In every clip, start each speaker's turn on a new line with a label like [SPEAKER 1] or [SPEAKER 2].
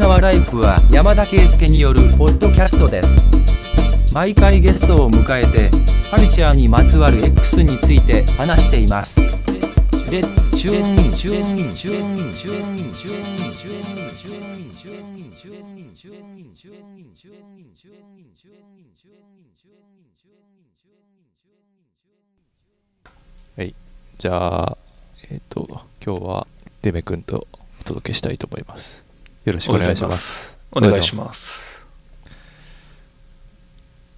[SPEAKER 1] 川ライフは山田圭介によるポッドキャストです毎回ゲストを迎えてカルチャーにまつわる X について話していますレッツチューンインチューンインチューンインチューンインチューンインチューンインチューンインチューンインチューンインチューンインチューンインチューンインチューンインチューンインチューンインチューンインチューンインチューン
[SPEAKER 2] じゃあ、えっ、と、今日はデメ君とお届けしたいと思います。よろしくお願いします。
[SPEAKER 3] す。お願いします。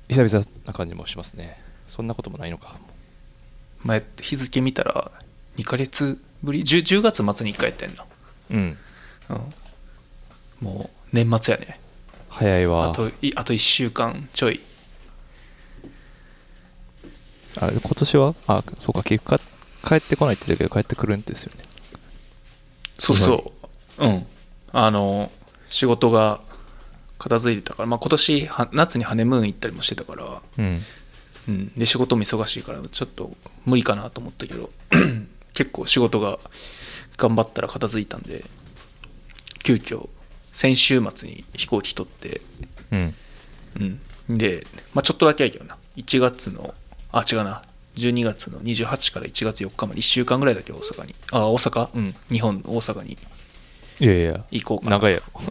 [SPEAKER 2] 久々な感じもしますね。そんなこともないのか。
[SPEAKER 3] 前、日付見たら、2ヶ月ぶり 10, 10月末に1回やってんの。
[SPEAKER 2] うん。
[SPEAKER 3] うん。もう、年末やね。
[SPEAKER 2] 早いわ。
[SPEAKER 3] あとい、あと1週間ちょい。
[SPEAKER 2] あ今年はあ、そうか、結果、帰ってこないって言ってたけど、帰ってくるんですよね。
[SPEAKER 3] そうそう。うん。あの、仕事が片付いてたから、まあ今年は、夏にハネムーン行ったりもしてたから、
[SPEAKER 2] うん。
[SPEAKER 3] うん。で、仕事も忙しいから、ちょっと無理かなと思ったけど、 結構仕事が頑張ったら片付いたんで、急遽、先週末に飛行機取って、
[SPEAKER 2] うん。
[SPEAKER 3] うん。で、まあちょっとだけやけどな。1月の、あ、違うな。12月の28から1月4日まで1週間ぐらいだけ大阪に。あ、大阪うん。日本、大阪に
[SPEAKER 2] いやいや、
[SPEAKER 3] 行こうかな。
[SPEAKER 2] 長いやろ。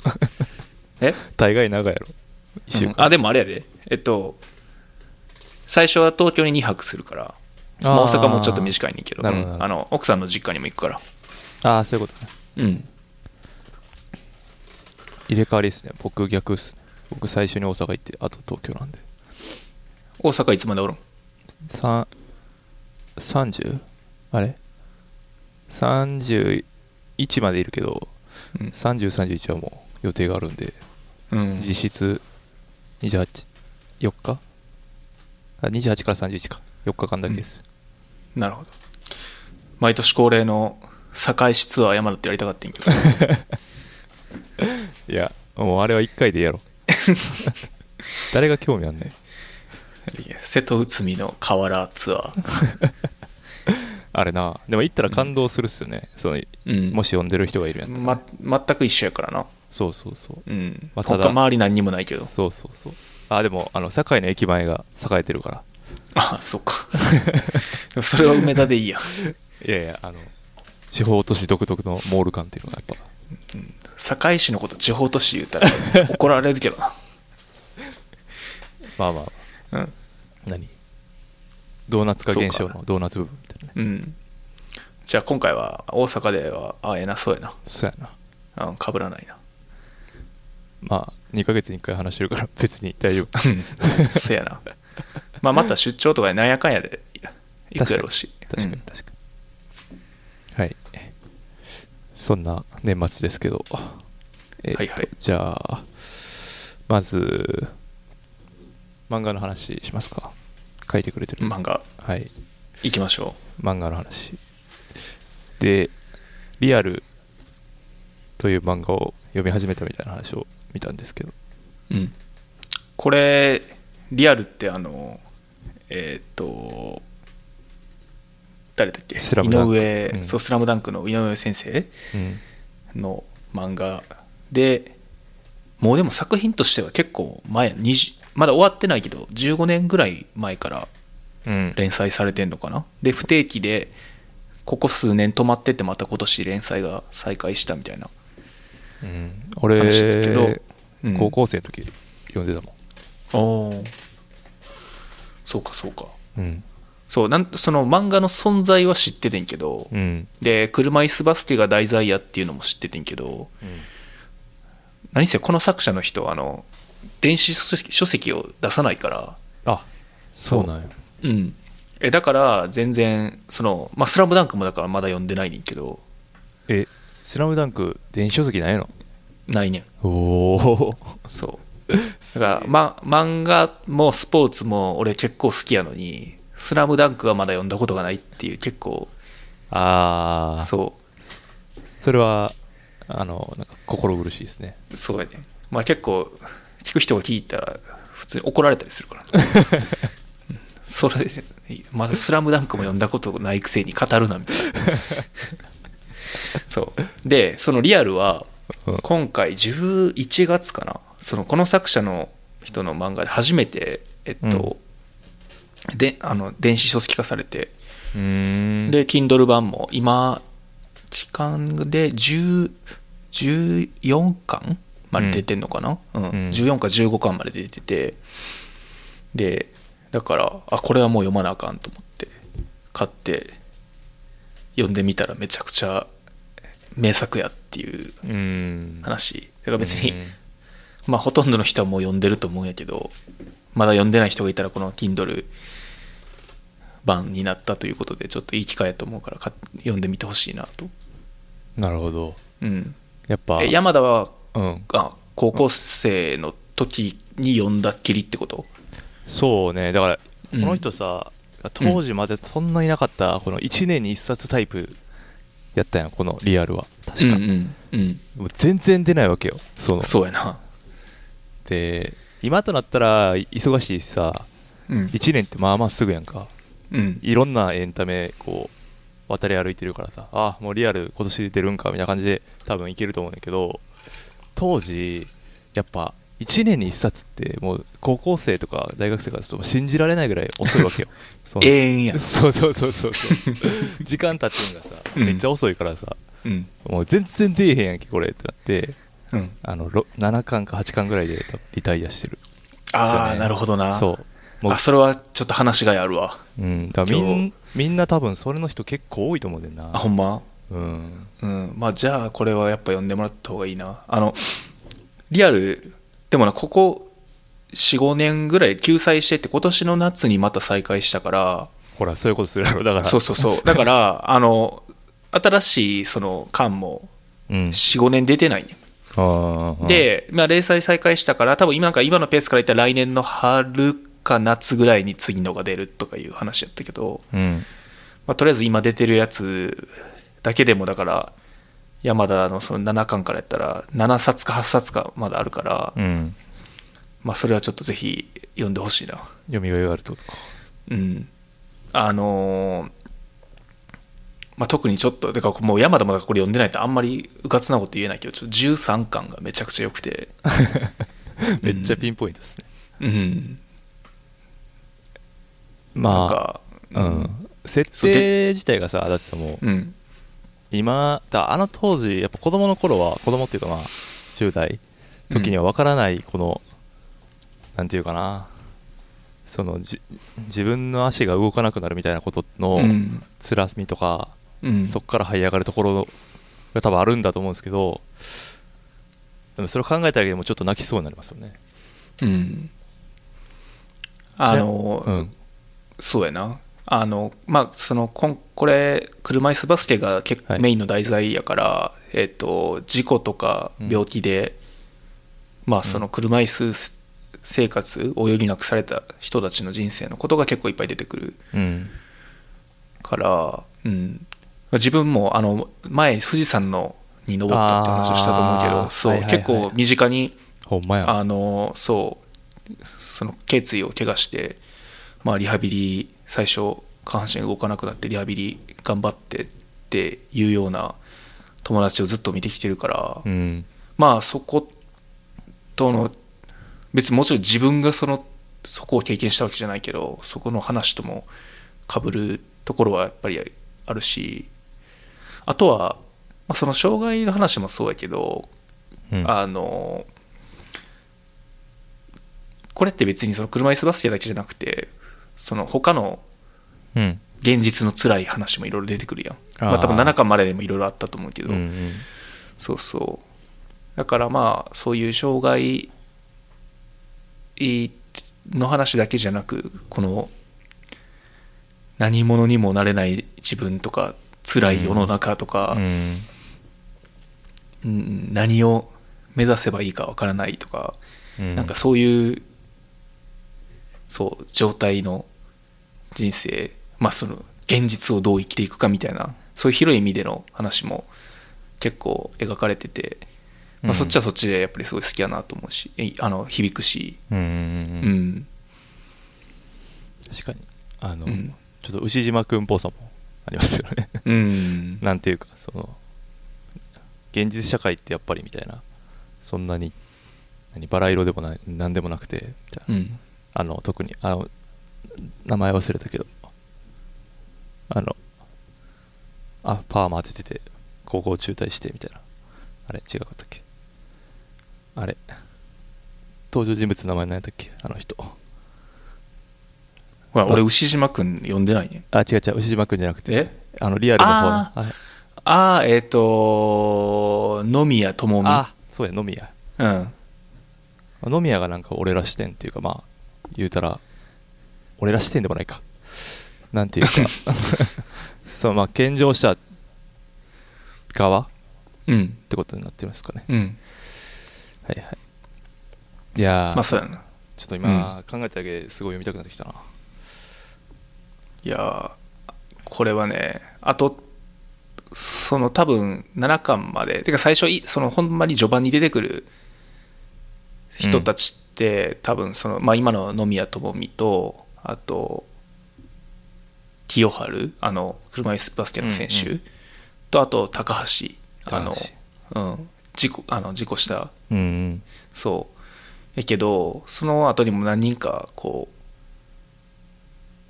[SPEAKER 3] え
[SPEAKER 2] 大概長いやろ。一週間
[SPEAKER 3] うんあでもあれやでえっと最初は東京に2泊するからまあ
[SPEAKER 2] あ
[SPEAKER 3] 大
[SPEAKER 2] ー
[SPEAKER 3] 阪もちょっと短いねんけど
[SPEAKER 2] なるほど
[SPEAKER 3] うんあの奥さんの実家にも行くから
[SPEAKER 2] ああ、そういうことね。
[SPEAKER 3] うん
[SPEAKER 2] 入れ替わりですね。僕逆っすね。僕最初に大阪行って、あと東京なんで。
[SPEAKER 3] 大阪いつまでおるん
[SPEAKER 2] さん 30? あれ ?31 までいるけど、
[SPEAKER 3] うん
[SPEAKER 2] 3031はもう予定があるんで、
[SPEAKER 3] うん
[SPEAKER 2] 実質28、4日あ ?28 から31か。4日間だけです。
[SPEAKER 3] なるほど毎年恒例の堺市ツアー山田ってやりたかった んけど
[SPEAKER 2] いや、もうあれは1回で やろう。誰が興味あんねん。
[SPEAKER 3] いや瀬戸内海の河原ツアー、
[SPEAKER 2] あれな。でも行ったら感動するっすよね。その
[SPEAKER 3] うん、
[SPEAKER 2] もし呼んでる人がいるんやん。
[SPEAKER 3] ま全く一緒やからな
[SPEAKER 2] そうそうそう。
[SPEAKER 3] うん、
[SPEAKER 2] まあただ
[SPEAKER 3] 他周り何にもないけど
[SPEAKER 2] そうそうそう。あ、でも、あの、堺の駅前が栄えてるから。
[SPEAKER 3] あそっ かでもそれは梅田でいいや
[SPEAKER 2] いやいや、あの、地方都市独特のモール感っていうのがやっ
[SPEAKER 3] 堺市のこと地方都市言う たら怒られるけどな
[SPEAKER 2] ぱ、まあまあ、
[SPEAKER 3] うん
[SPEAKER 2] 何ドーナツ化現象
[SPEAKER 3] そう
[SPEAKER 2] のドーナツ部分みたいなね。
[SPEAKER 3] うんじゃあ今回は大阪ではあええなそうや
[SPEAKER 2] そうやな。
[SPEAKER 3] なかぶらないな
[SPEAKER 2] まあ、2ヶ月に1回話してるから別に大丈夫。
[SPEAKER 3] うん そうやなまあまた出張とかでなんやかんやで行くやろうし
[SPEAKER 2] 確かに
[SPEAKER 3] うん
[SPEAKER 2] 確かに。はい。そんな年末ですけど。えー
[SPEAKER 3] はいはい
[SPEAKER 2] じゃあ、まず、漫画の話しますか。書いてくれてる。
[SPEAKER 3] 漫画
[SPEAKER 2] はい。
[SPEAKER 3] 行きましょ
[SPEAKER 2] 漫画の話で「リアル」という漫画を読み始めたみたいな話を見たんですけど
[SPEAKER 3] ううんこれリアルってあのえーっと誰だっけ
[SPEAKER 2] スラムダンク
[SPEAKER 3] 井上、
[SPEAKER 2] うん
[SPEAKER 3] そう「スラムダンクの井上先生
[SPEAKER 2] うん
[SPEAKER 3] の漫画でもうでも作品としては結構前20まだ終わってないけど15年ぐらい前から
[SPEAKER 2] うん
[SPEAKER 3] 連載されてんのかなで不定期でここ数年止まっててまた今年連載が再開したみたいな
[SPEAKER 2] うん俺
[SPEAKER 3] 話だけど、うん
[SPEAKER 2] 高校生の時読んでたも
[SPEAKER 3] おーそうかそうか
[SPEAKER 2] んうん
[SPEAKER 3] そうなんその漫画の存在は知っててんけど、
[SPEAKER 2] うん
[SPEAKER 3] で車椅子バスケが題材やっていうのも知っててんけど何せこの作者の人はあの電子書籍書籍を出さないから
[SPEAKER 2] あそうなんや
[SPEAKER 3] うん、えだから全然その「まあ、スラムダンクもだからまだ読んでないねんけど
[SPEAKER 2] えスラムダンク電子書籍ないの
[SPEAKER 3] ないねん
[SPEAKER 2] おお
[SPEAKER 3] そうだから、ま、漫画もスポーツも俺結構好きやのに「スラムダンクはまだ読んだことがないっていう結構
[SPEAKER 2] ああそ
[SPEAKER 3] そ
[SPEAKER 2] れはあのなんか心苦しいですね
[SPEAKER 3] うそうやねんまあ結構聞く人が聞いたら普通に怒られたりするからうんそれまだ「スラムダンクも読んだことないくせに語るなみたいなそうでそのリアルは
[SPEAKER 2] うん
[SPEAKER 3] 今回11月かなそのこの作者の人の漫画で初めて、えっとであの電子書籍化されて、
[SPEAKER 2] うーん
[SPEAKER 3] で Kindle 版も今期間で10 14巻まで出てんのかな、うん
[SPEAKER 2] ん
[SPEAKER 3] 14か15巻まで出ててでだからあこれはもう読まなあかんと思って買って読んでみたらめちゃくちゃ名作やっていう
[SPEAKER 2] うーん
[SPEAKER 3] 話だから別に、
[SPEAKER 2] うん
[SPEAKER 3] まあほとんどの人はもう読んでると思うんやけどまだ読んでない人がいたらこの Kindle 版になったということでちょっといい機会やと思うから買っ読んでみてほしいなと
[SPEAKER 2] なるほど
[SPEAKER 3] うん
[SPEAKER 2] やっぱ
[SPEAKER 3] え山田は
[SPEAKER 2] うん
[SPEAKER 3] あ高校生の時に読んだっきりってこと
[SPEAKER 2] そうねだからこ
[SPEAKER 3] うん
[SPEAKER 2] の人さ、当時までそんないなかったこの1年に1冊タイプやったやんこのリアルは確か、
[SPEAKER 3] うんうん
[SPEAKER 2] もう全然出ないわけよそ
[SPEAKER 3] うん
[SPEAKER 2] の
[SPEAKER 3] そうやな
[SPEAKER 2] で今となったら忙しいしさ
[SPEAKER 3] うん
[SPEAKER 2] 1年ってまあまあすぐやんか
[SPEAKER 3] うん
[SPEAKER 2] いろんなエンタメこう渡り歩いてるからさあもうリアル今年出るんかみたいな感じで多分いけると思うんだけど当時やっぱ1年に1冊ってもう高校生とか大学生からすると信じられないぐらい遅いわけ よその
[SPEAKER 3] 永遠や
[SPEAKER 2] そうそうそうそうそう時間経ってんがさ
[SPEAKER 3] うん
[SPEAKER 2] めっちゃ遅いからさ、
[SPEAKER 3] うん
[SPEAKER 2] もう全然出えへんやんけこれってなって
[SPEAKER 3] うん
[SPEAKER 2] あのろ7巻か8巻ぐらいで多分リタイアしてる
[SPEAKER 3] あ
[SPEAKER 2] そう
[SPEAKER 3] あ
[SPEAKER 2] ね
[SPEAKER 3] なるほどな
[SPEAKER 2] そうもう
[SPEAKER 3] あそれはちょっと話がやるわ
[SPEAKER 2] うん、だからみ
[SPEAKER 3] 今
[SPEAKER 2] んみんな多分それの人結構多いと思うねんな
[SPEAKER 3] あほんま
[SPEAKER 2] うん
[SPEAKER 3] うん、まあじゃあこれはやっぱ読んでもらった方がいいなあのリアルでもなここ45年ぐらい救済してて今年の夏にまた再開したから
[SPEAKER 2] ほらそういうことするやろだから
[SPEAKER 3] そうそうそうだからあの新しいその巻も
[SPEAKER 2] うん
[SPEAKER 3] 45年出てないんよ
[SPEAKER 2] あー、
[SPEAKER 3] で、まあ、連載再開したから多分今なんか今のペースから言ったら来年の春か夏ぐらいに次のが出るとかいう話やったけど、
[SPEAKER 2] うん
[SPEAKER 3] まあ、とりあえず今出てるやつだけでもだから山田のその7巻からやったら7冊か8冊かまだあるから、
[SPEAKER 2] うん
[SPEAKER 3] まあそれはちょっとぜひ読んでほしいな
[SPEAKER 2] 読みがいがあるってことか
[SPEAKER 3] うんあのーまあ、特にちょっとだからもう山田もだからこれ読んでないとあんまりうかつなこと言えないけどちょっと13巻がめちゃくちゃ良く て
[SPEAKER 2] めっちゃピンポイントですね、
[SPEAKER 3] うんな
[SPEAKER 2] ま
[SPEAKER 3] ん
[SPEAKER 2] あ
[SPEAKER 3] か
[SPEAKER 2] うん、設
[SPEAKER 3] そうで
[SPEAKER 2] 定自体がさだってさもう
[SPEAKER 3] うん
[SPEAKER 2] 今だあの当時やっぱ子供の頃は子供っていうかまあ10代時には分からないこの、なんていうかなそのじ自分の足が動かなくなるみたいなことの
[SPEAKER 3] うん
[SPEAKER 2] 辛みとか、
[SPEAKER 3] うん
[SPEAKER 2] そこから這い上がるところが多分あるんだと思うんですけどでもそれを考えただけでもちょっと泣きそうになりますよね
[SPEAKER 3] うんあのー
[SPEAKER 2] うん
[SPEAKER 3] そうやな。あの、まあ、その、こんこれ、車椅子バスケが結構
[SPEAKER 2] はい
[SPEAKER 3] メインの題材やから、えっ、と、事故とか
[SPEAKER 2] うん
[SPEAKER 3] 病気で、まあ、その車椅子生活を余儀なくされた人たちの人生のことが結構いっぱい出てくる
[SPEAKER 2] うん
[SPEAKER 3] から、うん。自分も、あの、前、富士山の、に登ったって話をしたと思うけ
[SPEAKER 2] あ
[SPEAKER 3] ど、
[SPEAKER 2] ー
[SPEAKER 3] そう、
[SPEAKER 2] はいはいはい
[SPEAKER 3] 結構身近に、
[SPEAKER 2] ほんまや
[SPEAKER 3] あのそうその頸椎を怪我して、まあ、リハビリ最初下半身動かなくなってリハビリ頑張ってっていうような友達をずっと見てきてるから、
[SPEAKER 2] うん
[SPEAKER 3] まあそことの別にもちろん自分がそのそこを経験したわけじゃないけどそこの話とも被るところはやっぱりあるしあとは、まあ、その障害の話もそうやけど
[SPEAKER 2] うん
[SPEAKER 3] あのこれって別にその車椅子バスケだけじゃなくてその他の
[SPEAKER 2] うん
[SPEAKER 3] 現実の辛い話もいろいろ出てくるやんま
[SPEAKER 2] あ
[SPEAKER 3] あ
[SPEAKER 2] ー
[SPEAKER 3] 多分7巻まででもいろいろあったと思うけど、
[SPEAKER 2] うんうん
[SPEAKER 3] そうそうだからまあそういう障害の話だけじゃなくこの何者にもなれない自分とか辛い世の中とか、
[SPEAKER 2] うん
[SPEAKER 3] うん何を目指せばいいかわからないとか、
[SPEAKER 2] うん
[SPEAKER 3] なんかそういうそう状態の人生まあその現実をどう生きていくかみたいなそういう広い意味での話も結構描かれてて、まあ、
[SPEAKER 2] うん
[SPEAKER 3] そっちはそっちでやっぱりすごい好きやなと思うし、えいあの響くし
[SPEAKER 2] うんう
[SPEAKER 3] う
[SPEAKER 2] う
[SPEAKER 3] ん
[SPEAKER 2] ん
[SPEAKER 3] ん
[SPEAKER 2] 確かにあの、
[SPEAKER 3] うん
[SPEAKER 2] ちょっと牛島君っぽさもありますよね
[SPEAKER 3] うん
[SPEAKER 2] なんていうかその現実社会ってやっぱりみたいなそんなに何バラ色でもない何でもなくてじゃあ
[SPEAKER 3] うん
[SPEAKER 2] あの特にあの名前忘れたけどあのあパーマ当ててて高校中退してみたいなあれ違かったっけあれ登場人物の名前何やったっけあの人
[SPEAKER 3] ほら俺牛島くん呼んでないね
[SPEAKER 2] あ違う違う牛島君じゃなくて
[SPEAKER 3] え
[SPEAKER 2] あのリアルの方の
[SPEAKER 3] あああえっ、と野宮智美
[SPEAKER 2] あそうや野宮
[SPEAKER 3] うん
[SPEAKER 2] 野宮がなんか俺ら視点っていうかまあ言うたら俺ら視点でもないかなん ていうかそうまあ健常者側っ
[SPEAKER 3] うん
[SPEAKER 2] てことになってますかね
[SPEAKER 3] うん
[SPEAKER 2] はいはいいやー、
[SPEAKER 3] まあそうやな
[SPEAKER 2] ちょっと今、考えただけですごい読みたくなってきたない
[SPEAKER 3] やーこれはねあとその多分7巻までてか最初いそのほんまに序盤に出てくる人たちって、多分その、まあ、今の野宮智美とあと清春あの車椅子バスケの選手、
[SPEAKER 2] うんう
[SPEAKER 3] とあと高橋あの
[SPEAKER 2] 高
[SPEAKER 3] うん、事故あの事故した
[SPEAKER 2] うんうん
[SPEAKER 3] そうやけどその後にも何人かこ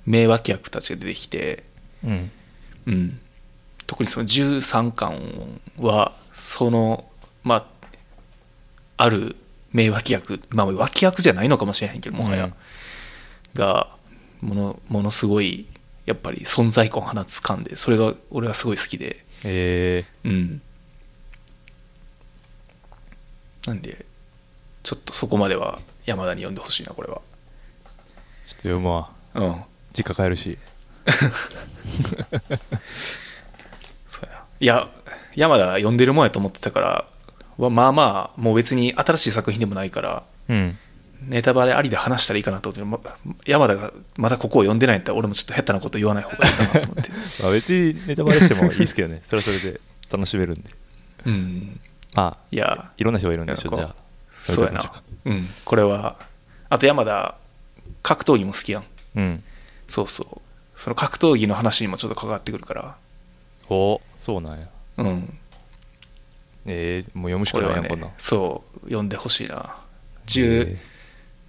[SPEAKER 3] う名脇役たちが出てきて、
[SPEAKER 2] うん
[SPEAKER 3] うん、特にその13巻はそのまあある名脇役まあ脇役じゃないのかもしれへんけどもはや、
[SPEAKER 2] うん
[SPEAKER 3] がものものすごいやっぱり存在感を放つ感でそれが俺はすごい好きで。
[SPEAKER 2] え
[SPEAKER 3] うん。なんで、ちょっとそこまでは山田に読んでほしいな、これ
[SPEAKER 2] ー、ちょ
[SPEAKER 3] は。
[SPEAKER 2] っと読むわ
[SPEAKER 3] うん。
[SPEAKER 2] 実家帰るし
[SPEAKER 3] そうやな。いや、山田読んでるもんやと思ってたから、はまあまあ、もう別に新しい作品でもないから、
[SPEAKER 2] うん
[SPEAKER 3] ネタバレありで話したらいいかなと思ってま、山田がまだここを読んでないんだったら、俺もちょっと下手なこと言わない方がいいかなと思って。
[SPEAKER 2] まあ別にネタバレしてもいいですけどねそれはそれで楽しめるん で
[SPEAKER 3] うん。
[SPEAKER 2] まあ
[SPEAKER 3] いや、
[SPEAKER 2] いろんな人がいるんでちょっとじゃあ
[SPEAKER 3] そうやな。うん、これは。あと山田、格闘技も好きやん。
[SPEAKER 2] うん
[SPEAKER 3] そうそう。その格闘技の話にもちょっと関わってくるから。
[SPEAKER 2] おそうなんや
[SPEAKER 3] うん。
[SPEAKER 2] えー、もう読むし
[SPEAKER 3] こ
[SPEAKER 2] か
[SPEAKER 3] れ
[SPEAKER 2] ないや
[SPEAKER 3] は
[SPEAKER 2] んこんな
[SPEAKER 3] ね
[SPEAKER 2] ん、
[SPEAKER 3] そう、読んでほしいな。
[SPEAKER 2] え
[SPEAKER 3] 10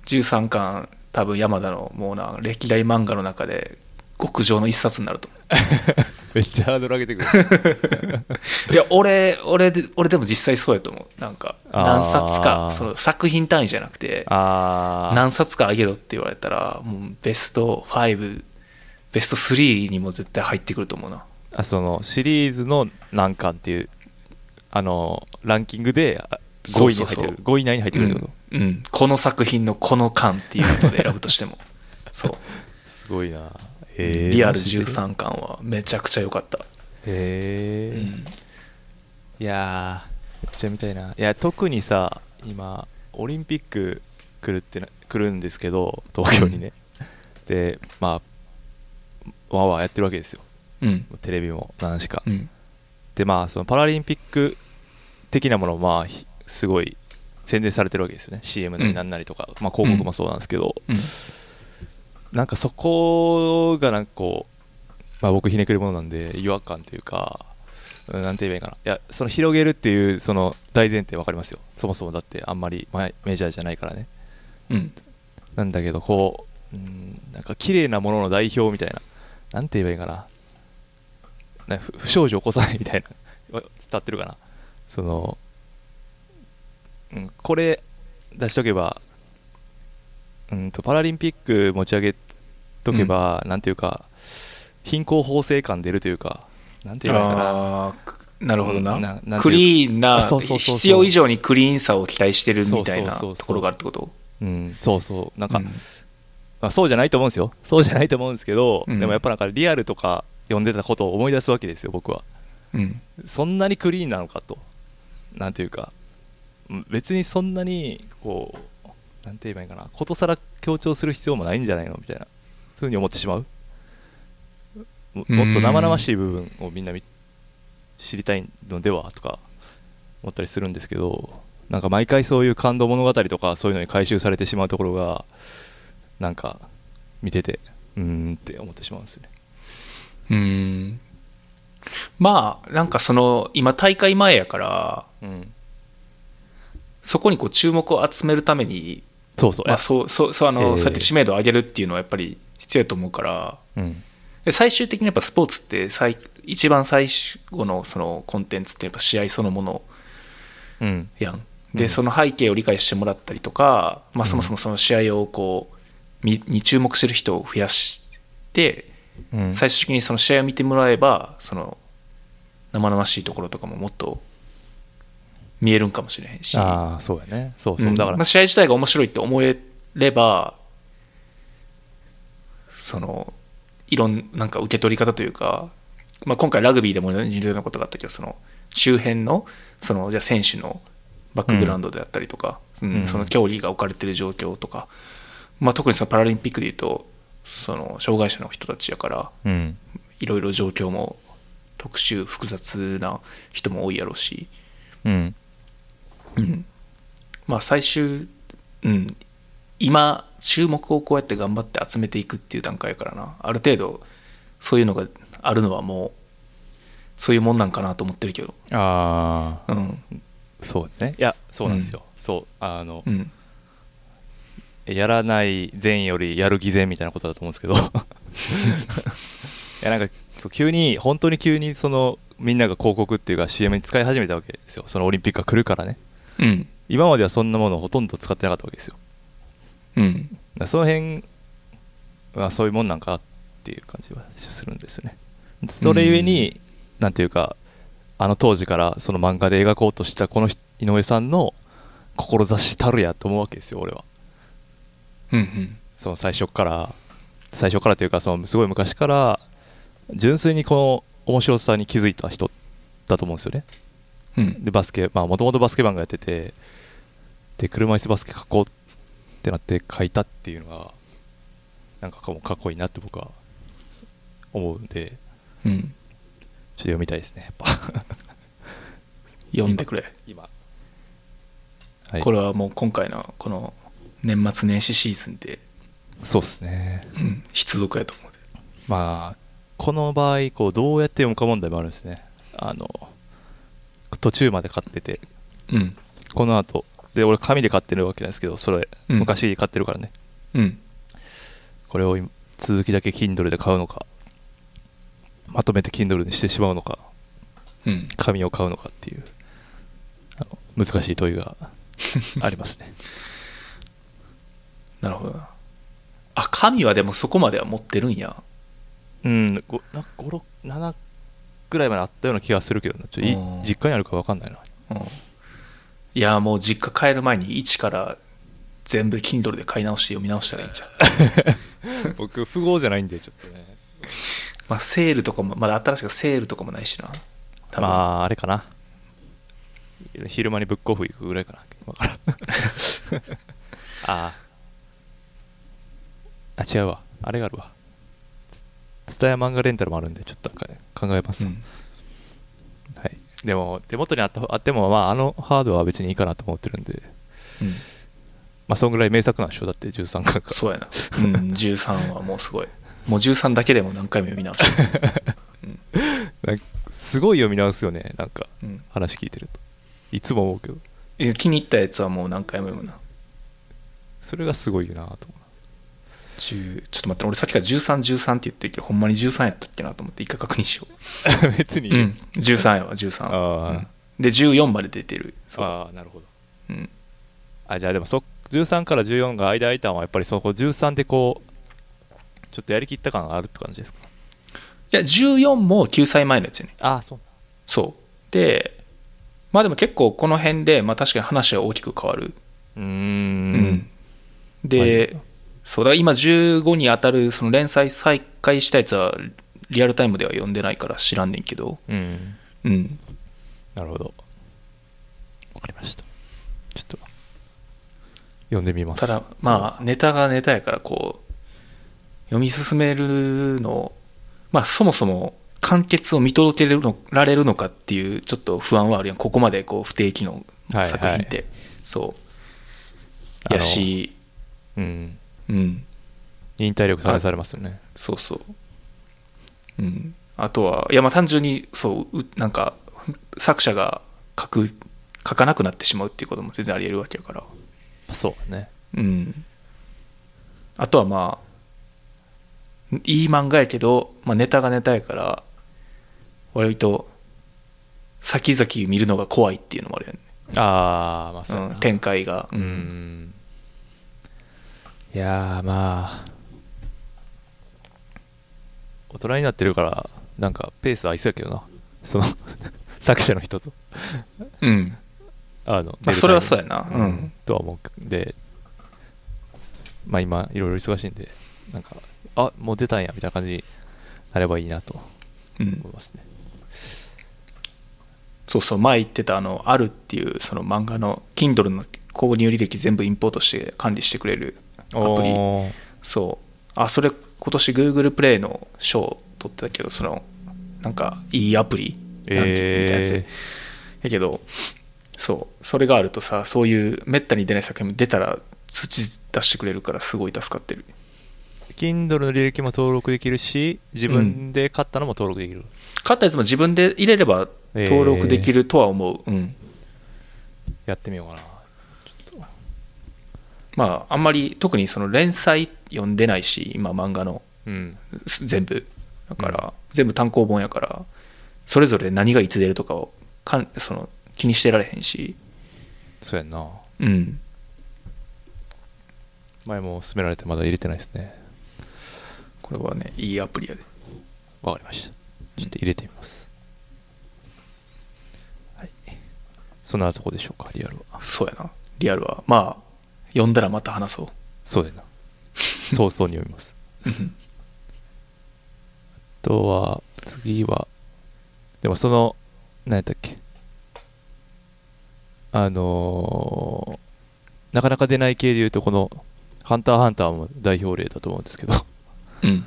[SPEAKER 3] 13巻、多分山田のもうな、歴代漫画の中で、極上の一冊になると思
[SPEAKER 2] ー めっちゃハードル上げてくる
[SPEAKER 3] う。いや、俺、俺で、俺でも実際そうやと思う。なんか、
[SPEAKER 2] あー
[SPEAKER 3] 何冊か、その作品単位じゃなくて、
[SPEAKER 2] ああ
[SPEAKER 3] 何冊かあげろって言われたら、もうベスト5、ベスト3にも絶対入ってくると思うな。
[SPEAKER 2] あそのシリーズの難関っていうあのランキングであ5
[SPEAKER 3] そう
[SPEAKER 2] 位に
[SPEAKER 3] そう
[SPEAKER 2] 入って
[SPEAKER 3] そう
[SPEAKER 2] くる5位以内に入ってくるってこと、
[SPEAKER 3] うんうんこの作品のこの巻っていうので選ぶとし てもそう、
[SPEAKER 2] すごいなえー、
[SPEAKER 3] リアル
[SPEAKER 2] マジで
[SPEAKER 3] 13巻はめちゃくちゃ良かった、
[SPEAKER 2] へ
[SPEAKER 3] う
[SPEAKER 2] え、
[SPEAKER 3] ん、
[SPEAKER 2] いやーめっちゃ見たいないや特にさ今オリンピック来るってな来るんですけど東京にね、でまあわーわーやってるわけですよ
[SPEAKER 3] うん
[SPEAKER 2] テレビも何しか、
[SPEAKER 3] うん
[SPEAKER 2] でまあそのパラリンピック的なものをまあひすごい宣伝されてるわけですよね CM なりなんなりとか、まあ、広告もそうなんですけど、
[SPEAKER 3] うん
[SPEAKER 2] なんかそこがなんかこう、まあ、僕ひねくるものなんで違和感というかうんなんて言えばいいかないやその広げるっていうその大前提わかりますよそもそもだってあんまりまあメジャーじゃないからね
[SPEAKER 3] うん
[SPEAKER 2] なんだけどこううんなんか綺麗なものの代表みたいななんて言えばいいかなな不不祥事を起こさないみたいなわ伝わってるかなその、うん、これ出しとけばうんとパラリンピック持ち上げとけば、なんていうか貧困法制感出るというかなんて言えばいいかな
[SPEAKER 3] あーくなるほどな,、
[SPEAKER 2] うんななんていうか
[SPEAKER 3] クリーンな
[SPEAKER 2] あそうそうそうそう
[SPEAKER 3] 必要以上にクリーンさを期待してるみたいな
[SPEAKER 2] そうそうそうそう
[SPEAKER 3] ところがあるってこと
[SPEAKER 2] うん、そうそうなんか、
[SPEAKER 3] うん
[SPEAKER 2] まあ、そうじゃないと思うんですよそうじゃないと思うんですけど、
[SPEAKER 3] うん
[SPEAKER 2] でもやっぱなんかリアルとか読んでたことを思い出すわけですよ僕は
[SPEAKER 3] うん
[SPEAKER 2] そんなにクリーンなのかとなんていうかうん別にそんなにこうなんて言えばいいかなことさら強調する必要もないんじゃないのみたいなそういうふうに思ってしまうも
[SPEAKER 3] うん
[SPEAKER 2] もっと生々しい部分をみんなみ知りたいのではとか思ったりするんですけどなんか毎回そういう感動物語とかそういうのに回収されてしまうところがなんか見ててうーんって思ってしまうんですよね
[SPEAKER 3] うんまあなんかその今大会前やから
[SPEAKER 2] うん
[SPEAKER 3] そこにこう注目を集めるために、
[SPEAKER 2] そうそう、
[SPEAKER 3] まあ、そうそうそうあの、
[SPEAKER 2] えー
[SPEAKER 3] そうやって知名度を上げるっていうのはやっぱり必要だと思うから
[SPEAKER 2] うん、
[SPEAKER 3] で最終的にやっぱスポーツって最一番最後のそのコンテンツってやっぱ試合そのもの
[SPEAKER 2] うん、
[SPEAKER 3] やん。
[SPEAKER 2] う
[SPEAKER 3] で、
[SPEAKER 2] ん
[SPEAKER 3] その背景を理解してもらったりとか、まあ、そもそもその試合をこうみに注目してる人を増やして
[SPEAKER 2] うん、
[SPEAKER 3] 最終的にその試合を見てもらえばその生々しいところとかももっと見えるんかもしれへんし
[SPEAKER 2] ああ、そうやね、そうそう、
[SPEAKER 3] うん
[SPEAKER 2] だから、
[SPEAKER 3] まあ、試合自体が面白いって思えればそのいろんなんか受け取り方というか、まあ、今回ラグビーでも似たようなことがあったけどその周辺のそのじゃあ選手のバックグラウンドであったりとか、うん
[SPEAKER 2] うん
[SPEAKER 3] その競技が置かれてる状況とか、まあ、特にそのパラリンピックでいうとその障害者の人たちやから
[SPEAKER 2] うん、
[SPEAKER 3] いろいろ状況も特殊複雑な人も多いやろうし。
[SPEAKER 2] うん、
[SPEAKER 3] うん、まあ最終、うん、今注目をこうやって頑張って集めていくっていう段階やからなある程度そういうのがあるのはもうそういうもんなんかなと思ってるけど
[SPEAKER 2] ああ、
[SPEAKER 3] うん
[SPEAKER 2] そうね、いや、そうなんですよ、そう、あの
[SPEAKER 3] う、ん
[SPEAKER 2] やらない善よりやる偽善みたいなことだと思うんですけ どいやなんかそう急に本当に急にそのみんなが広告っていうか CM に使い始めたわけですよそのオリンピックが来るからね
[SPEAKER 3] うん
[SPEAKER 2] 今まではそんなものをほとんど使ってなかったわけですよだか
[SPEAKER 3] うん
[SPEAKER 2] らその辺はそういうもんなんかっていう感じはするんですよねそれゆえになんていうかあの当時からその漫画で描こうとしたこの人井上さんの志たるやと思うわけですよ俺は
[SPEAKER 3] うんうん
[SPEAKER 2] その最初から最初からというかそのすごい昔から純粋にこの面白さに気づいた人だと思うんですよね
[SPEAKER 3] うん
[SPEAKER 2] でバスケまあもともとバスケ番がやっててで車椅子バスケ書こうってなって書いたっていうのがなんかかもかっこいいなって僕は思うんで
[SPEAKER 3] うん
[SPEAKER 2] ちょっと読みたいですね やっぱ
[SPEAKER 3] 読んでくれ、
[SPEAKER 2] 今はい
[SPEAKER 3] これはもう今回のこの年末年始シーズンで、
[SPEAKER 2] そうですね
[SPEAKER 3] うん、必読やと思うで
[SPEAKER 2] まあこの場合こうどうやって読むか問題もあるんですねあの途中まで買ってて
[SPEAKER 3] うん
[SPEAKER 2] この後で俺紙で買ってるわけなんですけどそれ
[SPEAKER 3] うん
[SPEAKER 2] 昔買ってるからね、
[SPEAKER 3] うん
[SPEAKER 2] これを今続きだけ Kindle で買うのかまとめて Kindle にしてしまうのか
[SPEAKER 3] うん
[SPEAKER 2] 紙を買うのかっていうあの難しい問いがあります ね
[SPEAKER 3] なるほどなあ神はでもそこまでは持ってるんや
[SPEAKER 2] うんごな56 7ぐらいまであったような気がするけどなちょっとい
[SPEAKER 3] うん
[SPEAKER 2] 実家にあるか分かんないな
[SPEAKER 3] うんいやもう実家帰る前に一から全部 Kindle で買い直して読み直したらいい んじゃん
[SPEAKER 2] 僕富豪じゃないんでちょっとね
[SPEAKER 3] まあセールとかもまだ新しくセールとかもないしな多
[SPEAKER 2] ま
[SPEAKER 3] 分、
[SPEAKER 2] ああれかな昼間にブックオフ行くぐらいかなわからんあああ違うわあれがあるわつ蔦屋漫画レンタルもあるんでちょっとなんか考えます
[SPEAKER 3] う
[SPEAKER 2] わ、
[SPEAKER 3] ん
[SPEAKER 2] はい、でも手元にあったあっても、まあ、あのハードは別にいいかなと思ってるんで
[SPEAKER 3] うん
[SPEAKER 2] まあそんぐらい名作なんでしょだって13巻 が
[SPEAKER 3] そうやな、うん、13はもうすごいもう13だけでも何回も読み直して る、
[SPEAKER 2] なんかすごい読み直すよねなんか
[SPEAKER 3] うん
[SPEAKER 2] 話聞いてるといつも思うけど
[SPEAKER 3] え気に入ったやつはもう何回も読むな
[SPEAKER 2] それがすごいよなと思う
[SPEAKER 3] 10ちょっと待って俺さっきから1313って言ってるけどほんまに13やったっけなと思って一回確認しよ
[SPEAKER 2] 別に、
[SPEAKER 3] う、うん、13やわ13
[SPEAKER 2] あー
[SPEAKER 3] うんで14まで出てるそう、
[SPEAKER 2] ああなるほど
[SPEAKER 3] うん、
[SPEAKER 2] あじゃあでもそ13から14が間空いたのはやっぱりそこ13でこうちょっとやりきった感があるって感じですか
[SPEAKER 3] いや14も9歳前のやつやね
[SPEAKER 2] ああそう
[SPEAKER 3] そう。で、まあでも結構この辺で、まあ確かに話は大きく変わる。
[SPEAKER 2] うーんマジ
[SPEAKER 3] で
[SPEAKER 2] か、
[SPEAKER 3] そうだ、今15に当たるその連載再開したやつは、リアルタイムでは読んでないから知らんねんけど、
[SPEAKER 2] うん
[SPEAKER 3] うん。
[SPEAKER 2] なるほどわかりましたちょっと読んでみます
[SPEAKER 3] ただ、まあネタがネタやから、こう、読み進めるの、まあそもそも完結を見届けるのられるのかっていうちょっと不安はあるやん。ここまでこう不定期の作品って。
[SPEAKER 2] はい
[SPEAKER 3] そう。やし、
[SPEAKER 2] うん
[SPEAKER 3] うん。
[SPEAKER 2] 忍耐力試されますよね
[SPEAKER 3] そうそう。うん。あとは、いや、まあ単純に、そう、うなんか、作者が書く書かなくなってしまうっていうことも全然ありえるわけやから
[SPEAKER 2] そうだね
[SPEAKER 3] うんあとはまあいい漫画やけど、まあ、ネタがネタやから割と先々見るのが怖いっていうのもあるよね
[SPEAKER 2] ああまあそうや
[SPEAKER 3] う、
[SPEAKER 2] なん
[SPEAKER 3] 展開が、
[SPEAKER 2] う、んいやーまあ大人になってるからなんかペース合いそうやけどなその 作者の人と
[SPEAKER 3] うん
[SPEAKER 2] あの、
[SPEAKER 3] まあ、それはそうやなう
[SPEAKER 2] うんん、とは思うんでまあ今いろいろ忙しいんでなんかあもう出たんやみたいな感じになればいいなと
[SPEAKER 3] うん
[SPEAKER 2] 思いますね
[SPEAKER 3] そうそう前言ってたあの「ある」っていうその漫画の Kindle の購入履歴全部インポートして管理してくれるアプリ
[SPEAKER 2] おー
[SPEAKER 3] そうあそれ今年 Google プレイの賞を取ってたけどそのなんかいいアプリなんていうみたいなやつ、
[SPEAKER 2] え
[SPEAKER 3] やけどそうそれがあるとさそういうめったに出ない作品も出たら通知出してくれるからすごい助かってる
[SPEAKER 2] Kindle の履歴も登録できるし自分で買ったのも登録できる、
[SPEAKER 3] 買ったやつも自分で入れれば登録できるとは思う、うん
[SPEAKER 2] やってみようかな
[SPEAKER 3] まああんまり特にその連載読んでないし今漫画の
[SPEAKER 2] うん
[SPEAKER 3] す全部だから、
[SPEAKER 2] う
[SPEAKER 3] 全部単行本やからそれぞれ何がいつ出るとかをかんその気にしてられへんし
[SPEAKER 2] そうやんな
[SPEAKER 3] うん
[SPEAKER 2] 前も勧められてまだ入れてないですね
[SPEAKER 3] これはねいいアプリやで
[SPEAKER 2] わかりましたちょっと入れてみます、はいそんなとこでしょうかリアルは
[SPEAKER 3] そうやなリアルはまあ読んだらまた話そう
[SPEAKER 2] そうやな早々に読みますあとは次はでもその何やったっけあのーなかなか出ない系でいうとこの「ハンターハンター」も代表例だと思うんですけど
[SPEAKER 3] うん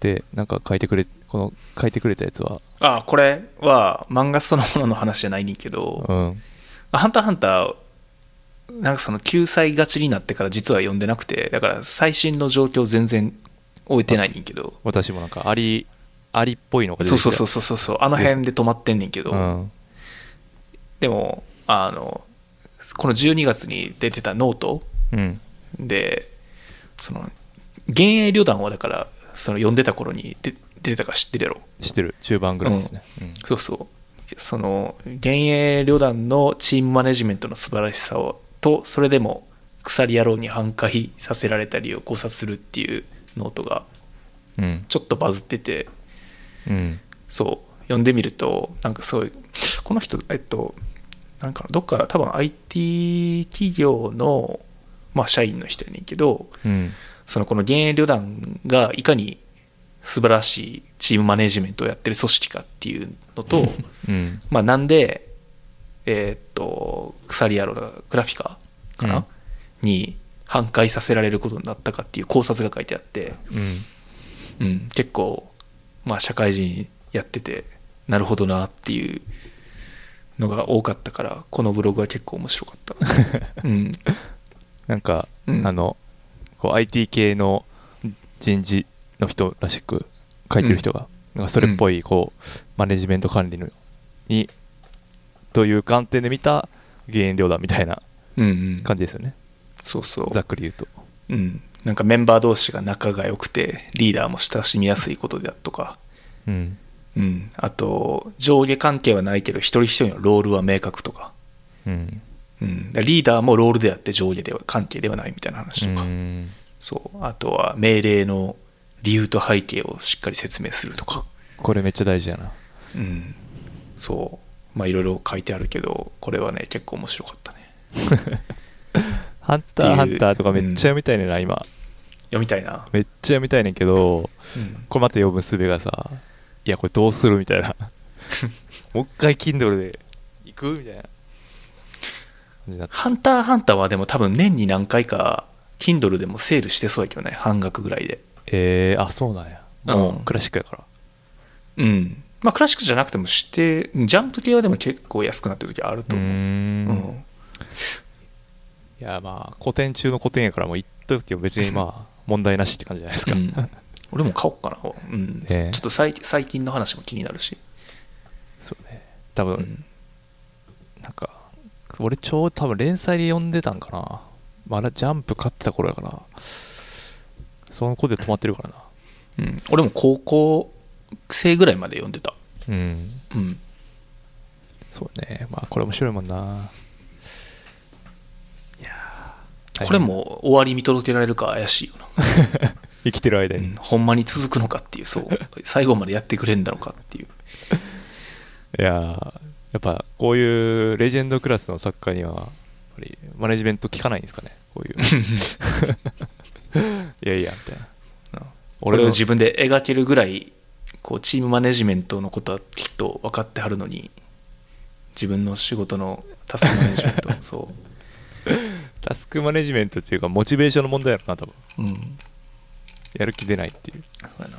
[SPEAKER 2] でなんか書いてくれこの書いてくれたやつは
[SPEAKER 3] あこれは漫画そのものの話じゃないねんけど
[SPEAKER 2] うん
[SPEAKER 3] 「ハンターハンター」なんかその救済がちになってから実は読んでなくてだから最新の状況全然終えてないねんけど
[SPEAKER 2] 私もなんかアリアリっぽいのが出て
[SPEAKER 3] そう
[SPEAKER 2] きた
[SPEAKER 3] そうそうそうそうあの辺で止まってんねんけど、
[SPEAKER 2] うん
[SPEAKER 3] でもあのこの12月に出てたノート
[SPEAKER 2] うん
[SPEAKER 3] でその幻影旅団はだからその読んでた頃に出出てたから知ってるやろ
[SPEAKER 2] 知ってる中盤ぐらいですね、うん
[SPEAKER 3] そうそうその幻影旅団のチームマネジメントの素晴らしさをとそれでも鎖野郎に反対させられたりを考察するっていうノートが
[SPEAKER 2] うん
[SPEAKER 3] ちょっとバズってて
[SPEAKER 2] うん
[SPEAKER 3] そう読んでみるとなんかすごいこの人えっとなんかなどっか多分 IT 企業の、まあ、社員の人やねんけど
[SPEAKER 2] うん
[SPEAKER 3] そのこの現役旅団がいかに素晴らしいチームマネジメントをやってる組織かっていうの と
[SPEAKER 2] うん
[SPEAKER 3] まあなんでえーっと鎖野郎がグラフィカかな、
[SPEAKER 2] うん
[SPEAKER 3] に反壊させられることになったかっていう考察が書いてあって。
[SPEAKER 2] うん
[SPEAKER 3] うん、結構、まあ、社会人やっててなるほどなっていうのが多かったからこのブログは結構面白か った、うん、
[SPEAKER 2] なんか、
[SPEAKER 3] うん
[SPEAKER 2] あのこう IT 系の人事の人らしく書いてる人が、なんかそれっぽいこうマネジメント管理のにという観点で見た原料だみたいな
[SPEAKER 3] うんうん
[SPEAKER 2] 感じですよね、
[SPEAKER 3] そうそ
[SPEAKER 2] ざっくり言うと
[SPEAKER 3] う、うん、なんかメンバー同士が仲が良くてリーダーも親しみやすいことだとか、
[SPEAKER 2] うん
[SPEAKER 3] うん、あと上下関係はないけど一人一人のロールは明確とか,、
[SPEAKER 2] うん
[SPEAKER 3] うん、だからリーダーもロールであって上下では関係ではないみたいな話とか、
[SPEAKER 2] うん
[SPEAKER 3] そうあとは命令の理由と背景をしっかり説明するとか
[SPEAKER 2] これめっちゃ大事やな
[SPEAKER 3] うん、そうまあいろいろ書いてあるけどこれはね結構面白かったね
[SPEAKER 2] 「ハンタ
[SPEAKER 3] ってい
[SPEAKER 2] ー
[SPEAKER 3] う
[SPEAKER 2] ハンター」とかめっちゃ読みたいねんな、今
[SPEAKER 3] 読みたいな、
[SPEAKER 2] めっちゃ読みたいねんけど
[SPEAKER 3] うん
[SPEAKER 2] これまた読むすべがさ「いやこれどうする?」みたい なもう一回 Kindle で行くみたいな感じになって
[SPEAKER 3] ハンターハンター」はでも多分年に何回か Kindle でもセールしてそうやけどね半額ぐらいで
[SPEAKER 2] えー、あそうなんやも
[SPEAKER 3] うん
[SPEAKER 2] うクラシックやから、
[SPEAKER 3] うんまあクラシックじゃなくてもしてジャンプ系はでも結構安くなってる時あると思う
[SPEAKER 2] ーん
[SPEAKER 3] うん
[SPEAKER 2] いやまあ古典中の古典やからもう言っとくけど別にまあ問題なしって感じじゃないですか、
[SPEAKER 3] うん俺も買おうかな、うん
[SPEAKER 2] ええ
[SPEAKER 3] ちょっと最最近の話も気になるし、
[SPEAKER 2] そうね多分、
[SPEAKER 3] うん
[SPEAKER 2] なんか俺ちょうど多分連載で読んでたんかなまだジャンプ買ってた頃やからその子で止まってるからな
[SPEAKER 3] うん、俺も高校生ぐらいまで読んでた
[SPEAKER 2] うん
[SPEAKER 3] うん
[SPEAKER 2] そうねまあこれ面白いもんないやー
[SPEAKER 3] これも終わり見届けられるか怪しいよな、
[SPEAKER 2] 生きてる間
[SPEAKER 3] う
[SPEAKER 2] に、
[SPEAKER 3] ん、ほんまに続くのかっていう そう最後までやってくれんだのかっていう
[SPEAKER 2] いやーやっぱこういうレジェンドクラスの作家にはやっぱりマネジメント効かないんですかねこういう いやいやみたいなうん
[SPEAKER 3] これ
[SPEAKER 2] の
[SPEAKER 3] を自分で描けるぐらいこうチームマネジメントのことはきっと分かってはるのに自分の仕事のタスクマネジメン トそ
[SPEAKER 2] タスクマネジメントっていうかモチベーションの問題やろな多分
[SPEAKER 3] ううん
[SPEAKER 2] やる気出ないっていう
[SPEAKER 3] そうやな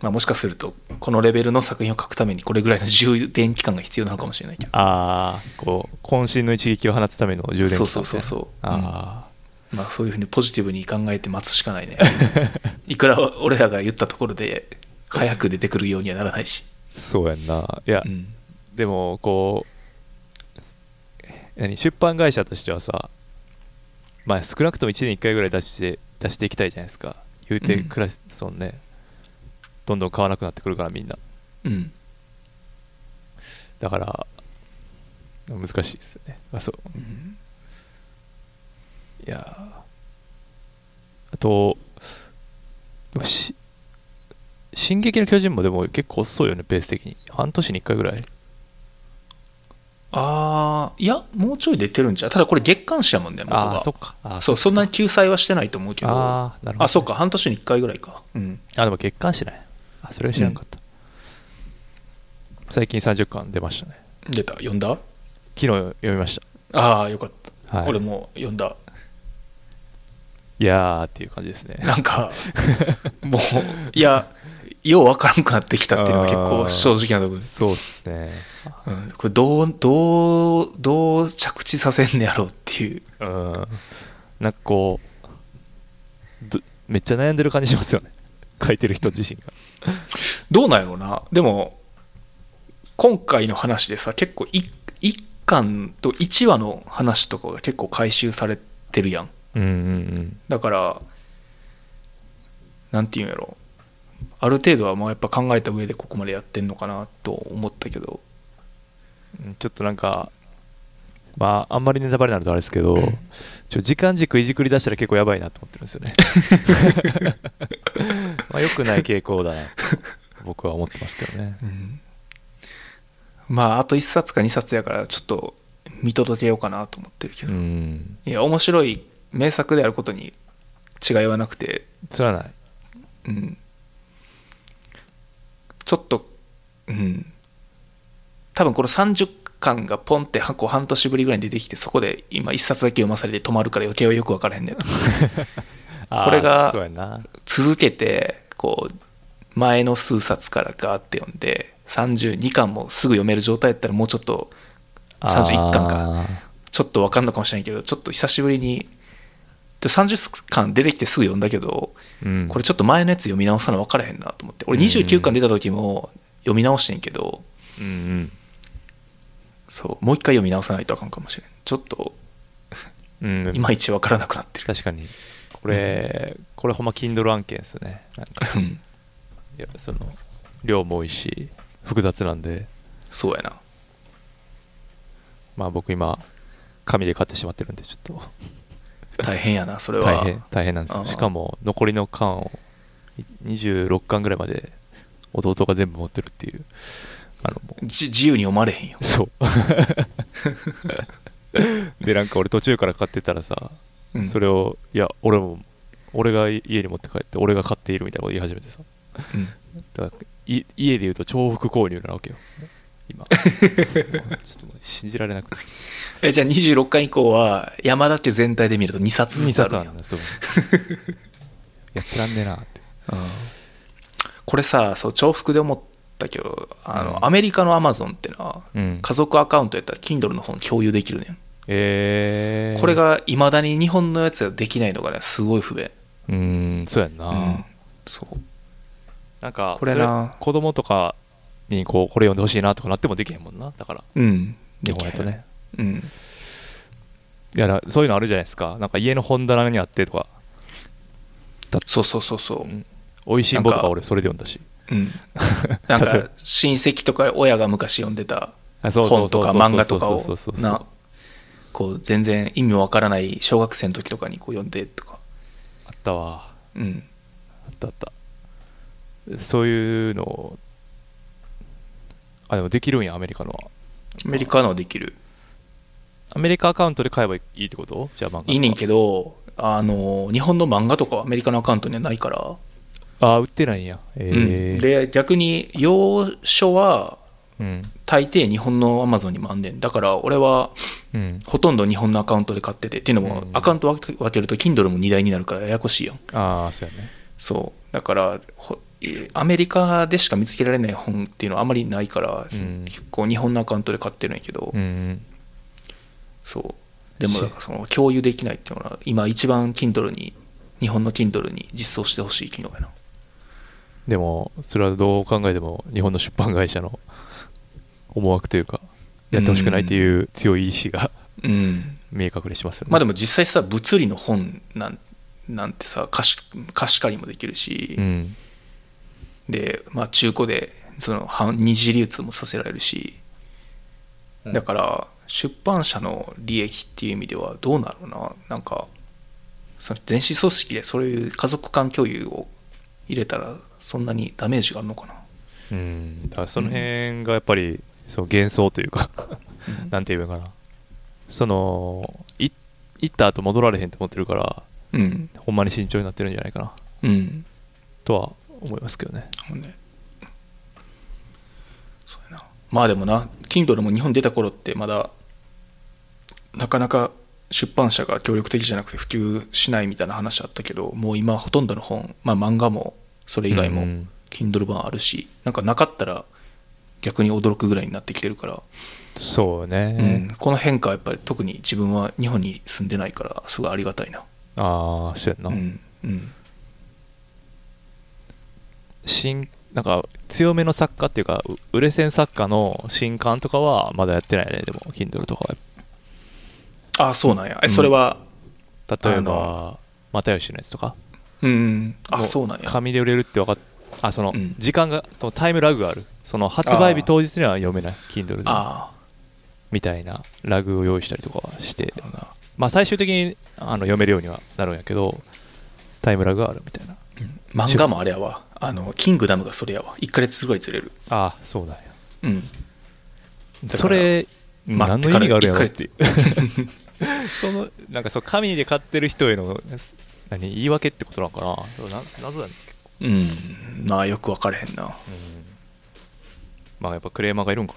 [SPEAKER 3] まあ、もしかするとこのレベルの作品を書くためにこれぐらいの充電期間が必要なのかもしれないけど
[SPEAKER 2] ああこう渾身の一撃を放つための充電器
[SPEAKER 3] そうそうそうそう
[SPEAKER 2] あ
[SPEAKER 3] まあ、そういうふうにポジティブに考えて待つしかないねいくら俺らが言ったところで早く出てくるようにはならないし、
[SPEAKER 2] あ そうやんないや、
[SPEAKER 3] うん
[SPEAKER 2] でもこう何出版会社としてはさまあ少なくとも1年1回ぐらい出して出していきたいじゃないですか言うて
[SPEAKER 3] うん
[SPEAKER 2] クラスそんね、どんどん買わなくなってくるからみんな
[SPEAKER 3] うん、
[SPEAKER 2] だから難しいですよねあそういやーあとでもし「進撃の巨人」もでも結構遅いよねペース的に半年に1回ぐらい
[SPEAKER 3] ああいやもうちょい出てるんじゃうただこれ月刊誌やもんね元
[SPEAKER 2] ああ
[SPEAKER 3] が
[SPEAKER 2] そっかあー
[SPEAKER 3] そうそんなに救済はしてないと思うけどあ
[SPEAKER 2] あーなるほどね、
[SPEAKER 3] そうか半年に1回ぐらいかうん
[SPEAKER 2] あでも月刊誌ないあそれは知らんかった、最近30巻出ましたね
[SPEAKER 3] 出た読んだ
[SPEAKER 2] 昨日読みまし
[SPEAKER 3] ああよかった、
[SPEAKER 2] た、はい、
[SPEAKER 3] 俺も読んだ
[SPEAKER 2] いやーっていう感じですね
[SPEAKER 3] なんかもういやようわからんくなってきたっていうのが結構正直なところで す
[SPEAKER 2] そうっすね
[SPEAKER 3] うん、これどうどうどう着地させんねやろうっていう
[SPEAKER 2] うんなんかこうどめっちゃ悩んでる感じしますよね書いてる人自身が
[SPEAKER 3] どうなんやろうなでも今回の話でさ結構い一巻と一話の話とかが結構回収されてるやん
[SPEAKER 2] うんうん
[SPEAKER 3] だからなんていうんやろある程度はまあやっぱ考えた上でここまでやってんのかなと思ったけど
[SPEAKER 2] うんちょっとなんかまああんまりネタバレになるとあれですけどちょ時間軸いじくり出したら結構やばいなと思ってるんですよね まあ良くない傾向だなと僕は思ってますけどね
[SPEAKER 3] まああと1冊か2冊やからちょっと見届けようかなと思ってるけ
[SPEAKER 2] う
[SPEAKER 3] ど、
[SPEAKER 2] ん
[SPEAKER 3] いや面白い名作であることに違いはなくて
[SPEAKER 2] つらない
[SPEAKER 3] うんちょっと、うん、多分この30巻がポンって箱半年ぶりぐらいに出てきて、そこで今、一冊だけ読まされて止まるから余計はよく分からへんねんと思う
[SPEAKER 2] あー
[SPEAKER 3] これが
[SPEAKER 2] そうやな
[SPEAKER 3] 続けて、こう、前の数冊からガーって読んで、32巻もすぐ読める状態やったら、もうちょっと、31巻か、
[SPEAKER 2] あー
[SPEAKER 3] ちょっと分かんのかもしれないけど、ちょっと久しぶりに、で30巻出てきてすぐ読んだけど、
[SPEAKER 2] うん、
[SPEAKER 3] これちょっと前のやつ読み直さな分からへんなと思って俺29巻出た時も読み直してんけど
[SPEAKER 2] うんうん
[SPEAKER 3] そうもう一回読み直さないとあかんかもしれんちょっと
[SPEAKER 2] うん
[SPEAKER 3] いまいち分からなくなってる
[SPEAKER 2] 確かにこれ、これほんま Kindle 案件ですよねなんか
[SPEAKER 3] うん
[SPEAKER 2] いやその量も多いし複雑なんで
[SPEAKER 3] そうやな
[SPEAKER 2] まあ僕今紙で買ってしまってるんでちょっと
[SPEAKER 3] 大変やなそれは
[SPEAKER 2] 大変大変なんです
[SPEAKER 3] あ
[SPEAKER 2] よ
[SPEAKER 3] ー
[SPEAKER 2] しかも残りの巻をい26巻ぐらいまで弟が全部持ってるっていうあのもう
[SPEAKER 3] じ自由に読まれへんよ
[SPEAKER 2] そうでなんか俺途中から買ってたらさ、
[SPEAKER 3] うん
[SPEAKER 2] それをいや俺も俺が家に持って帰って俺が買っているみたいなこと言い始めてさ
[SPEAKER 3] うん
[SPEAKER 2] だからい家で言うと重複購入なわけよ 今もうちょっともう信じられなくて
[SPEAKER 3] えじゃあ26巻以降は山田って全体で見ると2冊
[SPEAKER 2] 2
[SPEAKER 3] ずつある
[SPEAKER 2] 冊
[SPEAKER 3] ん
[SPEAKER 2] あ
[SPEAKER 3] や
[SPEAKER 2] るんだそう やってらんねえなって
[SPEAKER 3] うんこれさそう重複で思ったけどあの、
[SPEAKER 2] うん
[SPEAKER 3] アメリカのアマゾンってな、
[SPEAKER 2] うん
[SPEAKER 3] 家族アカウントやったら Kindle の本共有できるねん
[SPEAKER 2] えー、
[SPEAKER 3] これがいまだに日本のやつはできないのがねすごい不便
[SPEAKER 2] うーんそうやんな、
[SPEAKER 3] うんそう
[SPEAKER 2] なんか
[SPEAKER 3] これな
[SPEAKER 2] そ子供とかにこうこれ読んでほしいなとかなってもできへんもんなだから
[SPEAKER 3] うん
[SPEAKER 2] 日本やとね
[SPEAKER 3] うん
[SPEAKER 2] いやなそういうのあるじゃないですかなんか家の本棚にあってとか
[SPEAKER 3] そうそうそうそう
[SPEAKER 2] うん美味しんぼと
[SPEAKER 3] なん
[SPEAKER 2] か
[SPEAKER 3] か
[SPEAKER 2] 俺それで読んだし
[SPEAKER 3] うん、 なん
[SPEAKER 2] 例え
[SPEAKER 3] か
[SPEAKER 2] ば
[SPEAKER 3] 親戚とか親が昔読んでた
[SPEAKER 2] あそうそう
[SPEAKER 3] 本
[SPEAKER 2] そ
[SPEAKER 3] と
[SPEAKER 2] う
[SPEAKER 3] か
[SPEAKER 2] そう
[SPEAKER 3] 漫画とかを
[SPEAKER 2] そうそうそうそう
[SPEAKER 3] なこう全然意味わからない小学生の時とかにこう読んでとか、
[SPEAKER 2] あったわ
[SPEAKER 3] うん、
[SPEAKER 2] あったあったそういうのをあでもできるんやアメリカのは
[SPEAKER 3] アメリカのはできる
[SPEAKER 2] アメリカアカウントで買えばいいってことじゃあ漫画とか
[SPEAKER 3] いいねんけどあの日本の漫画とかはアメリカのアカウントにはないから、
[SPEAKER 2] あ売ってないんやえ
[SPEAKER 3] うん、
[SPEAKER 2] え
[SPEAKER 3] で逆に要所は
[SPEAKER 2] うん
[SPEAKER 3] 大抵日本のアマゾンにもあんねんだから俺は
[SPEAKER 2] うん
[SPEAKER 3] ほとんど日本のアカウントで買っててっていうのも
[SPEAKER 2] うん
[SPEAKER 3] アカウント分け分けると Kindle も2台になるからややこしいやん
[SPEAKER 2] ああそうやね
[SPEAKER 3] そうだからほえーアメリカでしか見つけられない本っていうのはあまりないから、
[SPEAKER 2] うん
[SPEAKER 3] 結構日本のアカウントで買ってるんやけど、
[SPEAKER 2] うん
[SPEAKER 3] そうでもだからその共有できないっていうのは今一番 Kindle に日本の Kindle に実装してほしい機能やな
[SPEAKER 2] でもそれはどう考えても日本の出版会社の 思惑というかやってほしくないっていう強い意志が
[SPEAKER 3] うん
[SPEAKER 2] 明確にしますよね
[SPEAKER 3] まあで
[SPEAKER 2] も
[SPEAKER 3] も実際さ物理の本なんなんてさ貸し貸し借りもできるし、
[SPEAKER 2] うん
[SPEAKER 3] で、まあ、中古でその半二次流通もさせられるしだから出版社の利益っていう意味ではどうなるななんかその電子組織でそういう家族間共有を入れたらそんなにダメージがあるのかな
[SPEAKER 2] うんだからその辺がやっぱりその幻想というか なんて言えばいいかなそのい行った後戻られへんと思ってるから
[SPEAKER 3] うん
[SPEAKER 2] ほんまに慎重になってるんじゃないかな
[SPEAKER 3] うん
[SPEAKER 2] とは思いますけどね
[SPEAKER 3] ほんでそうやなまあでもな Kindle も日本出た頃ってまだなかなか出版社が協力的じゃなくて普及しないみたいな話あったけどもう今ほとんどの本、まあ、漫画もそれ以外
[SPEAKER 2] う
[SPEAKER 3] も
[SPEAKER 2] ん
[SPEAKER 3] Kindle 版あるし、なんかなかったら逆に驚くぐらいになってきてるから、
[SPEAKER 2] そうね、
[SPEAKER 3] うんこの変化はやっぱり特に自分は日本に住んでないからすごいありがたいな、
[SPEAKER 2] ああそうやんな、
[SPEAKER 3] うんうん、
[SPEAKER 2] 新なんか強めの作家っていうかう売れ線作家の新刊とかはまだやってないねでも Kindle とか
[SPEAKER 3] ああそうなんやえそれは
[SPEAKER 2] は例え
[SPEAKER 3] あ
[SPEAKER 2] ば
[SPEAKER 3] の
[SPEAKER 2] 又吉のやつとか
[SPEAKER 3] うん、あ
[SPEAKER 2] も
[SPEAKER 3] そうなんや
[SPEAKER 2] 紙で売れるって分かっあその
[SPEAKER 3] うん
[SPEAKER 2] 時間がそのタイムラグがあるその発売日当日には読めない Kindle で
[SPEAKER 3] ああ
[SPEAKER 2] みたいなラグを用意したりとかはして
[SPEAKER 3] だな
[SPEAKER 2] まあ最終的にあの読めるようにはなるんやけどタイムラグがあるみたいな
[SPEAKER 3] 漫画もあれやわあのキングダムがそれやわ1ヶ月ぐらいずれる
[SPEAKER 2] ああそうなんや
[SPEAKER 3] うんから
[SPEAKER 2] それ
[SPEAKER 3] 待っ
[SPEAKER 2] 何
[SPEAKER 3] て
[SPEAKER 2] の
[SPEAKER 3] か
[SPEAKER 2] 意
[SPEAKER 3] ら
[SPEAKER 2] 味があるんやろっ
[SPEAKER 3] 一
[SPEAKER 2] て
[SPEAKER 3] ヶ
[SPEAKER 2] いうそのなんかそう紙で買ってる人へのす何言い訳ってことなんかなそうな謎だね
[SPEAKER 3] うんなあよく分からへんな
[SPEAKER 2] まあやっぱクレーマーがいるんか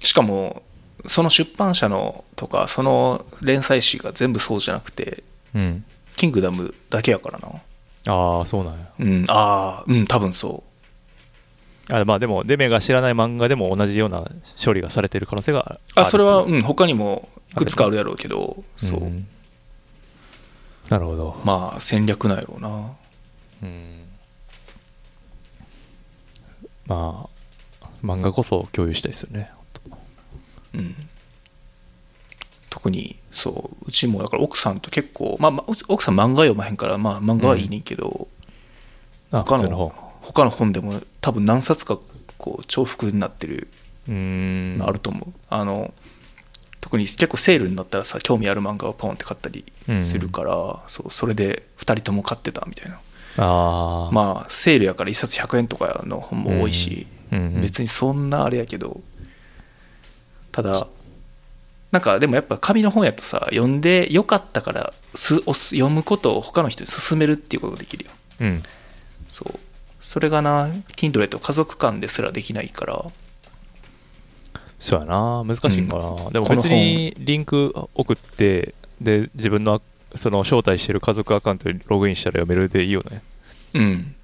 [SPEAKER 3] しかもその出版社のとかその連載誌が全部そうじゃなくて
[SPEAKER 2] なうん
[SPEAKER 3] キングダムだけやからな
[SPEAKER 2] ああそうなんや
[SPEAKER 3] うんああうん多分そ
[SPEAKER 2] あまあでもデメが知らない漫画でも同じような処理がされてる可能性が
[SPEAKER 3] うあそれは
[SPEAKER 2] る
[SPEAKER 3] うん他にもいくつかあるやろうけどそう、
[SPEAKER 2] んなるほど
[SPEAKER 3] まあ戦略なんやろうな
[SPEAKER 2] うんまあ漫画こそ共有したいですよね
[SPEAKER 3] うん特にそううちもだから奥さんと結構、まあまあ、うち奥さん漫画読まへんから、まあ、漫画はいいねんけど、
[SPEAKER 2] あ
[SPEAKER 3] 他
[SPEAKER 2] 普通の
[SPEAKER 3] の
[SPEAKER 2] 方
[SPEAKER 3] 他の本でも多分何冊かこう重複になってる
[SPEAKER 2] うーん
[SPEAKER 3] のあると思う、あの特に結構セールになったらさ興味ある漫画をポンって買ったりするから、そうそれで2人とも買ってたみたいな
[SPEAKER 2] ああ
[SPEAKER 3] まあセールやから1冊100円とかの本も多いし、
[SPEAKER 2] うんうんうん
[SPEAKER 3] 別にそんなあれやけどただなんかでもやっぱ紙の本やとさ読んでよかったからすおす読むことを他の人に勧めるっていうことができるよ
[SPEAKER 2] うん
[SPEAKER 3] そうそれがな Kindle やと家族間ですらできないから
[SPEAKER 2] そうやな難しいんかな、
[SPEAKER 3] うん
[SPEAKER 2] でも
[SPEAKER 3] この
[SPEAKER 2] 別
[SPEAKER 3] 本
[SPEAKER 2] にリンク送ってで自分のアその招待してる家族アカウントにログインしたら読めるでいいよね
[SPEAKER 3] うん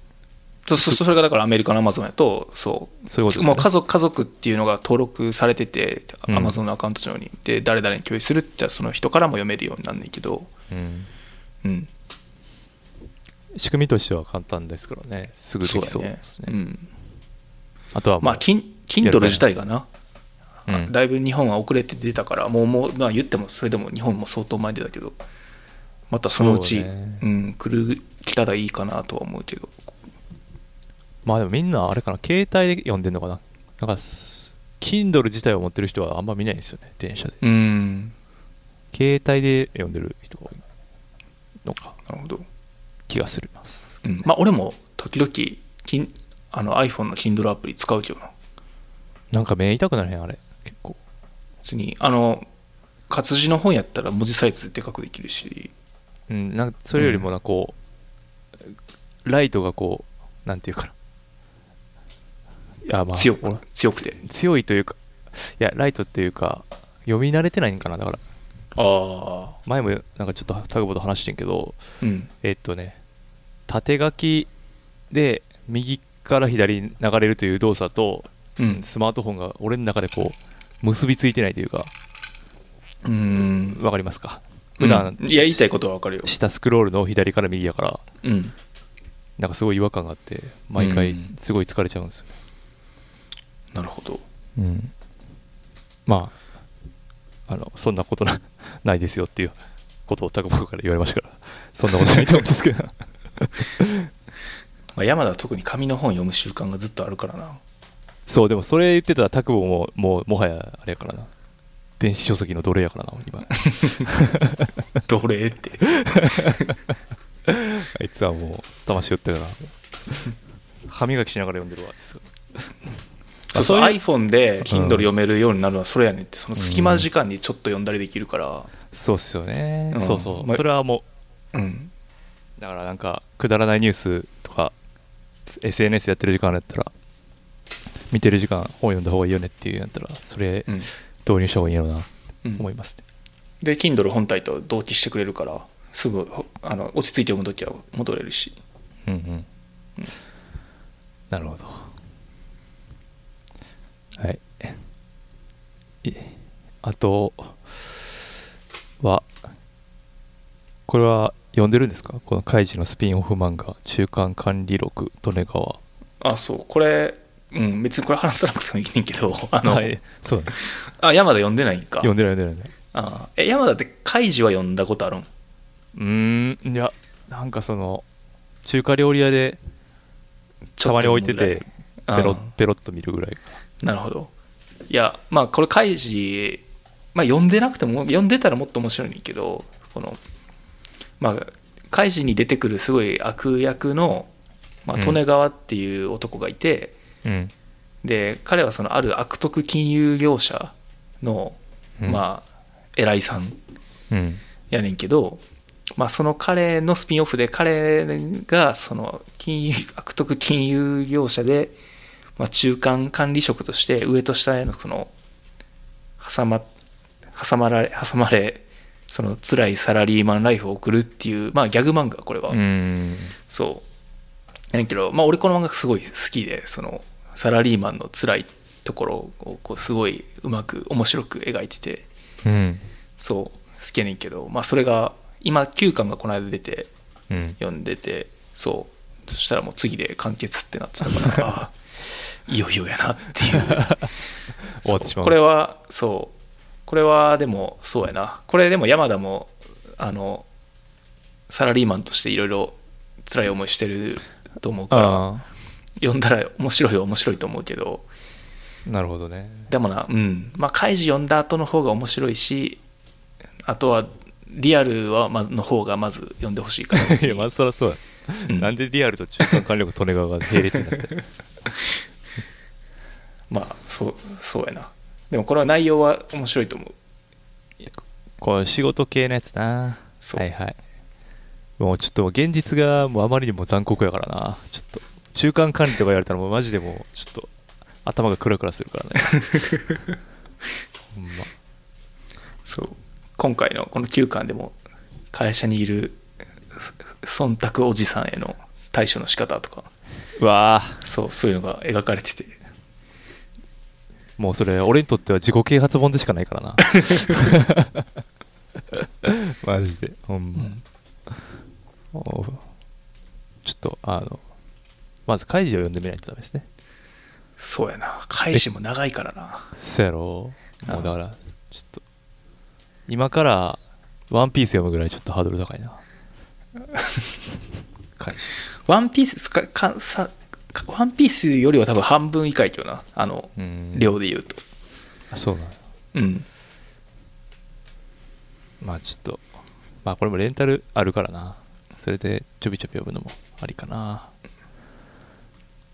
[SPEAKER 3] そそそれがだからアメリカの Amazon やとそう
[SPEAKER 2] そういうことですね
[SPEAKER 3] もう家族家族っていうのが登録されてて
[SPEAKER 2] うん
[SPEAKER 3] Amazon のアカウント上にで誰々に共有するって言ったらその人からも読めるようになんねんけど
[SPEAKER 2] うん
[SPEAKER 3] うん
[SPEAKER 2] 仕組みとしては簡単ですからねすぐできそう
[SPEAKER 3] だ
[SPEAKER 2] ですね
[SPEAKER 3] うん
[SPEAKER 2] あとはもう
[SPEAKER 3] まあ、キン
[SPEAKER 2] やりたい
[SPEAKER 3] Kindle 自体がな、
[SPEAKER 2] うん
[SPEAKER 3] だいぶ日本は遅れて出たからもうもう、まあ、言ってもそれでも日本も相当前出たけどまたそのうち
[SPEAKER 2] そうね
[SPEAKER 3] うん、来る来たらいいかなとは思うけど
[SPEAKER 2] まあでもみんなあれかな携帯で読んでんのかななんかす Kindle 自体を持ってる人はあんま見ないんですよね電車で
[SPEAKER 3] うん
[SPEAKER 2] 携帯で読んでる人が多いのか
[SPEAKER 3] なるほど、
[SPEAKER 2] 気がするます
[SPEAKER 3] うん、まあ俺も時々きんあの iPhone の Kindle アプリ使うけどな
[SPEAKER 2] なんか目痛くなるへんあれ結構
[SPEAKER 3] 別にあの活字の本やったら文字サイズでかくできるし
[SPEAKER 2] うんなんかそれよりもなこう、ライトがこうなんていうかないやまあ
[SPEAKER 3] 強
[SPEAKER 2] 俺
[SPEAKER 3] く強くて
[SPEAKER 2] 強いというかいやライトっていうか読み慣れてないんかなだから
[SPEAKER 3] ああ
[SPEAKER 2] 前もなんかちょっとタグボード話してんけど
[SPEAKER 3] うん
[SPEAKER 2] えっとね縦書きで右から左に流れるという動作と、
[SPEAKER 3] うん
[SPEAKER 2] スマートフォンが俺の中でこう結びついてないというか
[SPEAKER 3] うん
[SPEAKER 2] わかりますか普段、
[SPEAKER 3] うんいや言いたいことはわかるよ
[SPEAKER 2] 下スクロールの左から右やから
[SPEAKER 3] うん
[SPEAKER 2] なんかすごい違和感があって毎
[SPEAKER 3] う
[SPEAKER 2] 回
[SPEAKER 3] ん
[SPEAKER 2] すごい疲れちゃうんですよね、
[SPEAKER 3] なるほど
[SPEAKER 2] うんまああのそんなことなないですよっていうことをタコボーから言われました からそんなことないと思うんですけど
[SPEAKER 3] まあ、山田は特に紙の本読む習慣がずっとあるから な
[SPEAKER 2] そうでもそれ言ってたらタクボーももうもはやあれやからな電子書籍の奴隷やからな 今
[SPEAKER 3] 奴隷って
[SPEAKER 2] あいつはもう魂打ったから歯磨きしながら読んでるわですよ
[SPEAKER 3] そうそう
[SPEAKER 2] まあそうい
[SPEAKER 3] iPhone で Kindle 読めるようになるのはそれやねんってその隙間時間にちょっと読んだりできるから
[SPEAKER 2] そうっすよね、
[SPEAKER 3] うん
[SPEAKER 2] そうそう、
[SPEAKER 3] まあ
[SPEAKER 2] それはも
[SPEAKER 3] うん
[SPEAKER 2] うだからなんかくだらないニュースとか SNS やってる時間だったら見てる時間本読んだ方がいいよねっていうんやったらそれ
[SPEAKER 3] うん、
[SPEAKER 2] 導入した方がいいよな
[SPEAKER 3] うん
[SPEAKER 2] 思いますね、
[SPEAKER 3] で Kindle 本体と同期してくれるからすぐほあの落ち着いて読む時は戻れるし
[SPEAKER 2] うんうん、なるほどはいいあとはこれは読んでるんですかこの「カイジ」のスピンオフ漫画「中間管理録利根川
[SPEAKER 3] あそうこれうん別にこれ話さなくてもいいねんけどあ」の、
[SPEAKER 2] はいそうだね
[SPEAKER 3] あ山田読んでないんか
[SPEAKER 2] 読んでる読んでる読んでる
[SPEAKER 3] あえ山田ってカイジは読んだことあるん
[SPEAKER 2] うーんいやなんかその中華料理屋でたまに置いてて
[SPEAKER 3] あー
[SPEAKER 2] ペロッペロッと見るぐらい
[SPEAKER 3] なるほどいやまあこれカイジまあ読んでなくても読んでたらもっと面白いねんけどこのまあカイジに出てくるすごい悪役の、まあ、
[SPEAKER 2] うん
[SPEAKER 3] 利根川っていう男がいて、
[SPEAKER 2] うん
[SPEAKER 3] で彼はそのある悪徳金融業者の、
[SPEAKER 2] うん
[SPEAKER 3] まあ偉いさん
[SPEAKER 2] うん
[SPEAKER 3] やねんけど、まあ、その彼のスピンオフで彼がその金融悪徳金融業者で、まあ、中間管理職として上と下へのその挟ま挟まられ挟まれその辛いサラリーマンライフを送るっていう、まあ、ギャグ漫画これは、
[SPEAKER 2] うん
[SPEAKER 3] そうやねんけど、まあ、俺この漫画すごい好きでそのサラリーマンの辛いところをこうすごいうまく面白く描いてて。
[SPEAKER 2] うん
[SPEAKER 3] そう好きやねんけど、まあ、それが今9巻がこの間出て
[SPEAKER 2] うん
[SPEAKER 3] 読んでてそうそしたらもう次で完結ってなってたか らああいよいよやなっていう
[SPEAKER 2] 終わってし
[SPEAKER 3] そ
[SPEAKER 2] まう
[SPEAKER 3] うこれはそうこれはでもそうやなこれでも山田もあのサラリーマンとしていろいろ辛い思いしてると思うから
[SPEAKER 2] あ
[SPEAKER 3] 読んだら面白いは面白いと思うけど
[SPEAKER 2] あなるほどね
[SPEAKER 3] でもな、うん。まあ、カイジ読んだ後の方が面白いし、あとは、リアルは、ま、の方がまず読んでほ しいから。
[SPEAKER 2] いやまあそりゃそうや、
[SPEAKER 3] うん
[SPEAKER 2] なんでリアルと中間管理力利根川が並列になって
[SPEAKER 3] まあ、そう、そうやな。でもこれは内容は面白いと思う。
[SPEAKER 2] こう仕事系のやつな
[SPEAKER 3] そう
[SPEAKER 2] はいはいもうちょっと現実がもうあまりにも残酷やからなちょっと中間管理とか言われたらもうマジでもうちょっと頭がクラクラするからね ほんま
[SPEAKER 3] そう。今回のこの9巻でも、会社にいる、そ忖度おじさんへの対処の仕方とか、
[SPEAKER 2] うわあ
[SPEAKER 3] そう、そういうのが描かれてて。
[SPEAKER 2] もうそれ俺にとっては自己啓発本でしかない からなマジでほんま、
[SPEAKER 3] うん
[SPEAKER 2] おちょっとあのまず「カイジ」を読んでみないとダメですね
[SPEAKER 3] そうやな返しも長いからな
[SPEAKER 2] そうやろ
[SPEAKER 3] あ
[SPEAKER 2] もうだからちょっと今から「ワンピース読むぐらいちょっとハードル高いな かい
[SPEAKER 3] ワンピースかかさかワンピースよりは多分半分以下いけどなあの
[SPEAKER 2] うん
[SPEAKER 3] 量で言うと
[SPEAKER 2] あそうなの
[SPEAKER 3] うん
[SPEAKER 2] まあちょっとまあこれもレンタルあるからなそれでちょびちょび読むのもありかな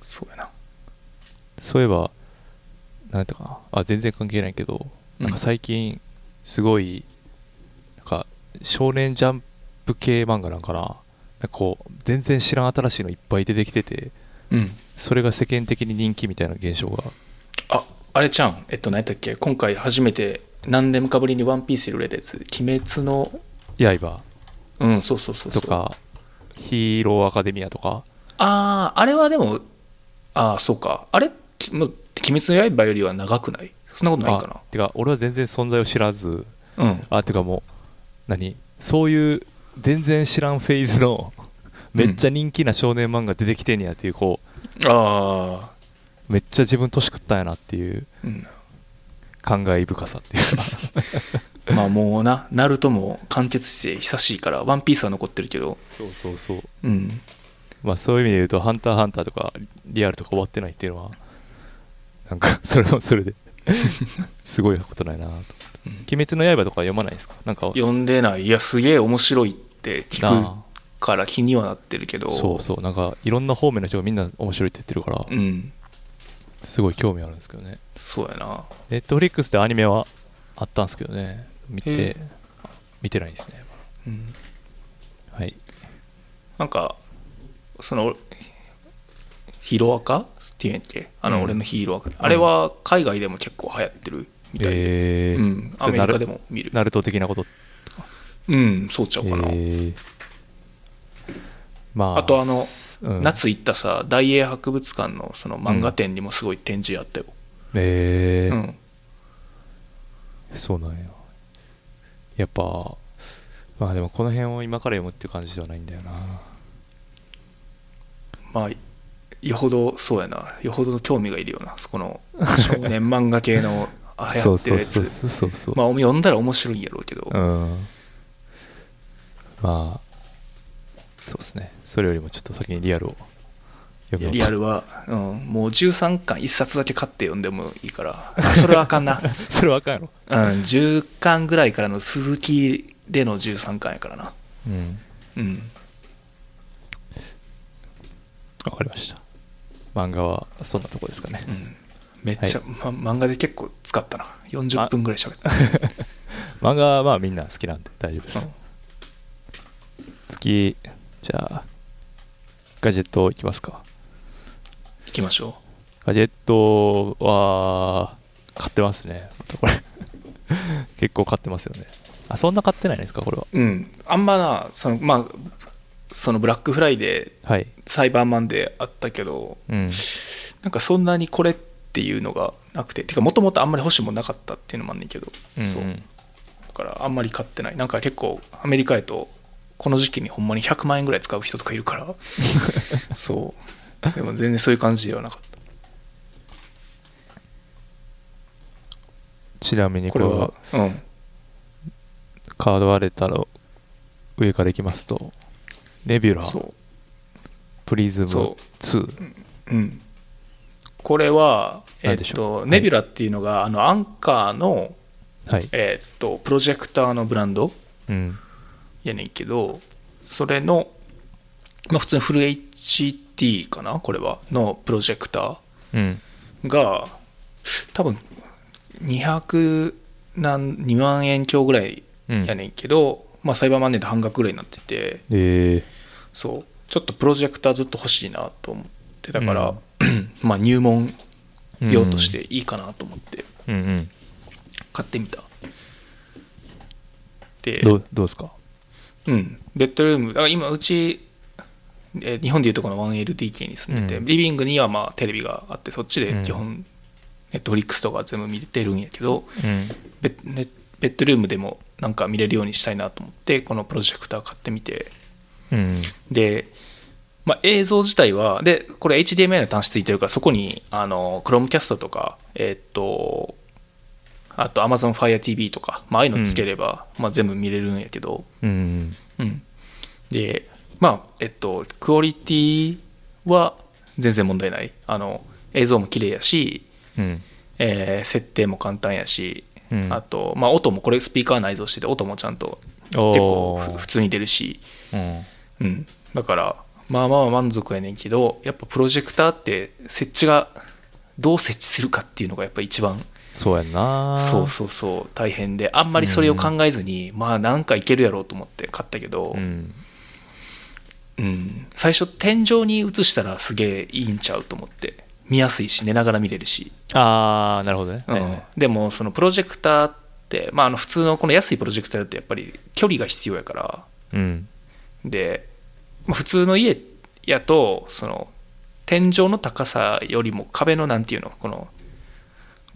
[SPEAKER 3] そうやな
[SPEAKER 2] そういえば何やったかなあ全然関係ないけどなんか最近すごいなんか少年ジャンプ系漫画なんかななんかこう全然知らん新しいのいっぱい出てきてて
[SPEAKER 3] うん
[SPEAKER 2] それが世間的に人気みたいな現象が
[SPEAKER 3] ああれちゃんえっと何やったっけ今回初めて何年かぶりに「ワンピースで売れたやつ「鬼滅の
[SPEAKER 2] 刃」
[SPEAKER 3] うんそうそうそうそ
[SPEAKER 2] と
[SPEAKER 3] う
[SPEAKER 2] か「ヒーローアカデミア」とか
[SPEAKER 3] あああれはでもああそうかあれきもう鬼滅の刃」よりは長くないそんなことないか
[SPEAKER 2] あてか俺は全然存在を知らず
[SPEAKER 3] なうん
[SPEAKER 2] あてかもう何そういう全然知らんフェーズのめっちゃ人気な少年漫画出てきてんやっていうこ
[SPEAKER 3] ああ
[SPEAKER 2] うめっちゃ自分年食ったんやなっていう
[SPEAKER 3] うん
[SPEAKER 2] 感慨深さっていうか
[SPEAKER 3] まあもうな ナルトも完結して久しいから「ワンピースは残ってるけど
[SPEAKER 2] そうそうそう
[SPEAKER 3] うん
[SPEAKER 2] まあそういう意味で言うと「ハンターハンター」とか「リアル」とか終わってないっていうのはなんか それもそれ ですごいことないなと
[SPEAKER 3] うん
[SPEAKER 2] 「鬼滅の刃」とか読まないですかなんか
[SPEAKER 3] 読んでないいやすげえ面白いって聞く
[SPEAKER 2] な
[SPEAKER 3] から気にはなってるけど
[SPEAKER 2] そうそうなんかいろんな方面の人がみんな面白いって言ってるから
[SPEAKER 3] うん
[SPEAKER 2] すごい興味あるんですけどね
[SPEAKER 3] そうやな
[SPEAKER 2] ネットフリックスでアニメはあったんですけどね見
[SPEAKER 3] へえ
[SPEAKER 2] て見てないですね
[SPEAKER 3] うん
[SPEAKER 2] はい
[SPEAKER 3] なんかそのヒロアカっていうんやっけあの
[SPEAKER 2] うん
[SPEAKER 3] 俺のヒーローアカ、あれは海外でも結構流行ってるみたいで、
[SPEAKER 2] えー
[SPEAKER 3] うん、ア
[SPEAKER 2] そ
[SPEAKER 3] メ
[SPEAKER 2] れ
[SPEAKER 3] リ
[SPEAKER 2] ナル
[SPEAKER 3] カでも見る
[SPEAKER 2] ナルト的なこと
[SPEAKER 3] うんそうちゃう
[SPEAKER 2] え
[SPEAKER 3] かな、
[SPEAKER 2] ーまあ
[SPEAKER 3] あとあの、
[SPEAKER 2] うん
[SPEAKER 3] 夏行ったさ大英博物館のその漫画展にもすごい展示あったよ、
[SPEAKER 2] え
[SPEAKER 3] う
[SPEAKER 2] ー
[SPEAKER 3] ん
[SPEAKER 2] そうなんややっぱまあでもこの辺を今から読むっていう感じではないんだよな
[SPEAKER 3] まあよほどそうやなよほどの興味がいるよなそこの少年漫画系のあ流
[SPEAKER 2] そ
[SPEAKER 3] 行
[SPEAKER 2] う
[SPEAKER 3] って
[SPEAKER 2] そ
[SPEAKER 3] る
[SPEAKER 2] う
[SPEAKER 3] や
[SPEAKER 2] そう
[SPEAKER 3] つ
[SPEAKER 2] そうそう
[SPEAKER 3] まあ読んだら面白いんやろうけど、
[SPEAKER 2] うんまあそうですねそれよりもちょっと先にリアルを読
[SPEAKER 3] い
[SPEAKER 2] みよ
[SPEAKER 3] や
[SPEAKER 2] う
[SPEAKER 3] リアルは、うん、もう13巻1冊だけ買って読んでもいいからあそれはあかんな、
[SPEAKER 2] それわかんやろ
[SPEAKER 3] うん、10巻ぐらいからの鈴木での13巻やからな
[SPEAKER 2] うん
[SPEAKER 3] うん
[SPEAKER 2] わかりました漫画はそんなとこですかね、
[SPEAKER 3] うんめっちゃ、ま、漫画で結構使ったな40分ぐらい喋った、
[SPEAKER 2] 漫画はまあみんな好きなんで大丈夫です、
[SPEAKER 3] うん
[SPEAKER 2] 次じゃあガジェットいきますか
[SPEAKER 3] 行きましょ
[SPEAKER 2] ガジェットは買ってますねこれ 結構買ってますよねあそんな買ってないですかこれは
[SPEAKER 3] ううんあんまなそのまあそのブラックフライデー
[SPEAKER 2] はい
[SPEAKER 3] サイバーマンデーあったけど
[SPEAKER 2] うん
[SPEAKER 3] なんかそんなにこれっていうのがなくててかもともとあんまり欲しいもんなかったっていうのもあんねんけど、そう
[SPEAKER 2] うんう
[SPEAKER 3] だ
[SPEAKER 2] ん
[SPEAKER 3] からあんまり買ってないなんか結構アメリカやとこの時期にほんまに100万円ぐらい使う人とかいる からそうでも全然そういう感じではなかっ
[SPEAKER 2] ちなみ
[SPEAKER 3] た
[SPEAKER 2] にこ
[SPEAKER 3] これ
[SPEAKER 2] れ
[SPEAKER 3] は
[SPEAKER 2] は
[SPEAKER 3] うん
[SPEAKER 2] 買われたの上からいきますとネビュラ
[SPEAKER 3] そ
[SPEAKER 2] プリズム
[SPEAKER 3] そ
[SPEAKER 2] 2
[SPEAKER 3] ううんこれはえ
[SPEAKER 2] なん
[SPEAKER 3] っ
[SPEAKER 2] でしょう
[SPEAKER 3] とネビュラっていうのがあのアンカーの
[SPEAKER 2] はい
[SPEAKER 3] えっとプロジェクターのブランド
[SPEAKER 2] うん
[SPEAKER 3] やねんけどそれの、まあ、普通にフル HT かなこれはのプロジェクタ
[SPEAKER 2] うん
[SPEAKER 3] ーが多分200何2万円強ぐらい
[SPEAKER 2] うん
[SPEAKER 3] やねんけど、まあ、サイバーマネーで半額ぐらいになってて
[SPEAKER 2] え
[SPEAKER 3] そうちょっとプロジェクターずっと欲しいなと思ってだから、
[SPEAKER 2] う
[SPEAKER 3] まあ入門
[SPEAKER 2] ー、
[SPEAKER 3] 用としていいかなと思って
[SPEAKER 2] うんうん
[SPEAKER 3] 買ってみた。で
[SPEAKER 2] どうどうですか
[SPEAKER 3] うん、ベッドルーム、だから今、うち、えー日本でいうとこの 1LDK に住んでて、
[SPEAKER 2] うん
[SPEAKER 3] リビングにはまあテレビがあって、そっちで基本、ネットフリックスとか全部見れてるんやけど、
[SPEAKER 2] うん
[SPEAKER 3] ベッねベッドルームでもなんか見れるようにしたいなと思って、このプロジェクター買ってみて、
[SPEAKER 2] うん
[SPEAKER 3] で、まあ、映像自体は、で、これ HDMI の端子ついてるから、そこに、あの、Chromecast とか、えーっと、あと Amazon Fire TV とか、まあ、ああいうのつければ、まあ、全部見れるんやけど、
[SPEAKER 2] うん
[SPEAKER 3] うん。で、まあ、えっと、クオリティは全然問題ない。あの、映像も綺麗やし、
[SPEAKER 2] うん
[SPEAKER 3] えー設定も簡単やし、
[SPEAKER 2] うん
[SPEAKER 3] あと、まあ、音もこれスピーカー内蔵してて音もちゃんと結
[SPEAKER 2] おー
[SPEAKER 3] 構ふ普通に出るし、
[SPEAKER 2] うん
[SPEAKER 3] うん、だからまあまあ満足やねんけどやっぱプロジェクターって設置がどう設置するかっていうのがやっぱ一番
[SPEAKER 2] そうやんな
[SPEAKER 3] そうそうそう大変であんまりそれを考えずに、まあなんかいけるやろうと思って買ったけど、
[SPEAKER 2] うん
[SPEAKER 3] うん最初天井に映したらすげえいいんちゃうと思って見やすいし寝ながら見れるし、
[SPEAKER 2] ああなるほどね、
[SPEAKER 3] うん
[SPEAKER 2] はいはい
[SPEAKER 3] でもそのプロジェクターって、まあ、あの普通のこの安いプロジェクターだってやっぱり距離が必要やから
[SPEAKER 2] うん
[SPEAKER 3] で、まあ普通の家やとその天井の高さよりも壁のなんていうのこの、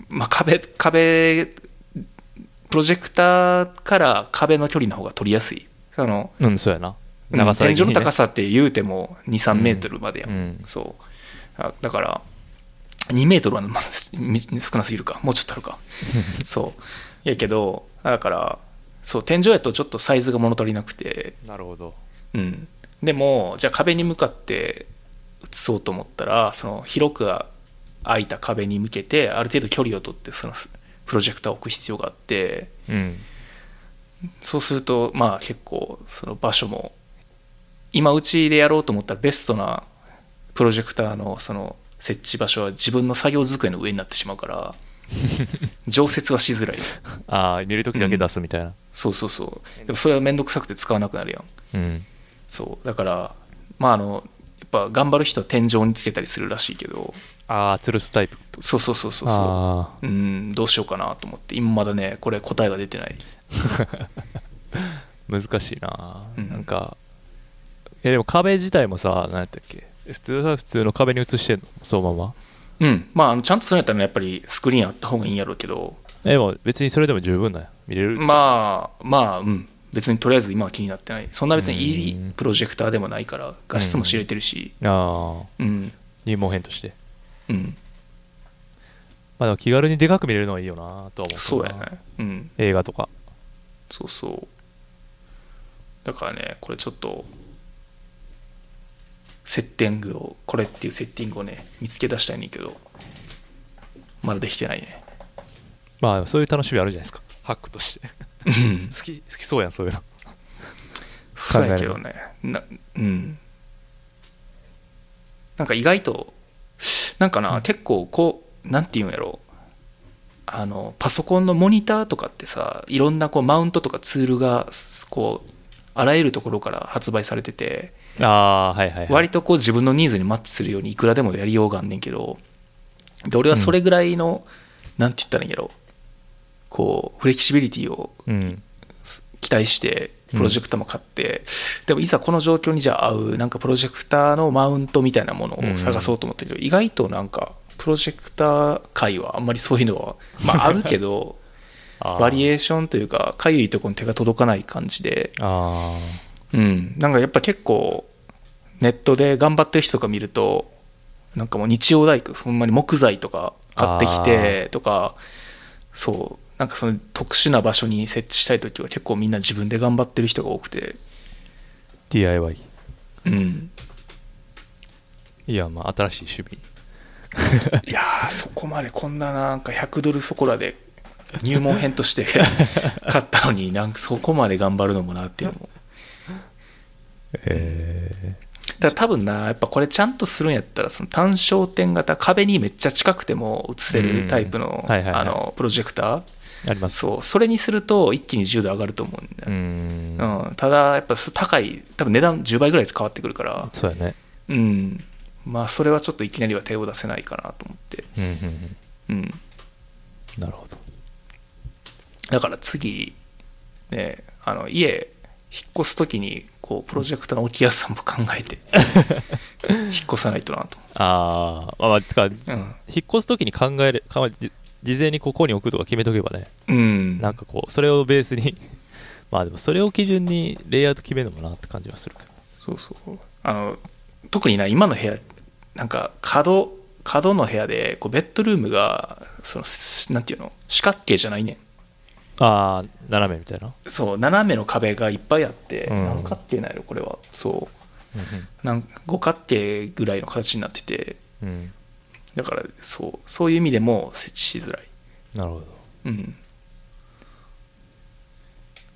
[SPEAKER 3] まあ、壁壁プロジェクターから壁の距離の方が取りやすいその
[SPEAKER 2] うんそうやな
[SPEAKER 3] うん
[SPEAKER 2] 長さ
[SPEAKER 3] 天
[SPEAKER 2] 的
[SPEAKER 3] 井
[SPEAKER 2] に
[SPEAKER 3] の
[SPEAKER 2] ね
[SPEAKER 3] 高さって言うても23
[SPEAKER 2] うん
[SPEAKER 3] メートルまでやん、
[SPEAKER 2] うん
[SPEAKER 3] そうあだから2メートルはまあみ少なすぎるかもうちょっとあるか そうやけどだからそう天井やとちょっとサイズが物足りなくて
[SPEAKER 2] なるほど
[SPEAKER 3] うん、でもじゃあ壁に向かって写そうと思ったらその広く空いた壁に向けてある程度距離を取ってそのプロジェクターを置く必要があって
[SPEAKER 2] うん
[SPEAKER 3] そうするとまあ結構その場所も今うちでやろうと思ったらベストなプロジェクターのその設置場所は自分の作業机の上になってしまうから常設はしづらい
[SPEAKER 2] ああ見るときだけ出すみたいな
[SPEAKER 3] そうそうそうでもそれは面倒くさくて使わなくなるやん
[SPEAKER 2] うん
[SPEAKER 3] そうだからまああのやっぱ頑張る人は天井につけたりするらしいけど
[SPEAKER 2] ああ吊るすタイプ
[SPEAKER 3] そうそうそうそうそ
[SPEAKER 2] あ
[SPEAKER 3] ううんどうしようかなと思って今まだねこれ答えが出てない
[SPEAKER 2] あ難しいな、
[SPEAKER 3] うん
[SPEAKER 2] なんかいやでも壁自体もさ何やったっけ普通は普通の壁に映してんのそのまま
[SPEAKER 3] うんまああのちゃんとそれやったらやっぱりスクリーンあった方がいいんやろうけど
[SPEAKER 2] えでも別にそれでも十分だよ見れる
[SPEAKER 3] まあまあうん別にとりあえず今は気になってないそんな別にい
[SPEAKER 2] うん
[SPEAKER 3] いプロジェクターでもないから画質も知れてるし
[SPEAKER 2] ああ
[SPEAKER 3] うん
[SPEAKER 2] 入門編として
[SPEAKER 3] うん
[SPEAKER 2] まあでも気軽にでかく見れるのはいいよなとは思うけどな
[SPEAKER 3] そうやねうん
[SPEAKER 2] 映画とか
[SPEAKER 3] そうそうだからねこれちょっとセッティングをこれっていうセッティングをね見つけ出したいねんけどまだできてないね
[SPEAKER 2] まあそういう楽しみあるじゃないですかハックとして 好き好きそうやんそういうの
[SPEAKER 3] そうやけどねなうんなんか意外となんかな、結構こうなんていうんやろあのパソコンのモニターとかってさいろんなこうマウントとかツールがこうあらゆるところから発売されてて
[SPEAKER 2] ああーはいはい、はい、
[SPEAKER 3] 割とこう自分のニーズにマッチするようにいくらでもやりようがあんねんけどで俺はそれぐらいの、なんて言ったらいいんやろこうフレキシビリティを
[SPEAKER 2] うん
[SPEAKER 3] す期待してプロジェクターも買って、でもいざこの状況にじゃあ合うなんかプロジェクターのマウントみたいなものを探そうと思ったけど、意外となんかプロジェクター界はあんまりそういうのは、まあ、あるけど
[SPEAKER 2] あー
[SPEAKER 3] バリエーションというかかゆいところに手が届かない感じで。
[SPEAKER 2] ああ
[SPEAKER 3] うん、なんかやっぱ結構ネットで頑張ってる人とか見るとなんかもう日曜大工ほんまに木材とか買ってきてとかそうなんかその特殊な場所に設置したい時は結構みんな自分で頑張ってる人が多くて
[SPEAKER 2] DIY
[SPEAKER 3] うん
[SPEAKER 2] いやまあ新しい趣味
[SPEAKER 3] いやーそこまでこんななんか100ドルそこらで入門編として 買ったのになんかそこまで頑張るのもなっていうのも
[SPEAKER 2] え
[SPEAKER 3] だから多分なやっぱこれちゃんとするんやったらその単焦点型壁にめっちゃ近くても映せるタイプの,、
[SPEAKER 2] うんはいはいはい
[SPEAKER 3] あのプロジェクター
[SPEAKER 2] ー、あります
[SPEAKER 3] そうそれにすると一気に10度上がると思うんだ
[SPEAKER 2] う
[SPEAKER 3] よ、
[SPEAKER 2] ん
[SPEAKER 3] うんただやっぱ高い多分値段10倍ぐらい変わってくるから
[SPEAKER 2] そうやね
[SPEAKER 3] うんまあそれはちょっといきなりは手を出せないかなと思って
[SPEAKER 2] うんうんうん
[SPEAKER 3] うん
[SPEAKER 2] なるほど
[SPEAKER 3] だから次ねあの家引っ越す時にこうプロジェクターの置きやすさも考 えて引っ越さないとなと
[SPEAKER 2] あー、まあまあてか
[SPEAKER 3] 思
[SPEAKER 2] 引っ越す時に考える考えじ事前にここに置くとか決めとけばね
[SPEAKER 3] う、うん、
[SPEAKER 2] なんかこうそれをベースに まあでもそれを基準にレイアウト決めるのもなって感じはするけど
[SPEAKER 3] そうそうあの特にな今の部屋なんか角角の部屋でこうベッドルームがそのすなんていうの四角形じゃないね
[SPEAKER 2] ああ斜めみたいなん
[SPEAKER 3] そう斜めの壁がいっぱいあって、
[SPEAKER 2] うん
[SPEAKER 3] 何角形なんやろこれはそうなん五角形ぐらいの形になってて
[SPEAKER 2] うん、うん、
[SPEAKER 3] だからそうそういう意味でも設置しづらい
[SPEAKER 2] なるほど
[SPEAKER 3] うん、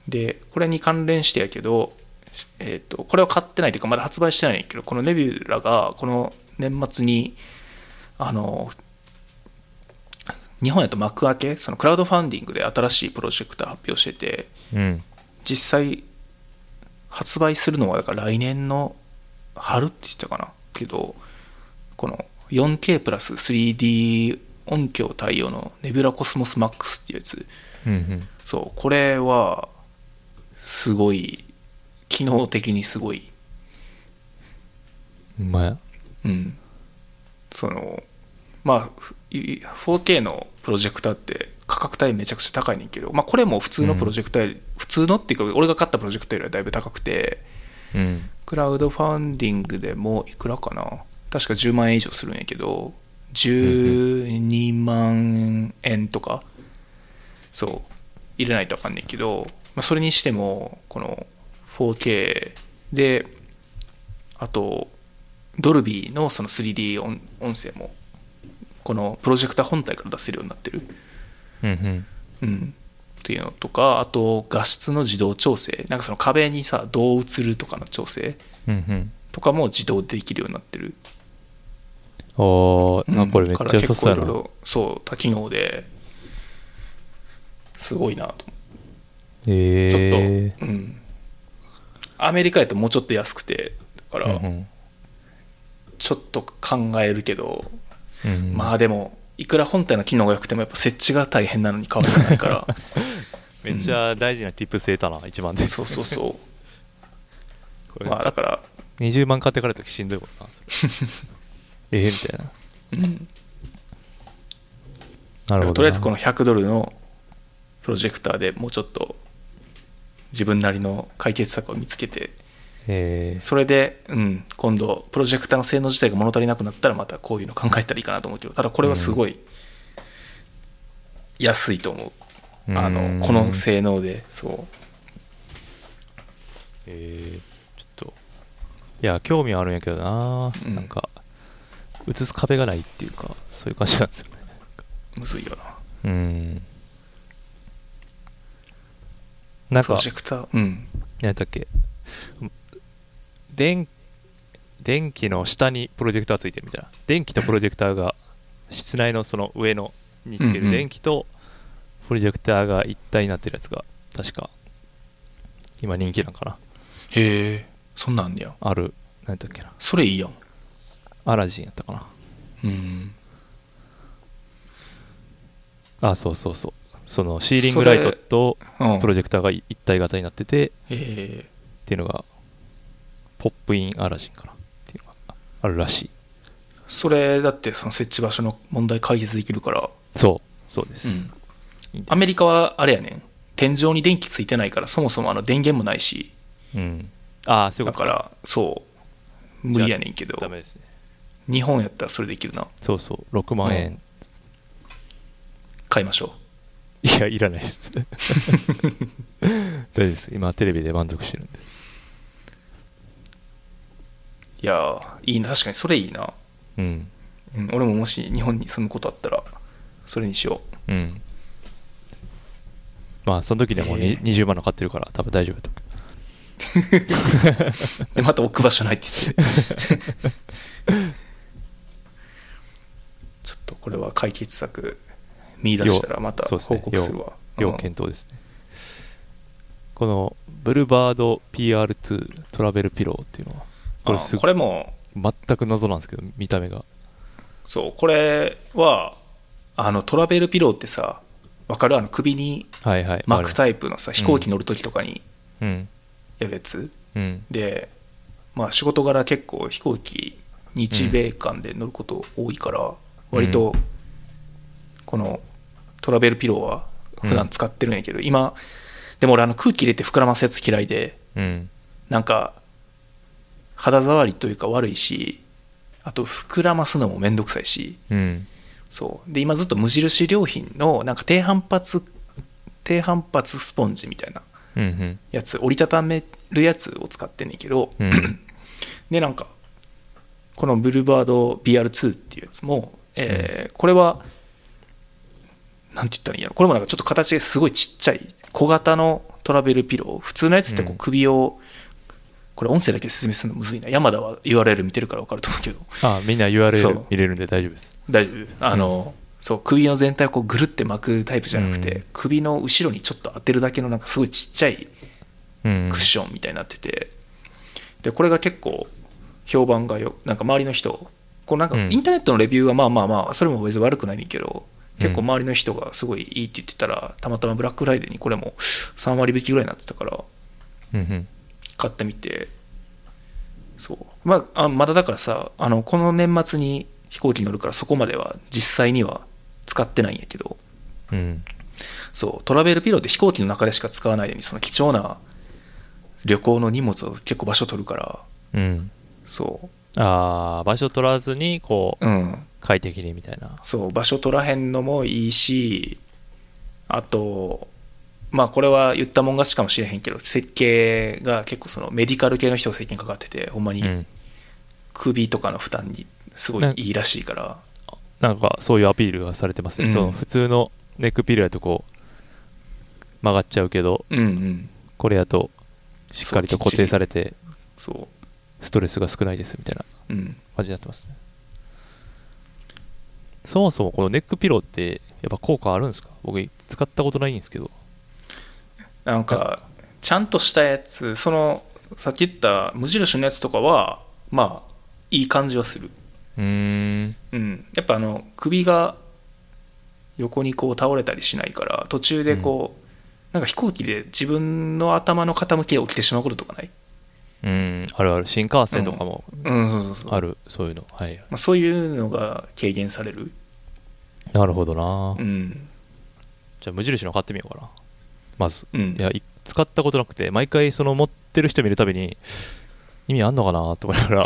[SPEAKER 3] でこれに関連してやけど、えー、とこれは買ってないというかまだ発売してないんやけどこのネビュラがこの年末にあの日本やと幕開けそのクラウドファンディングで新しいプロジェクター発表してて
[SPEAKER 2] うん
[SPEAKER 3] 実際発売するのはだから来年の春って言ってたかなけどこの 4K プラス 3D 音響対応のネビュラコスモスマックスっていうやつ
[SPEAKER 2] うんうん
[SPEAKER 3] そうこれはすごい機能的にすごい
[SPEAKER 2] ほんまや
[SPEAKER 3] うんそのまあふ 4K のプロジェクターって価格帯めちゃくちゃ高いねんけど、まあ、これも普通のプロジェクターより、普通のっていうか俺が買ったプロジェクターよりはだいぶ高くて
[SPEAKER 2] うん
[SPEAKER 3] クラウドファンディングでもいくらかな確か10万円以上するんやけど12万円とかそう入れないとあかんねんけど、まあ、それにしてもこの 4K であとドルビーのその 3D 音音声もこのプロジェクター本体から出せるようになってる
[SPEAKER 2] うんうん
[SPEAKER 3] うん、っていうのとかあと画質の自動調整なんかその壁にさどう映るとかの調整
[SPEAKER 2] うんうん
[SPEAKER 3] とかも自動でできるようになってる
[SPEAKER 2] おーなんかこれめっ
[SPEAKER 3] うん
[SPEAKER 2] ちゃ良さそうや
[SPEAKER 3] だから結構いろい
[SPEAKER 2] な
[SPEAKER 3] ろそう多機能ですごいなと
[SPEAKER 2] え
[SPEAKER 3] ちょっと、
[SPEAKER 2] ー、
[SPEAKER 3] うんアメリカやともうちょっと安くてだから
[SPEAKER 2] うんうん
[SPEAKER 3] ちょっと考えるけど、
[SPEAKER 2] うんうん、
[SPEAKER 3] まあでもいくら本体の機能が良くてもやっぱ設置が大変なのに変わらないから
[SPEAKER 2] めっちゃ大事な tips 得たな一番で
[SPEAKER 3] そうそうそ
[SPEAKER 2] こ
[SPEAKER 3] う
[SPEAKER 2] れ
[SPEAKER 3] まあだから
[SPEAKER 2] 20万買ってからときしんどいもんなそれ ええみたいな
[SPEAKER 3] うん
[SPEAKER 2] なるほどな
[SPEAKER 3] とりあえずこの100ドルのプロジェクターでもうちょっと自分なりの解決策を見つけて
[SPEAKER 2] えー
[SPEAKER 3] それで、うん、今度プロジェクターの性能自体が物足りなくなったらまたこういうの考えたらいいかなと思うけどただこれはすごい安いと思う、あ
[SPEAKER 2] うん
[SPEAKER 3] のこの性能でそう
[SPEAKER 2] えーちょっといや興味はあるんやけどな、
[SPEAKER 3] うん
[SPEAKER 2] なんか映す壁がないっていうかそういう感じなんですよね
[SPEAKER 3] むずいよな
[SPEAKER 2] うんなん
[SPEAKER 3] プ
[SPEAKER 2] か
[SPEAKER 3] ロジェクターうん
[SPEAKER 2] 何やったっけ電電気の下にプロジェクターついてるみたいな電気とプロジェクターが室内のその上のにつけ
[SPEAKER 3] う
[SPEAKER 2] る
[SPEAKER 3] んうん
[SPEAKER 2] 電気とプロジェクターが一体になってるやつが確か今人気なんかな
[SPEAKER 3] へえそんなんあんねや
[SPEAKER 2] ある何やったっけな
[SPEAKER 3] それいいやん
[SPEAKER 2] アラジンやったかな
[SPEAKER 3] うん
[SPEAKER 2] あそうそうそうそのシーリングライトと
[SPEAKER 3] うん
[SPEAKER 2] プロジェクターが一体型になっててっ
[SPEAKER 3] へえ
[SPEAKER 2] ていうのがポップインアラジンかなっていうのがあるらしい
[SPEAKER 3] それだってその設置場所の問題解決できるから
[SPEAKER 2] そうそうです、いいんです
[SPEAKER 3] アメリカはあれやねん天井に電気ついてないからそもそもあの電源もないし
[SPEAKER 2] うん。ああ、そうい
[SPEAKER 3] だ
[SPEAKER 2] うこと
[SPEAKER 3] からそう無理やねんけど
[SPEAKER 2] ダメですね。
[SPEAKER 3] 日本やったらそれできるな
[SPEAKER 2] そうそう、6万円。
[SPEAKER 3] 買いましょ
[SPEAKER 2] いや、いらないです。 大丈夫です。今、テレビで満足してるんで。
[SPEAKER 3] ういやーいいな確かにそれいいな、
[SPEAKER 2] うん。
[SPEAKER 3] うん、俺ももし日本に住むことあったらそれにしよ
[SPEAKER 2] うん。まあ、その時にはもうに、
[SPEAKER 3] えー
[SPEAKER 2] 20万の買ってるから、多分大丈夫だと思う。
[SPEAKER 3] うでまた置く場所ないって言って ちょっとこれは解決策見出したらまた
[SPEAKER 2] そうですね
[SPEAKER 3] 報告するわ
[SPEAKER 2] 要
[SPEAKER 3] うん
[SPEAKER 2] 検討ですね。この、ブルーバード PR2 トラベルピローっていうのは、これ
[SPEAKER 3] あ
[SPEAKER 2] す
[SPEAKER 3] これも
[SPEAKER 2] 全く謎なんですけど、見た目が。
[SPEAKER 3] そうこれはあのトラベルピローってさわかるあの首に
[SPEAKER 2] はいはい。
[SPEAKER 3] 巻く
[SPEAKER 2] イ
[SPEAKER 3] タイプのさ飛行機乗る時とかに
[SPEAKER 2] プ。うん。
[SPEAKER 3] やるやつ、
[SPEAKER 2] うん。
[SPEAKER 3] でまあ仕事柄結構飛行機日米間で乗ること多いから、割とこのトラベルピローは普段使ってるんやけど、今でも俺あの空気入れて膨らますやつ嫌いで
[SPEAKER 2] うん。
[SPEAKER 3] なんか肌触りというか悪いしあと膨らますのもめんどくさいし
[SPEAKER 2] うん
[SPEAKER 3] そうで今ずっと無印良品のなんか低反発低反発スポンジみたいな
[SPEAKER 2] うん
[SPEAKER 3] やつ折りたためるやつを使ってんねんけど、
[SPEAKER 2] うん
[SPEAKER 3] でなんかこのブルーバード BR2 っていうやつも、えーこれはなんて言ったらいいんやろこれもなんかちょっと形がすごいちっちゃい小型のトラベルピロー普通のやつってこ
[SPEAKER 2] う
[SPEAKER 3] うん首を、これ音声だけで説明するのむずいな山田は URL 見てるから分かると思うけど
[SPEAKER 2] あみんな
[SPEAKER 3] そ
[SPEAKER 2] URL
[SPEAKER 3] う
[SPEAKER 2] 見れるんで大丈夫です
[SPEAKER 3] 大丈夫あの、そう首の全体をこうぐるって巻くタイプじゃなくて、
[SPEAKER 2] うん
[SPEAKER 3] 首の後ろにちょっと当てるだけのなんかすごいちっちゃい
[SPEAKER 2] うん
[SPEAKER 3] クッションみたいになってて、でこれが結構評判がよなんか周りの人こうなんか
[SPEAKER 2] うん
[SPEAKER 3] インターネットのレビューはまあまあまあそれも別に悪くないねんけど結構
[SPEAKER 2] うん
[SPEAKER 3] 周りの人がすごいいいって言ってたらたまたまブラックフライデーにこれも3割引きぐらいになってたから
[SPEAKER 2] うんうん
[SPEAKER 3] 買ってみてそうまああまだだからさあのこの年末に飛行機に乗るからそこまでは実際には使ってないんやけど
[SPEAKER 2] うん
[SPEAKER 3] そうトラベルピローって飛行機の中でしか使わないのにその貴重な旅行の荷物を結構場所取るから
[SPEAKER 2] うん
[SPEAKER 3] そ
[SPEAKER 2] ああ場所取らずにこう
[SPEAKER 3] ううん
[SPEAKER 2] 快適にみたいな
[SPEAKER 3] そう場所取らへんのもいいしあとまあこれは言ったもん勝ちかもしれへんけど設計が結構そのメディカル系の人が設計にかかっててほんま
[SPEAKER 2] う
[SPEAKER 3] に
[SPEAKER 2] ん
[SPEAKER 3] 首とかの負担にすごいいいらしいから、
[SPEAKER 2] なんかそういうアピールがされてますよ、
[SPEAKER 3] うん
[SPEAKER 2] その普通のネックピルやとこう曲がっちゃうけど
[SPEAKER 3] うんうん
[SPEAKER 2] これやとしっかりと
[SPEAKER 3] そうきっ
[SPEAKER 2] 固
[SPEAKER 3] ち
[SPEAKER 2] 定
[SPEAKER 3] り
[SPEAKER 2] されて
[SPEAKER 3] そ
[SPEAKER 2] ストレスが少ないですみたいな
[SPEAKER 3] ううん
[SPEAKER 2] 感じになってますねそもそもこのネックピローってやっぱ効果あるんですか僕使ったことないんですけど
[SPEAKER 3] なんかちゃんとしたやつそのさっき言った無印のやつとかはまあいい感じはする
[SPEAKER 2] うーん
[SPEAKER 3] うん、やっぱあの首が横にこう倒れたりしないから途中でこう、なんか飛行機で自分の頭の傾きが起きてしまうこととかない、
[SPEAKER 2] うんあるある新幹線とかも
[SPEAKER 3] うん、そうそうそう
[SPEAKER 2] ある、そういうのはい
[SPEAKER 3] まあ、そういうのが軽減される、
[SPEAKER 2] なるほどな、
[SPEAKER 3] うん
[SPEAKER 2] じゃあ無印の買ってみようかなまず
[SPEAKER 3] うん
[SPEAKER 2] い、やい使ったことなくて毎回その持ってる人見るたびに意味あんのかなと思いなが ら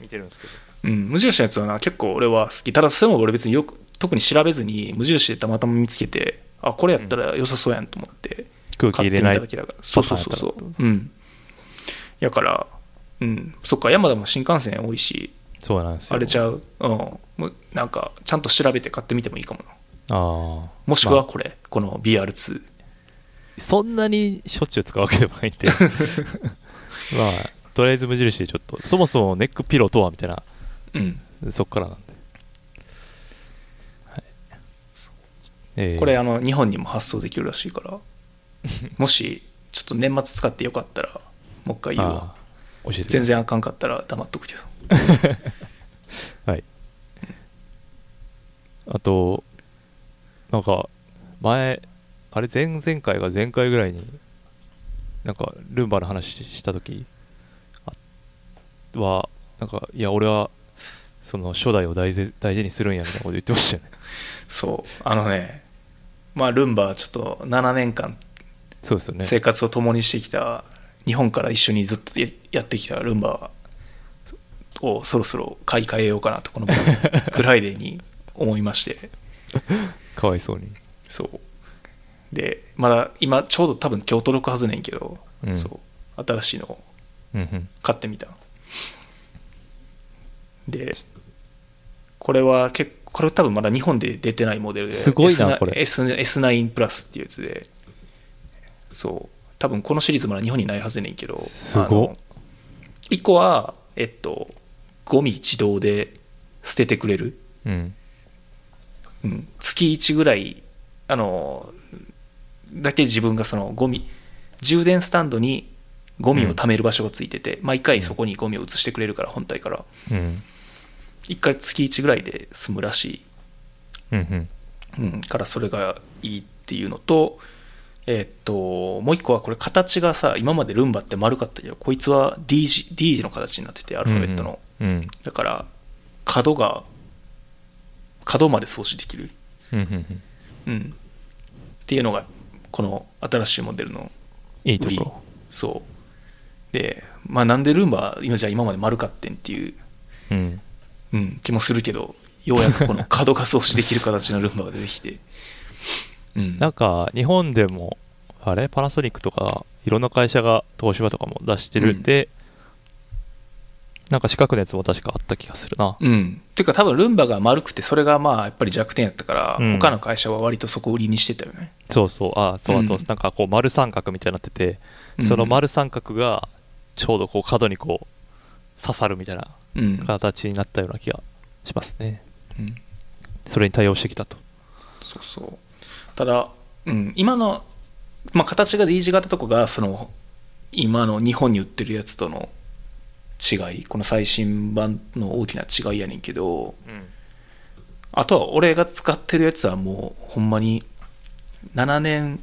[SPEAKER 2] 見てるんですけど
[SPEAKER 3] うん、無印のやつはな結構俺は好きただそれも俺別によく特に調べずに無印でたまたま見つけてあこれやったら良さそうやんと思って
[SPEAKER 2] 空気
[SPEAKER 3] 買
[SPEAKER 2] 入
[SPEAKER 3] って
[SPEAKER 2] れ
[SPEAKER 3] み
[SPEAKER 2] な
[SPEAKER 3] た
[SPEAKER 2] い
[SPEAKER 3] だけだからそうそうそうそ
[SPEAKER 2] パターンやっ
[SPEAKER 3] ううんやからうんそっか山田も新幹線多いし
[SPEAKER 2] そうなんですよ
[SPEAKER 3] あれちゃううんもうなんかちゃんと調べて買ってみてもいいかもな
[SPEAKER 2] ああ
[SPEAKER 3] もしくは
[SPEAKER 2] ま
[SPEAKER 3] これ、この BR2
[SPEAKER 2] あそんなにしょっちゅう使うわけでもない んでまあとりあえず無印でちょっとそもそもネックピローとはみたいな
[SPEAKER 3] うん
[SPEAKER 2] そっからなんで、はいえー
[SPEAKER 3] これあの日本にも発送できるらしいから もしちょっと年末使ってよかったらもう一回言うわ
[SPEAKER 2] あー教えてください
[SPEAKER 3] 全然あかんかったら黙っとくけど
[SPEAKER 2] はい。あと、なんか、前、あれ、前々回が前回ぐらいに、なんか、ルンバの話したときは、なんか、いや、俺は、その、初代を大事大事にするんや、みたいなこと言ってましたよね。
[SPEAKER 3] そうあのねまあルンバはちょっと7年間
[SPEAKER 2] そうですよね。
[SPEAKER 3] 生活を共にしてきた、日本から一緒にずっとややってきたルンバをそろそろ買い替えようかなとこのブライデーに思いまして
[SPEAKER 2] かわいそうに。
[SPEAKER 3] そうでまだ今ちょうど多分今日届くはずねんけど、
[SPEAKER 2] うん
[SPEAKER 3] そう新しいのを
[SPEAKER 2] うんうん。
[SPEAKER 3] 買ってみたでこれは結構これ多分まだ日本で出てないモデルで、
[SPEAKER 2] すごいな
[SPEAKER 3] S9
[SPEAKER 2] これ
[SPEAKER 3] S S9 プラスっていうやつでそう多分このシリーズまだ日本にないはずやねんけど
[SPEAKER 2] すごっ
[SPEAKER 3] 1個はえっとゴミ自動で捨ててくれる、
[SPEAKER 2] うん。
[SPEAKER 3] うん、月1ぐらいあのだけ自分がそのゴミ充電スタンドにゴミを貯める場所がついてて、毎回そこにゴミを移してくれるから本体から
[SPEAKER 2] うん。
[SPEAKER 3] 1回月1ぐらいで済むらしい
[SPEAKER 2] うんうん。
[SPEAKER 3] うん、からそれがいいっていうのと、えーっと、もう一個はこれ形がさ、今までルンバって丸かったけど、こいつは D 字 D 字の形になってて、アルファベットの。
[SPEAKER 2] うんうん。
[SPEAKER 3] だから、角が、角まで装置できる。
[SPEAKER 2] うんうんうん。
[SPEAKER 3] うん。っていうのが、この新しいモデルの
[SPEAKER 2] いいと
[SPEAKER 3] 売り
[SPEAKER 2] ころ。
[SPEAKER 3] そう。で、まあ、なんでルンバ今じゃあ今まで丸かってんっていう、
[SPEAKER 2] うん。
[SPEAKER 3] うん、気もするけどようやくこの可動化装置できる形のルンバが出て きて、うん、
[SPEAKER 2] なんか、日本でも、あれパナソニックとか、いろんな会社が、東芝とかも出してるんで、なんか四角のやつも確かあった気がするな。
[SPEAKER 3] うん、てか多分ルンバが丸くてそれがまあやっぱり弱点やったから、
[SPEAKER 2] うん
[SPEAKER 3] 他の会社は割とそこを売りにしてたよね
[SPEAKER 2] そうそう、あそう
[SPEAKER 3] う
[SPEAKER 2] あ
[SPEAKER 3] ん
[SPEAKER 2] と、なんかこう、丸三角みたいになってて、
[SPEAKER 3] うん
[SPEAKER 2] その丸三角が、ちょうどこう、角にこう、刺さるみたいな
[SPEAKER 3] うん、
[SPEAKER 2] 形になったような気がしますね。
[SPEAKER 3] うん
[SPEAKER 2] それに対応してきたと。
[SPEAKER 3] そうそうただ、うん、今の、まあ、形が D 字型とかがその今の日本に売ってるやつとの違いこの最新版の大きな違いやねんけどあとは俺が使ってるやつはもうほんまに7年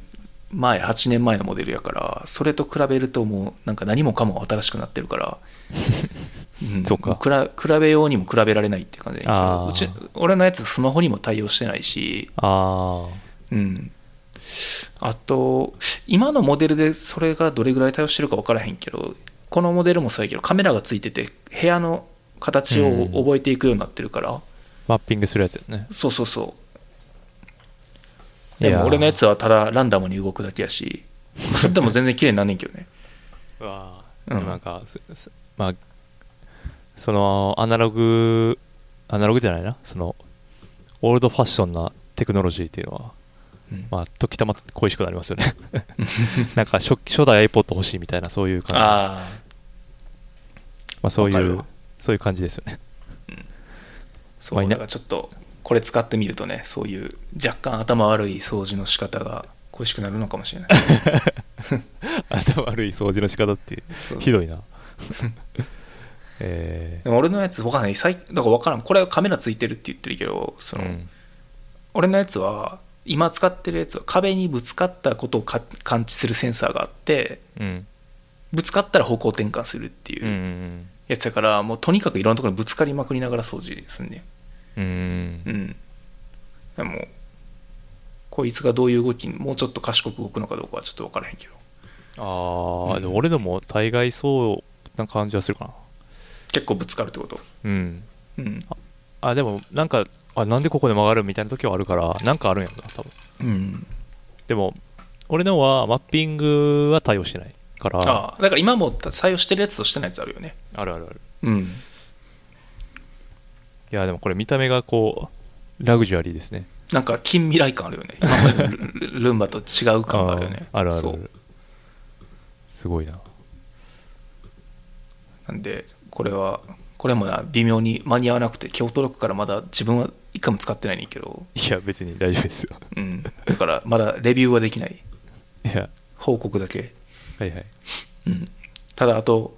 [SPEAKER 3] 前8年前のモデルやからそれと比べるともうなんか何もかも新しくなって るから、うん
[SPEAKER 2] そうか
[SPEAKER 3] もら比べようにも比べられないっていう感じだけ
[SPEAKER 2] あー
[SPEAKER 3] どうち俺のやつスマホにも対応してないし
[SPEAKER 2] あ
[SPEAKER 3] うんあと今のモデルでそれがどれぐらい対応してるか分からへんけどこのモデルもそうやけどカメラがついてて部屋の形を覚えていくようになってるから、
[SPEAKER 2] あ、マッピングするやつよね。
[SPEAKER 3] そうそうそう
[SPEAKER 2] い
[SPEAKER 3] で
[SPEAKER 2] や
[SPEAKER 3] も
[SPEAKER 2] ー
[SPEAKER 3] 俺のやつはただランダムに動くだけやし、それでも全然綺麗になんねんけどね。
[SPEAKER 2] うわ
[SPEAKER 3] うん
[SPEAKER 2] ーでもなんか、すすまあそのアナログアナログじゃないなそのオールドファッションなテクノロジーっていうのは
[SPEAKER 3] うん
[SPEAKER 2] まあ時たま恋しくなりますよ ねなんか初初代 iPod 欲しいみたいなそういう感じです
[SPEAKER 3] ああ、
[SPEAKER 2] まあそうい
[SPEAKER 3] わかる
[SPEAKER 2] う
[SPEAKER 3] わ
[SPEAKER 2] そういう感じです よね
[SPEAKER 3] そ
[SPEAKER 2] まあ
[SPEAKER 3] う、
[SPEAKER 2] い
[SPEAKER 3] な
[SPEAKER 2] なん
[SPEAKER 3] かちょっと、これ使ってみるとね、そういう若干頭悪い掃除の仕方が恋しくなるのかもしれない。
[SPEAKER 2] 頭悪い掃除の仕方って
[SPEAKER 3] そう
[SPEAKER 2] ひどい なえ
[SPEAKER 3] でも俺のやつ分からない、最だから分からん、これはカメラついてるって言ってるけど、そ
[SPEAKER 2] ー
[SPEAKER 3] の
[SPEAKER 2] うん
[SPEAKER 3] 俺のやつは、今使ってるやつは壁にぶつかったことをか感知するセンサーがあって、
[SPEAKER 2] うん
[SPEAKER 3] ぶつかったら方向転換するって
[SPEAKER 2] うんう
[SPEAKER 3] いうんやつだから、もうとにかくいろんなところにぶつかりまくりながら掃除すんねん。
[SPEAKER 2] うんうん
[SPEAKER 3] うん、でもこいつがどういう動きにもうちょっと賢く動くのかどうかはちょっと分からへんけど
[SPEAKER 2] あ
[SPEAKER 3] う
[SPEAKER 2] あ
[SPEAKER 3] ん
[SPEAKER 2] でも俺のも大概そうな感じはするかな
[SPEAKER 3] 結構ぶつかるってこと
[SPEAKER 2] うん
[SPEAKER 3] うん、
[SPEAKER 2] あでもなんかあなんでここで曲がるみたいな時はあるからなんかあるんやろな多分
[SPEAKER 3] うん、
[SPEAKER 2] でも俺のはマッピングは対応してないからあ
[SPEAKER 3] ああだから今も採用してるやつとしてないやつあるよね
[SPEAKER 2] るあるある
[SPEAKER 3] うん
[SPEAKER 2] いやでもこれ見た目がこうラグジュアリーですね
[SPEAKER 3] なんか近未来感ある よね今までのルルンバと違う感があるよね
[SPEAKER 2] あーあるある
[SPEAKER 3] そ
[SPEAKER 2] あ
[SPEAKER 3] う
[SPEAKER 2] るすごいな
[SPEAKER 3] なんでこれはこれもな微妙に間に合わなくて今日届くからまだ自分は一回も使ってないねんけど、
[SPEAKER 2] いや別に大丈夫ですよ
[SPEAKER 3] うん、だからまだレビューはできない
[SPEAKER 2] いや
[SPEAKER 3] 報告だけ
[SPEAKER 2] はいはい
[SPEAKER 3] うん、ただあと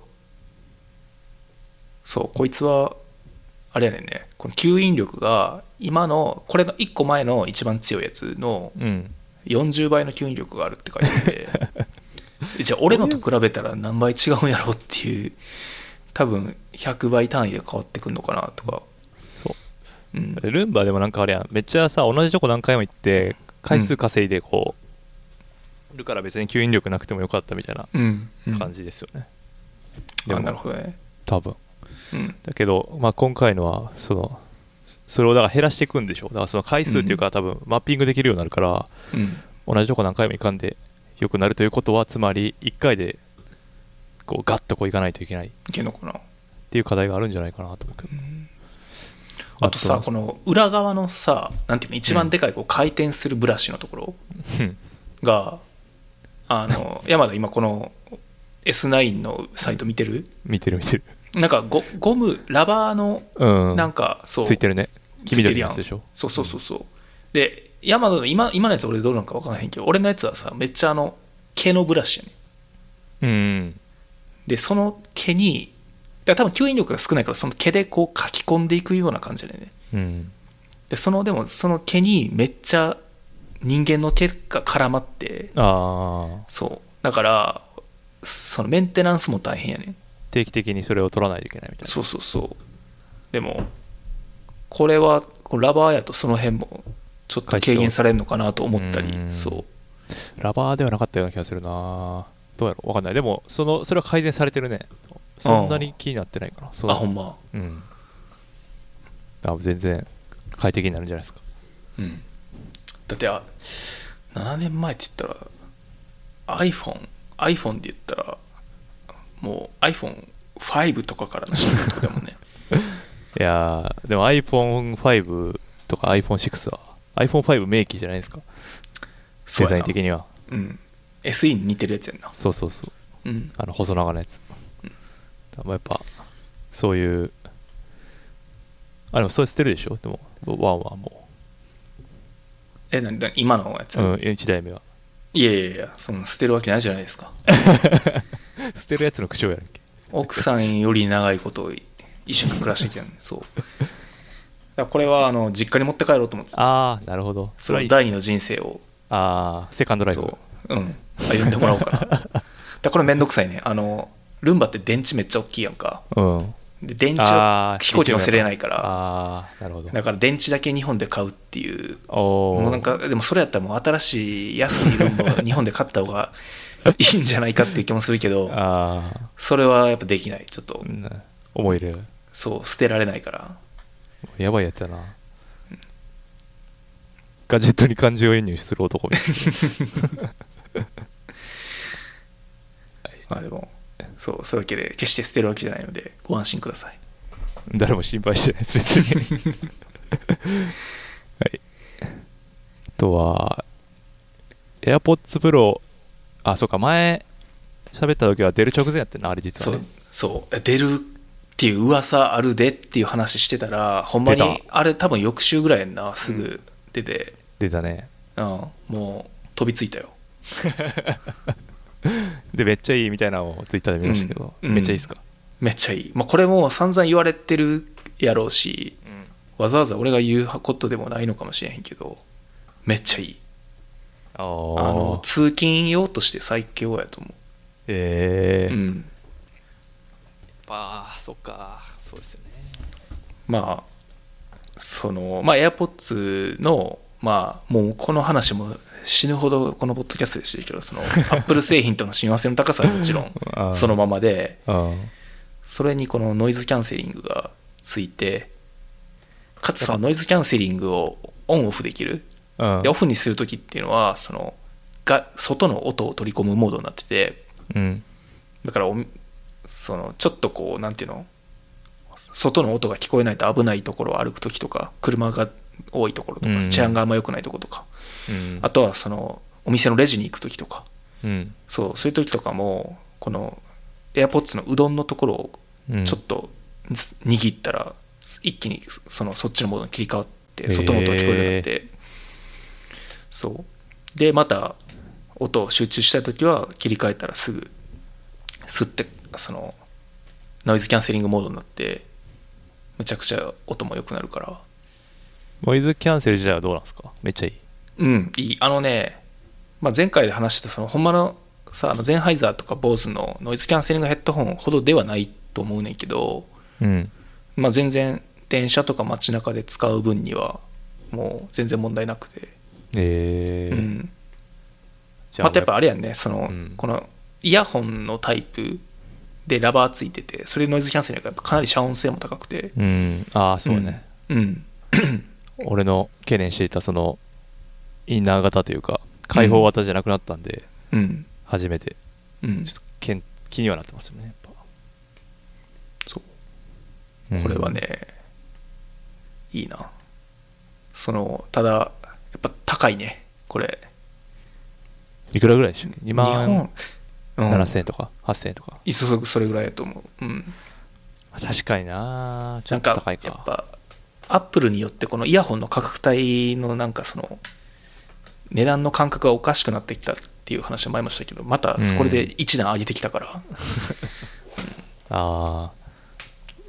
[SPEAKER 3] そうこいつはあれやねんねこの吸引力が今のこれの1個前の一番強いやつの
[SPEAKER 2] うん
[SPEAKER 3] 40倍の吸引力があるって書いて てじゃあ俺のと比べたら何倍違うんやろっていう多分100倍単位で変わってくんのかなとか、
[SPEAKER 2] そう
[SPEAKER 3] うん、
[SPEAKER 2] ルンバでもなんかあれやんめっちゃさ同じとこ何回も行って回数稼いでこう、いるから別に吸引力なくてもよかったみたいな
[SPEAKER 3] うん、うん
[SPEAKER 2] 感じですよね、
[SPEAKER 3] あ
[SPEAKER 2] で
[SPEAKER 3] なる
[SPEAKER 2] も
[SPEAKER 3] ほどね、
[SPEAKER 2] 多分
[SPEAKER 3] うん、
[SPEAKER 2] だけど、まあ、今回のはそのそそれをだから減らしていくんでしょだからその回数っていうか、多分マッピングできるようになるから
[SPEAKER 3] うん
[SPEAKER 2] 同じとこ何回も行かんでよくなるということはつまり1回でこうガッとこう行かないといけないっ
[SPEAKER 3] いけんのかな
[SPEAKER 2] ていう課題があるんじゃないかなと思うけど、
[SPEAKER 3] あとさ
[SPEAKER 2] あと
[SPEAKER 3] この裏側のさなんていうの一番でかいこう回転するブラシのところ、
[SPEAKER 2] うん
[SPEAKER 3] が、あの、山田今この S9 のサイト見てる
[SPEAKER 2] 見てる見てる
[SPEAKER 3] なんかゴゴム、ラバーの、
[SPEAKER 2] うん
[SPEAKER 3] なんか、そう。
[SPEAKER 2] ついてるね黄
[SPEAKER 3] ついて
[SPEAKER 2] 緑の
[SPEAKER 3] るや
[SPEAKER 2] や
[SPEAKER 3] ん
[SPEAKER 2] つでしょ
[SPEAKER 3] そうそうそうそう。で、山田の今、今のやつ俺どうなんかわからへんけど、俺のやつはさ、めっちゃあの、毛のブラシやねん
[SPEAKER 2] うん
[SPEAKER 3] で、その毛に、だから多分吸引力が少ないから、その毛でこう書き込んでいくような感じだよね。
[SPEAKER 2] うん
[SPEAKER 3] で、その、でも、その毛にめっちゃ人間の手が絡まって、
[SPEAKER 2] ああ
[SPEAKER 3] そう。だから、そのメンテナンスも大変やねん。
[SPEAKER 2] 定期的にそれを取らないといけないみたいな
[SPEAKER 3] そうそうそうでもこれはこうラバーやとその辺もちょっと軽減されるのかなと思った
[SPEAKER 2] 解消う
[SPEAKER 3] り
[SPEAKER 2] ん
[SPEAKER 3] そ
[SPEAKER 2] ラバーではなかったような気がするなどうやろうわかんないでもそのそれは改善されてるねそんなに気になってないかなそう
[SPEAKER 3] あほんま
[SPEAKER 2] うんあ全然快適になるんじゃないですか
[SPEAKER 3] うんだってあ7年前って言ったら iPhone iPhone で言ったらもう iPhone5 とかからの進化とかだも んね
[SPEAKER 2] いやーでも iPhone5 とか iPhone6 は iPhone5 名機じゃないですかデ
[SPEAKER 3] うや
[SPEAKER 2] ザイ
[SPEAKER 3] な
[SPEAKER 2] ン的には
[SPEAKER 3] うん SE に似てるやつやんな
[SPEAKER 2] そうそうそう
[SPEAKER 3] うん
[SPEAKER 2] あの細長なやつ、まあやっぱそういうあでもそれ捨てるでしょでもワンワンも
[SPEAKER 3] えなな今のやつ、
[SPEAKER 2] う、うん、1台目はい
[SPEAKER 3] やいやいやその捨てるわけないじゃないですか
[SPEAKER 2] 捨てるやつの口調やるっけ
[SPEAKER 3] 奥さんより長いこと一緒に暮らしてきたんでそうだからこれはあの実家に持って帰ろうと思ってた
[SPEAKER 2] ああなるほど
[SPEAKER 3] それは
[SPEAKER 2] あ
[SPEAKER 3] 第二の人生を
[SPEAKER 2] あーセカンドライフ
[SPEAKER 3] そううん歩んでもらおう かなだからこれめんどくさいねあのルンバって電池めっちゃ大きいやんか
[SPEAKER 2] うん
[SPEAKER 3] で電池
[SPEAKER 2] あ
[SPEAKER 3] を
[SPEAKER 2] あ
[SPEAKER 3] 飛行機乗せれないから
[SPEAKER 2] ああなるほど
[SPEAKER 3] だから電池だけ2本で買うっていう
[SPEAKER 2] お
[SPEAKER 3] も
[SPEAKER 2] お
[SPEAKER 3] うなんかでもそれやったらもう新しい安いルンバを日本で買った方がいいんじゃないかっていう気もするけ ど
[SPEAKER 2] ああ
[SPEAKER 3] それはやっぱできないちょっと
[SPEAKER 2] うん思い入れ
[SPEAKER 3] そう捨てられないから
[SPEAKER 2] やばいやつやなガジェットに感情移入する男みたい
[SPEAKER 3] まあでもそうそういうわけで決して捨てるわけじゃないのでご安心ください
[SPEAKER 2] な誰も心配してないです別にはいあとは AirPods Pro あそうか前喋った時は出る直前やってんなあれ実
[SPEAKER 3] そ
[SPEAKER 2] は
[SPEAKER 3] う
[SPEAKER 2] ね
[SPEAKER 3] そう出るっていう噂あるでっていう話してたらほんま
[SPEAKER 2] 出
[SPEAKER 3] にあれ多分翌週ぐらいやんなすぐ出て、
[SPEAKER 2] 出たね
[SPEAKER 3] うんもう飛びついたよ
[SPEAKER 2] でめっちゃいいみたいなのを Twitter で見ましたけど、
[SPEAKER 3] うんうん
[SPEAKER 2] めっちゃいいっすか
[SPEAKER 3] めっちゃいい、まあ、これも散々言われてるやろうしわざわざ俺が言うことでもないのかもしれへんけどめっちゃいい
[SPEAKER 2] あ
[SPEAKER 3] あ
[SPEAKER 2] の
[SPEAKER 3] の通勤用として最強やと思
[SPEAKER 2] ええ
[SPEAKER 3] う、うん、
[SPEAKER 2] ああそっかそうですよね
[SPEAKER 3] まあそのまあ AirPods のまあもうこの話も死ぬほどこのポッドキャストでしてるけど その Apple 製品との親和性の高さはもちろ
[SPEAKER 2] あー
[SPEAKER 3] んそのままで
[SPEAKER 2] うん
[SPEAKER 3] それにこのノイズキャンセリングがついてかつそのノイズキャンセリングをオンオフできる
[SPEAKER 2] うん
[SPEAKER 3] でオフにする時っていうのはそのが外の音を取り込むモードになってて
[SPEAKER 2] うん
[SPEAKER 3] だからおみそのちょっとこうなんていうの外の音が聞こえないと危ないところを歩く時とか車が多いところと
[SPEAKER 2] うん
[SPEAKER 3] か治安があんま良くないところとか、
[SPEAKER 2] うん
[SPEAKER 3] あとはそのお店のレジに行く時とか
[SPEAKER 2] うん
[SPEAKER 3] そうそういう時とかもこの AirPods のうどんのところを
[SPEAKER 2] うん
[SPEAKER 3] ちょっとす握ったら一気にそのそっちのモードに切り替わって外の音が聞こえるようになって、そうでまた音を集中したい時は切り替えたらすぐ吸ってそのノイズキャンセリングモードになってむちゃくちゃ音も良くなるから
[SPEAKER 2] ノイズキャンセル自体はどうなんですかめっちゃいい
[SPEAKER 3] うんいいあのね、まあ、前回で話してたそのほんまのさあのゼンハイザーとか BOSE のノイズキャンセリングヘッドホンほどではないと思うねんけど
[SPEAKER 2] うん
[SPEAKER 3] まあ、全然電車とか街中で使う分にはもう全然問題なくて、
[SPEAKER 2] え
[SPEAKER 3] う
[SPEAKER 2] ー
[SPEAKER 3] ん、
[SPEAKER 2] じゃあ
[SPEAKER 3] またやっぱあれやんねその、
[SPEAKER 2] うん
[SPEAKER 3] このイヤホンのタイプでラバーついててそれでノイズキャンセリングがやっぱかなり遮音性も高くて
[SPEAKER 2] うんああそうね、
[SPEAKER 3] うん、うん
[SPEAKER 2] 俺の懸念していたそのインナー型というか開放型じゃなくなったんで、
[SPEAKER 3] うん
[SPEAKER 2] 初めて
[SPEAKER 3] うん
[SPEAKER 2] ちょっとけん気にはなってますよねやっぱ
[SPEAKER 3] そう
[SPEAKER 2] うん
[SPEAKER 3] これはね、いいなそのただやっぱ高いねこれ
[SPEAKER 2] いくらぐらいでしょう2万
[SPEAKER 3] 日本、うん、
[SPEAKER 2] 7000円とか8000円とか
[SPEAKER 3] いそそくそれぐらいやと思ううん
[SPEAKER 2] 確かになちょ
[SPEAKER 3] な
[SPEAKER 2] っ
[SPEAKER 3] んか
[SPEAKER 2] と高いか
[SPEAKER 3] やっぱアップルによってこのイヤホンの価格帯のなんかその値段の感覚がおかしくなってきたっていう話もありましたけどまた
[SPEAKER 2] うん
[SPEAKER 3] これで一段上げてきたから、
[SPEAKER 2] ああ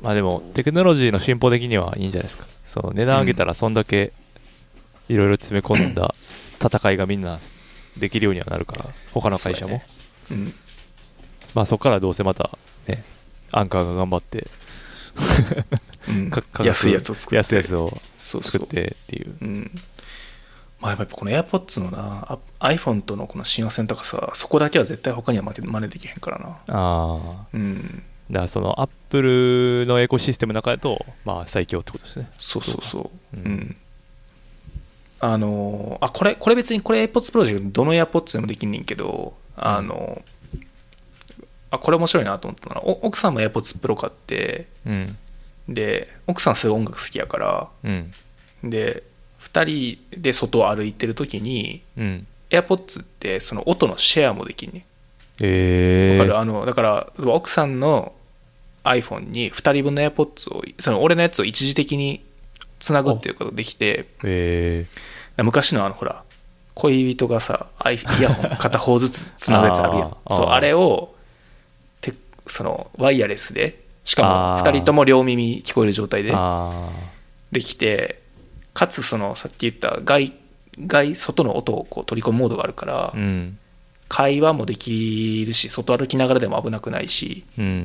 [SPEAKER 2] まあでもテクノロジーの進歩的にはいいんじゃないですかその値段上げたらそんだけいろいろ詰め込ん だ戦いがみんなできるようにはなるから他の会社も、
[SPEAKER 3] そうやね
[SPEAKER 2] まあそこからどうせまたねアンカーが頑張って
[SPEAKER 3] うんうん
[SPEAKER 2] か価格
[SPEAKER 3] 安いやつを作って
[SPEAKER 2] 安いやつを
[SPEAKER 3] そうそ
[SPEAKER 2] 作っ
[SPEAKER 3] う、
[SPEAKER 2] てっていう
[SPEAKER 3] うんまあ、やっぱこの AirPods のなあ iPhone とのこの親和性の高さそこだけは絶対他には真似真似できへんからな
[SPEAKER 2] ああ
[SPEAKER 3] うん
[SPEAKER 2] だからそのアップルのエコシステムの中だとまあ最強ってことですね
[SPEAKER 3] そうそうそう
[SPEAKER 2] う
[SPEAKER 3] う
[SPEAKER 2] か
[SPEAKER 3] ん、
[SPEAKER 2] うん
[SPEAKER 3] あのあこれこれ別にこれ AirPods プロジェクトどの AirPods でもできんねんけどあの、あこれ面白いなと思ったのはお奥さんも AirPods プロ買って
[SPEAKER 2] うん
[SPEAKER 3] で奥さんすごい音楽好きやから
[SPEAKER 2] うん
[SPEAKER 3] で2人で外を歩いてる時に
[SPEAKER 2] うん
[SPEAKER 3] AirPods ってその音のシェアもできんねん
[SPEAKER 2] え
[SPEAKER 3] わ
[SPEAKER 2] え
[SPEAKER 3] かるあのだから奥さんの iPhone に2人分の AirPods をその俺のやつを一時的につなぐっていうことができて
[SPEAKER 2] え
[SPEAKER 3] 昔のあのほら恋人がさアイイヤホン片方ずつつなぐやつあるやん
[SPEAKER 2] あー
[SPEAKER 3] そう
[SPEAKER 2] あー
[SPEAKER 3] あれをてそのワイヤレスでし
[SPEAKER 2] あ
[SPEAKER 3] かも
[SPEAKER 2] ー
[SPEAKER 3] 2人とも両耳聞こえる状態
[SPEAKER 2] え
[SPEAKER 3] で
[SPEAKER 2] あ
[SPEAKER 3] できてかつそのさっき言った外外外の音をこう取り込むモードがあるから、
[SPEAKER 2] あうん
[SPEAKER 3] 会話もできるし外歩きながらでも危なくないし
[SPEAKER 2] うんうんう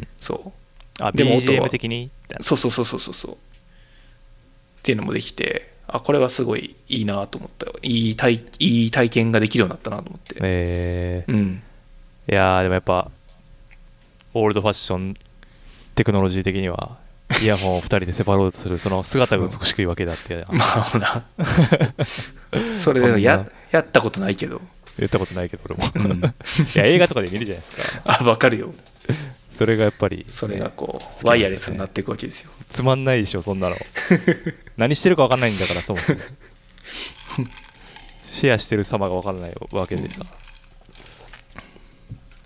[SPEAKER 2] ん
[SPEAKER 3] そう
[SPEAKER 2] あ
[SPEAKER 3] でも音は
[SPEAKER 2] BGM 的に
[SPEAKER 3] そうそうそうそうそうそうっていうのもできてあこれはすごいいいなと思ったよいい体いい体験ができるようになったなと思って、
[SPEAKER 2] ええ
[SPEAKER 3] うん
[SPEAKER 2] いやーでもやっぱオールドファッションテクノロジー的にはイヤホンを2人でセパロードするその姿が美しくいいわけだって
[SPEAKER 3] まあ ほらそれ
[SPEAKER 2] そんな
[SPEAKER 3] でややったことないけど
[SPEAKER 2] 言ったことないけど俺も、
[SPEAKER 3] うん
[SPEAKER 2] いや映画とかで見るじゃないですか
[SPEAKER 3] あ分かるよ
[SPEAKER 2] それがやっぱり、
[SPEAKER 3] それがこう、
[SPEAKER 2] ね
[SPEAKER 3] ワイヤレスになっていくわけですよ
[SPEAKER 2] つまんないでしょそん なの何してるか分かんないんだからそも そもシェアしてる様が分かんないわけでさ、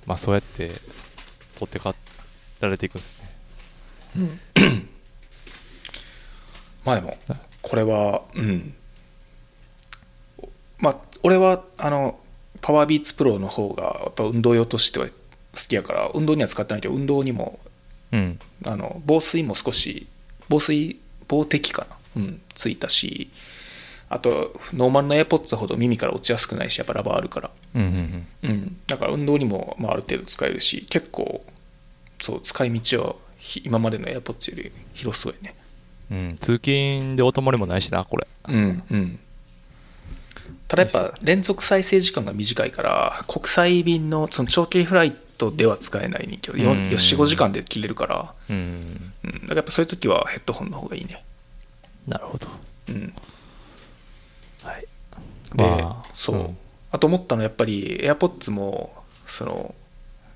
[SPEAKER 2] まあそうやって取って代られていくんですね
[SPEAKER 3] まあでもこれはうんまあ俺はあのパワービーツプロの方がやっぱ運動用としては好きやから運動には使ってないけど運動にも
[SPEAKER 2] うん
[SPEAKER 3] あの防水も少し防水防滴かなうんついたしあとノーマルの AirPods ほど耳から落ちやすくないしやっぱラバーあるから
[SPEAKER 2] うんうん
[SPEAKER 3] うんだから運動にも、まあ、ある程度使えるし結構そう使い道はひ今までの AirPods より広そうやね
[SPEAKER 2] うん、うん、通勤で音漏れもないしなこれ
[SPEAKER 3] うんうんただやっぱ連続再生時間が短いから国際便のその長距離フライトでは使えないねんけど
[SPEAKER 2] うん
[SPEAKER 3] 45時間で切れるから、
[SPEAKER 2] うん
[SPEAKER 3] うん、だからやっぱそういう時はヘッドホンの方がいいね
[SPEAKER 2] なるほど
[SPEAKER 3] うん
[SPEAKER 2] はい
[SPEAKER 3] で、
[SPEAKER 2] まあ
[SPEAKER 3] そう、
[SPEAKER 2] うん
[SPEAKER 3] あと思ったのはやっぱり AirPods もその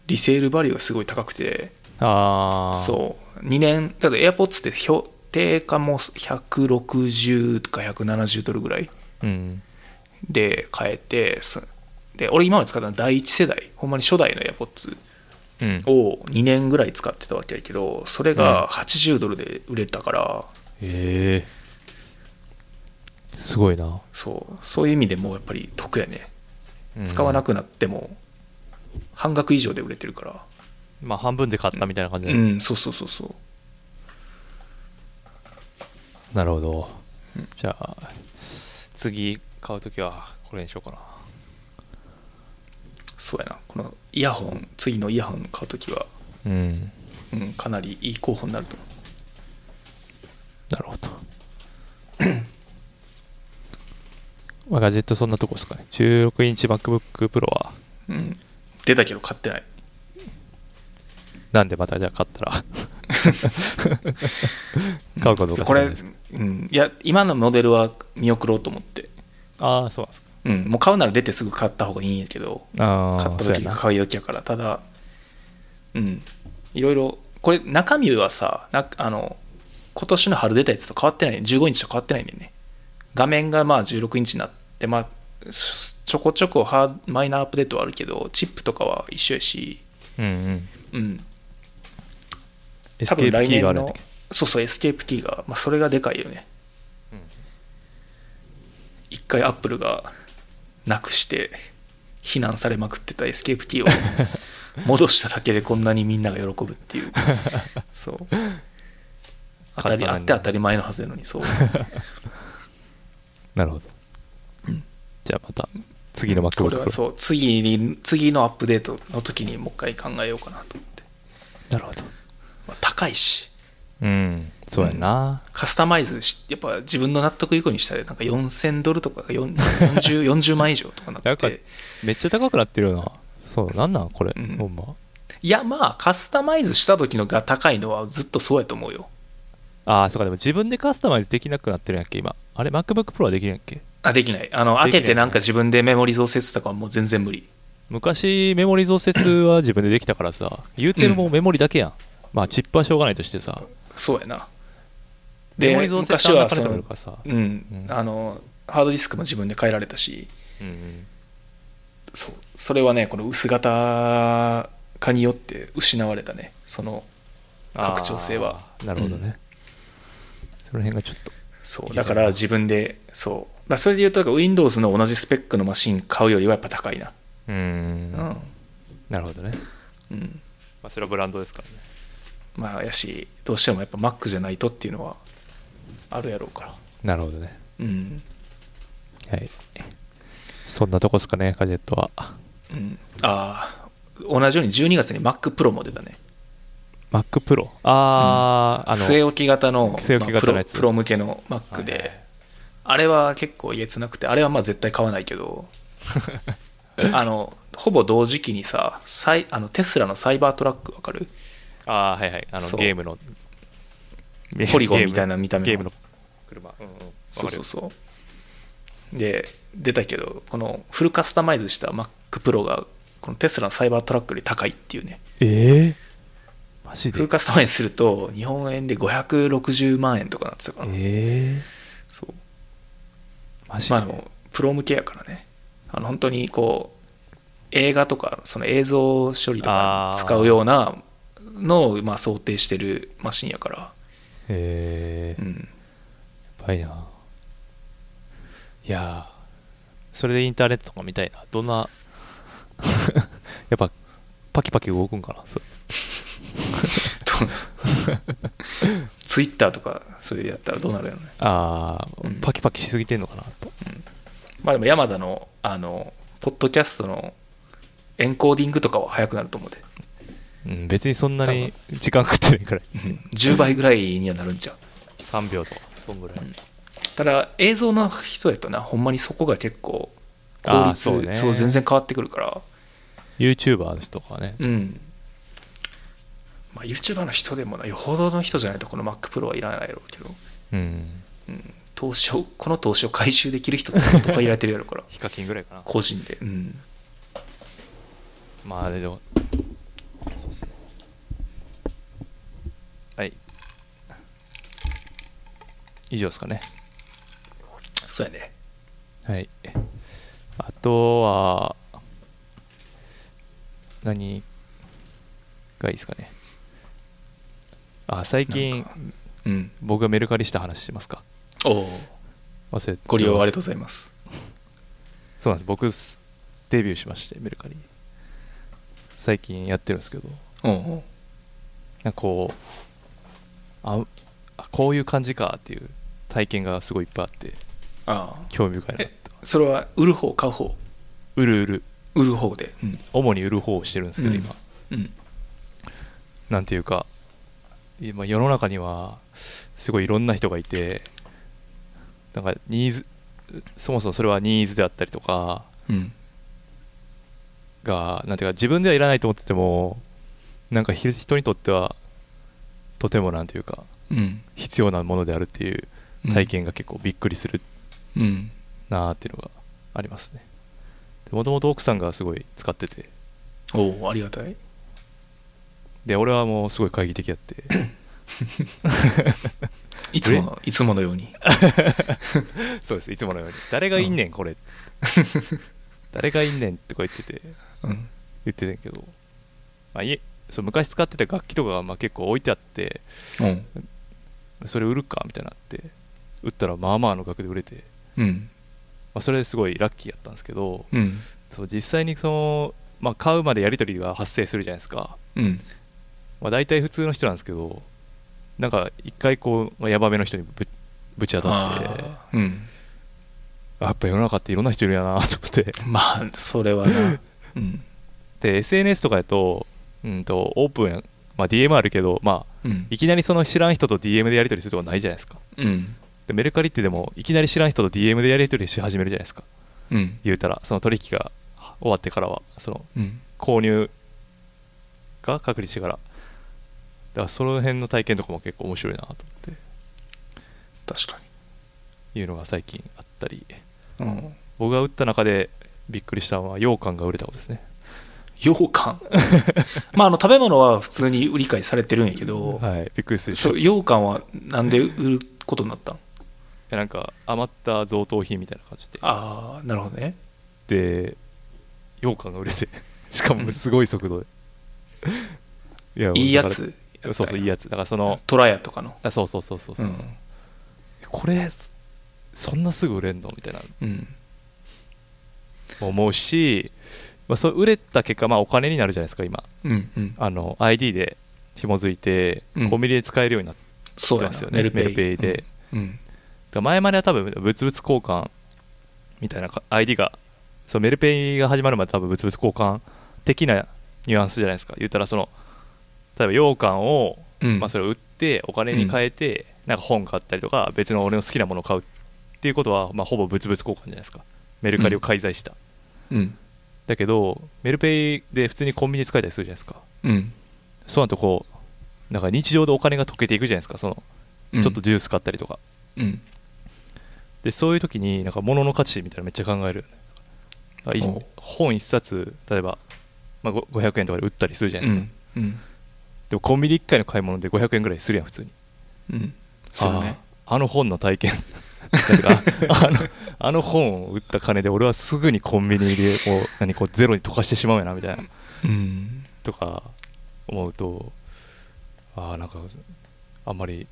[SPEAKER 3] リセールバリューがすごい高くて
[SPEAKER 2] ああ
[SPEAKER 3] そう2年だって AirPods って標定価も160とか170ドルぐらい
[SPEAKER 2] うん
[SPEAKER 3] で買えてそで俺今まで使ったのは第1世代ほんまに初代の AirPods
[SPEAKER 2] うん
[SPEAKER 3] を2年ぐらい使ってたわけやけどそれが80ドルで売れたから、
[SPEAKER 2] ええすごいな、
[SPEAKER 3] そうそういう意味でもうやっぱり得やね使わな
[SPEAKER 2] く
[SPEAKER 3] くなっても半額以上で売れてるから、
[SPEAKER 2] まあ半分で買ったみたいな感じで、
[SPEAKER 3] うん、そうそうそうそう。
[SPEAKER 2] なるほど、じゃあ次買うときはこれにしようか
[SPEAKER 3] そうやな。このイヤホン、次のイヤホン買うときは、
[SPEAKER 2] なうん
[SPEAKER 3] うん、かなりいい候補になると思
[SPEAKER 2] なるほどまあガジェットそんなとこですかね16インチ MacBookPro は
[SPEAKER 3] う。うん。出たけど買ってない。
[SPEAKER 2] なんでまたじゃあ買った ら買うかどうか知
[SPEAKER 3] こ
[SPEAKER 2] らな
[SPEAKER 3] れ、
[SPEAKER 2] いですけど
[SPEAKER 3] うん、いや、今のモデルは見送ろうと思って。
[SPEAKER 2] ああそうなんですか
[SPEAKER 3] うん、もう買うなら出てすぐ買った方がいいんやけど、
[SPEAKER 2] ああ
[SPEAKER 3] 買った
[SPEAKER 2] そうや
[SPEAKER 3] 時が
[SPEAKER 2] な
[SPEAKER 3] 買い時やから、ただ、うん、いろいろ、これ、中身はさ、なあの、今年の春出たやつと変わってないね、15インチと変わってないんだよね。画面がまあ16インチになって、まあ、すちょこちょこハーマイナーアップデートはあるけど、チップとかは一緒やし、
[SPEAKER 2] うんうん
[SPEAKER 3] うん、
[SPEAKER 2] エ
[SPEAKER 3] 多
[SPEAKER 2] スケ
[SPEAKER 3] 分
[SPEAKER 2] ー
[SPEAKER 3] 来
[SPEAKER 2] プキー
[SPEAKER 3] 年
[SPEAKER 2] があるんだ
[SPEAKER 3] の
[SPEAKER 2] っけ、
[SPEAKER 3] そうそう、エスケープキーが、まあ、それがでかいよね。一回アップルがなくして非難されまくってたエスケープキーを 戻しただけでこんなにみんなが喜ぶっていうそう当た
[SPEAKER 2] 簡単
[SPEAKER 3] り
[SPEAKER 2] な
[SPEAKER 3] あ
[SPEAKER 2] んだ
[SPEAKER 3] って当たり前のはずなのにそう
[SPEAKER 2] なるほど、じゃあまた次の
[SPEAKER 3] これは
[SPEAKER 2] MacBookPro
[SPEAKER 3] そう次に次のアップデートの時にもう一回考えようかなと思って、
[SPEAKER 2] なるほど
[SPEAKER 3] まあ、高いし
[SPEAKER 2] うんそうやんな、
[SPEAKER 3] カスタマイズしやっぱ自分の納得いくにしたらなんか4000ドルとかよん 40, 40万以上とかなっ
[SPEAKER 2] な
[SPEAKER 3] て
[SPEAKER 2] んか
[SPEAKER 3] て
[SPEAKER 2] めっちゃ高くなってるよなそうなんなんこれ、
[SPEAKER 3] うん
[SPEAKER 2] ほんま
[SPEAKER 3] いやまあカスタマイズした時のが高いのはずっとそうやと思うよ
[SPEAKER 2] ああそうかでも自分でカスタマイズできなくなってるんやっけ今あれ MacBookPro はできるんやっけ
[SPEAKER 3] あできないあ
[SPEAKER 2] で
[SPEAKER 3] の
[SPEAKER 2] きない
[SPEAKER 3] 開けてなんか自分でメモリ増設とかはもう全然無理
[SPEAKER 2] 昔メモリ増設は自分でできたからさ言うてもメモリだけやん、まあチップはしょうがないとしてさ
[SPEAKER 3] そうやな
[SPEAKER 2] メモ
[SPEAKER 3] で
[SPEAKER 2] リ増設
[SPEAKER 3] 昔は
[SPEAKER 2] あんな
[SPEAKER 3] そ
[SPEAKER 2] 金取れる
[SPEAKER 3] の
[SPEAKER 2] からさ
[SPEAKER 3] うん、
[SPEAKER 2] うん
[SPEAKER 3] あのハードディスクも自分で変えられたし
[SPEAKER 2] うんうん
[SPEAKER 3] そうそれはねこの薄型化によって失われたねその拡張性は
[SPEAKER 2] あーなるほどね、
[SPEAKER 3] うん
[SPEAKER 2] その辺がちょっと
[SPEAKER 3] そうだから自分でそう、まあ、それで言うとなんか Windows の同じスペックのマシン買うよりはやっぱ高いな
[SPEAKER 2] うーん
[SPEAKER 3] うん、
[SPEAKER 2] なるほどね、
[SPEAKER 3] うん、
[SPEAKER 2] まあ、それはブランドですからね
[SPEAKER 3] まあやしどうしてもやっぱ Mac じゃないとっていうのはあるやろうから
[SPEAKER 2] なるほどね
[SPEAKER 3] うん、
[SPEAKER 2] はいそんなとこっすかねガジェットは
[SPEAKER 3] うん、ああ同じように12月に MacPro も出たね
[SPEAKER 2] MacPro あー、あの
[SPEAKER 3] 据え置き型の
[SPEAKER 2] 据え置き型の
[SPEAKER 3] ま
[SPEAKER 2] や
[SPEAKER 3] あ
[SPEAKER 2] つ
[SPEAKER 3] プロプロ向けの Mac で、
[SPEAKER 2] はいはい
[SPEAKER 3] あれは結構えつなくてあれはまあ絶対買わない けどあのほぼ同時期にさサイあのテスラのサイバートラックわかる
[SPEAKER 2] あーはいはいあの
[SPEAKER 3] そう
[SPEAKER 2] ゲームの
[SPEAKER 3] ポリゴンみたいな見た目の
[SPEAKER 2] ゲームの車うんうんわかるよ
[SPEAKER 3] そうそうそうで出たけどこのフルカスタマイズした MacPro がこのテスラのサイバートラックより高いっていうね
[SPEAKER 2] ええマジ
[SPEAKER 3] フル
[SPEAKER 2] で
[SPEAKER 3] カスタマイズすると日本円で560万円とかなってたから、
[SPEAKER 2] ええ
[SPEAKER 3] そう
[SPEAKER 2] マジで、
[SPEAKER 3] まあ、あのプロ向けやからねあの本当にこう映画とかその映像処理とか
[SPEAKER 2] あー
[SPEAKER 3] 使うようなのをまあ想定してるマシンやから、
[SPEAKER 2] ええ
[SPEAKER 3] うん、
[SPEAKER 2] やばいないやーそれでインターネットとか見たいなどんな やっぱパキパキ動くんかなそれ
[SPEAKER 3] ツイッターとかそれでやったらどうなるやろね、
[SPEAKER 2] あー、
[SPEAKER 3] うん
[SPEAKER 2] パキパキしすぎてんのかなやっぱ
[SPEAKER 3] まあ、でも山田のあのポッドキャストのエンコーディングとかは早くなると思うで、
[SPEAKER 2] うん、別にそんなに時間かかってないから
[SPEAKER 3] うん、10倍ぐらいにはなるんちゃう
[SPEAKER 2] 3秒とかそんぐらい、
[SPEAKER 3] うんただ映像の人やとなほんまにそこが結構効
[SPEAKER 2] あー
[SPEAKER 3] 率
[SPEAKER 2] そうね
[SPEAKER 3] そう全然変わってくるから
[SPEAKER 2] YouTuber の人とかね
[SPEAKER 3] うん、まあ、YouTuber の人でもなよほどの人じゃないとこの MacPro はいらないやろうけど、
[SPEAKER 2] うん
[SPEAKER 3] うん、投資をこの投資を回収できる人って相当いられてるやろうから
[SPEAKER 2] ヒカキンぐらいかな
[SPEAKER 3] 個人で、うん、
[SPEAKER 2] まあでもそうっすねはい以上ですかね
[SPEAKER 3] そうやね
[SPEAKER 2] はいあとは何がいいですかねあ最近
[SPEAKER 3] うん
[SPEAKER 2] 僕がメルカリした話しますか
[SPEAKER 3] おお
[SPEAKER 2] 忘れて
[SPEAKER 3] ご利用ありがとうございます
[SPEAKER 2] そうなんです僕デビューしましてメルカリ最近やってるんですけど
[SPEAKER 3] おお
[SPEAKER 2] なんかこうああこういう感じかっていう体験がすごいいっぱいあって
[SPEAKER 3] ああ
[SPEAKER 2] 興味深いなって
[SPEAKER 3] それは売る方買う方
[SPEAKER 2] うるうる
[SPEAKER 3] 売る方でうん
[SPEAKER 2] 主に売る方をしてるんですけど今、
[SPEAKER 3] うん
[SPEAKER 2] なんていうか今世の中にはすごいいろんな人がいてなんかニーズそもそもそれはニーズであったりとか
[SPEAKER 3] うん
[SPEAKER 2] がなんていうか自分ではいらないと思っててもなんかひ人にとってはとてもなんていうか
[SPEAKER 3] うん
[SPEAKER 2] 必要なものであるっていう体験が結構びっくりする
[SPEAKER 3] うん
[SPEAKER 2] なーっていうのがありますねもともと奥さんがすごい使ってて
[SPEAKER 3] おおありがたい
[SPEAKER 2] で俺はもうすごい懐疑的やって
[SPEAKER 3] いつものいつものように
[SPEAKER 2] そうですいつものように誰がいんねんこ れ誰がいんねんとか言ってて
[SPEAKER 3] うん
[SPEAKER 2] 言ってたんやけど、まあ、いえそう昔使ってた楽器とかがまあ結構置いてあって
[SPEAKER 3] うん
[SPEAKER 2] それ売るかみたいになって売ったらまあまあの額で売れて、
[SPEAKER 3] うん
[SPEAKER 2] まあ、それすごいラッキーやったんですけど
[SPEAKER 3] うん
[SPEAKER 2] そう実際にその、まあ、買うまでやり取りが発生するじゃないですか
[SPEAKER 3] うん
[SPEAKER 2] まあ、大体普通の人なんですけどなんか一回こう、まあ、ヤバめの人にぶぶち当たってあ
[SPEAKER 3] あーうん
[SPEAKER 2] やっぱ世の中っていろんな人いるやなと思って
[SPEAKER 3] まあそれはな うん
[SPEAKER 2] で SNS とかやと,、うん、とオープンまあ、DM あるけど、まあ、
[SPEAKER 3] うん
[SPEAKER 2] いきなりその知らん人と DM でやり取りするとかないじゃないですか
[SPEAKER 3] うん
[SPEAKER 2] でメルカリってでもいきなり知らん人と DM でやり取りし始めるじゃないですか
[SPEAKER 3] うん
[SPEAKER 2] 言うたらその取引が終わってからはその
[SPEAKER 3] うん
[SPEAKER 2] 購入が確立してからだからその辺の体験とかも結構面白いなと思っ
[SPEAKER 3] 確か
[SPEAKER 2] ていうのが最近あったり
[SPEAKER 3] にうん
[SPEAKER 2] 僕が打った中でびっくりしたのは羊羹が売れたことですね
[SPEAKER 3] 羊羹 まああの食べ物は普通に売り買いされてるんやけど、
[SPEAKER 2] はいびっくりするし
[SPEAKER 3] そう羊羹はなんで売ることになったん
[SPEAKER 2] なんか余った贈答品みたいな感じで
[SPEAKER 3] ああなるほどね
[SPEAKER 2] で羊羹が売れて しかもすごい速度で、いや
[SPEAKER 3] いいや
[SPEAKER 2] だ
[SPEAKER 3] つ
[SPEAKER 2] からそうそういいやつだからその
[SPEAKER 3] トラヤとかの
[SPEAKER 2] あそうそうそうそうそうう、
[SPEAKER 3] ん
[SPEAKER 2] これそんなすぐ売れんのみたいな
[SPEAKER 3] うん
[SPEAKER 2] も思うし、まあ、そう売れた結果、まあ、お金になるじゃないですか今
[SPEAKER 3] うんうん
[SPEAKER 2] あの ID で紐づいて、
[SPEAKER 3] うん
[SPEAKER 2] コンビニで使えるようになって
[SPEAKER 3] そう
[SPEAKER 2] な
[SPEAKER 3] や
[SPEAKER 2] んで
[SPEAKER 3] な
[SPEAKER 2] すよね
[SPEAKER 3] メルペイ
[SPEAKER 2] メルペイで
[SPEAKER 3] うんうん
[SPEAKER 2] だから前までは多分物々交換みたいなか ID がそうメルペイが始まるまで多分物々交換的なニュアンスじゃないですか言ったらその例えば羊羹を、
[SPEAKER 3] うん
[SPEAKER 2] まあ、それを売ってお金に変えて、なんか本買ったりとか別の俺の好きなものを買うっていうことは、まあ、ほぼ物々交換じゃないですかメルカリを介在した、
[SPEAKER 3] うん
[SPEAKER 2] だけどメルペイで普通にコンビニで使えたりするじゃないですか
[SPEAKER 3] うん
[SPEAKER 2] そうなるとこうなんか日常でお金が溶けていくじゃないですかその
[SPEAKER 3] うん
[SPEAKER 2] ちょっとジュース買ったりとか、
[SPEAKER 3] うん
[SPEAKER 2] でそういう時になんか物の価値みたいなのめっちゃ考えるよねだからい
[SPEAKER 3] おう
[SPEAKER 2] 本1冊例えば、まあ、ご500円とかで売ったりするじゃないうですか、
[SPEAKER 3] んうん
[SPEAKER 2] でもコンビニ1回の買い物で500円ぐらいするやん普通に
[SPEAKER 3] うんそうね
[SPEAKER 2] あーあの本の体験なんかああのあの本を売った金で俺はすぐにコンビニでこう何こうゼロに溶かしてしまうよなみたいな
[SPEAKER 3] うん
[SPEAKER 2] とか思うとああなんかあんまり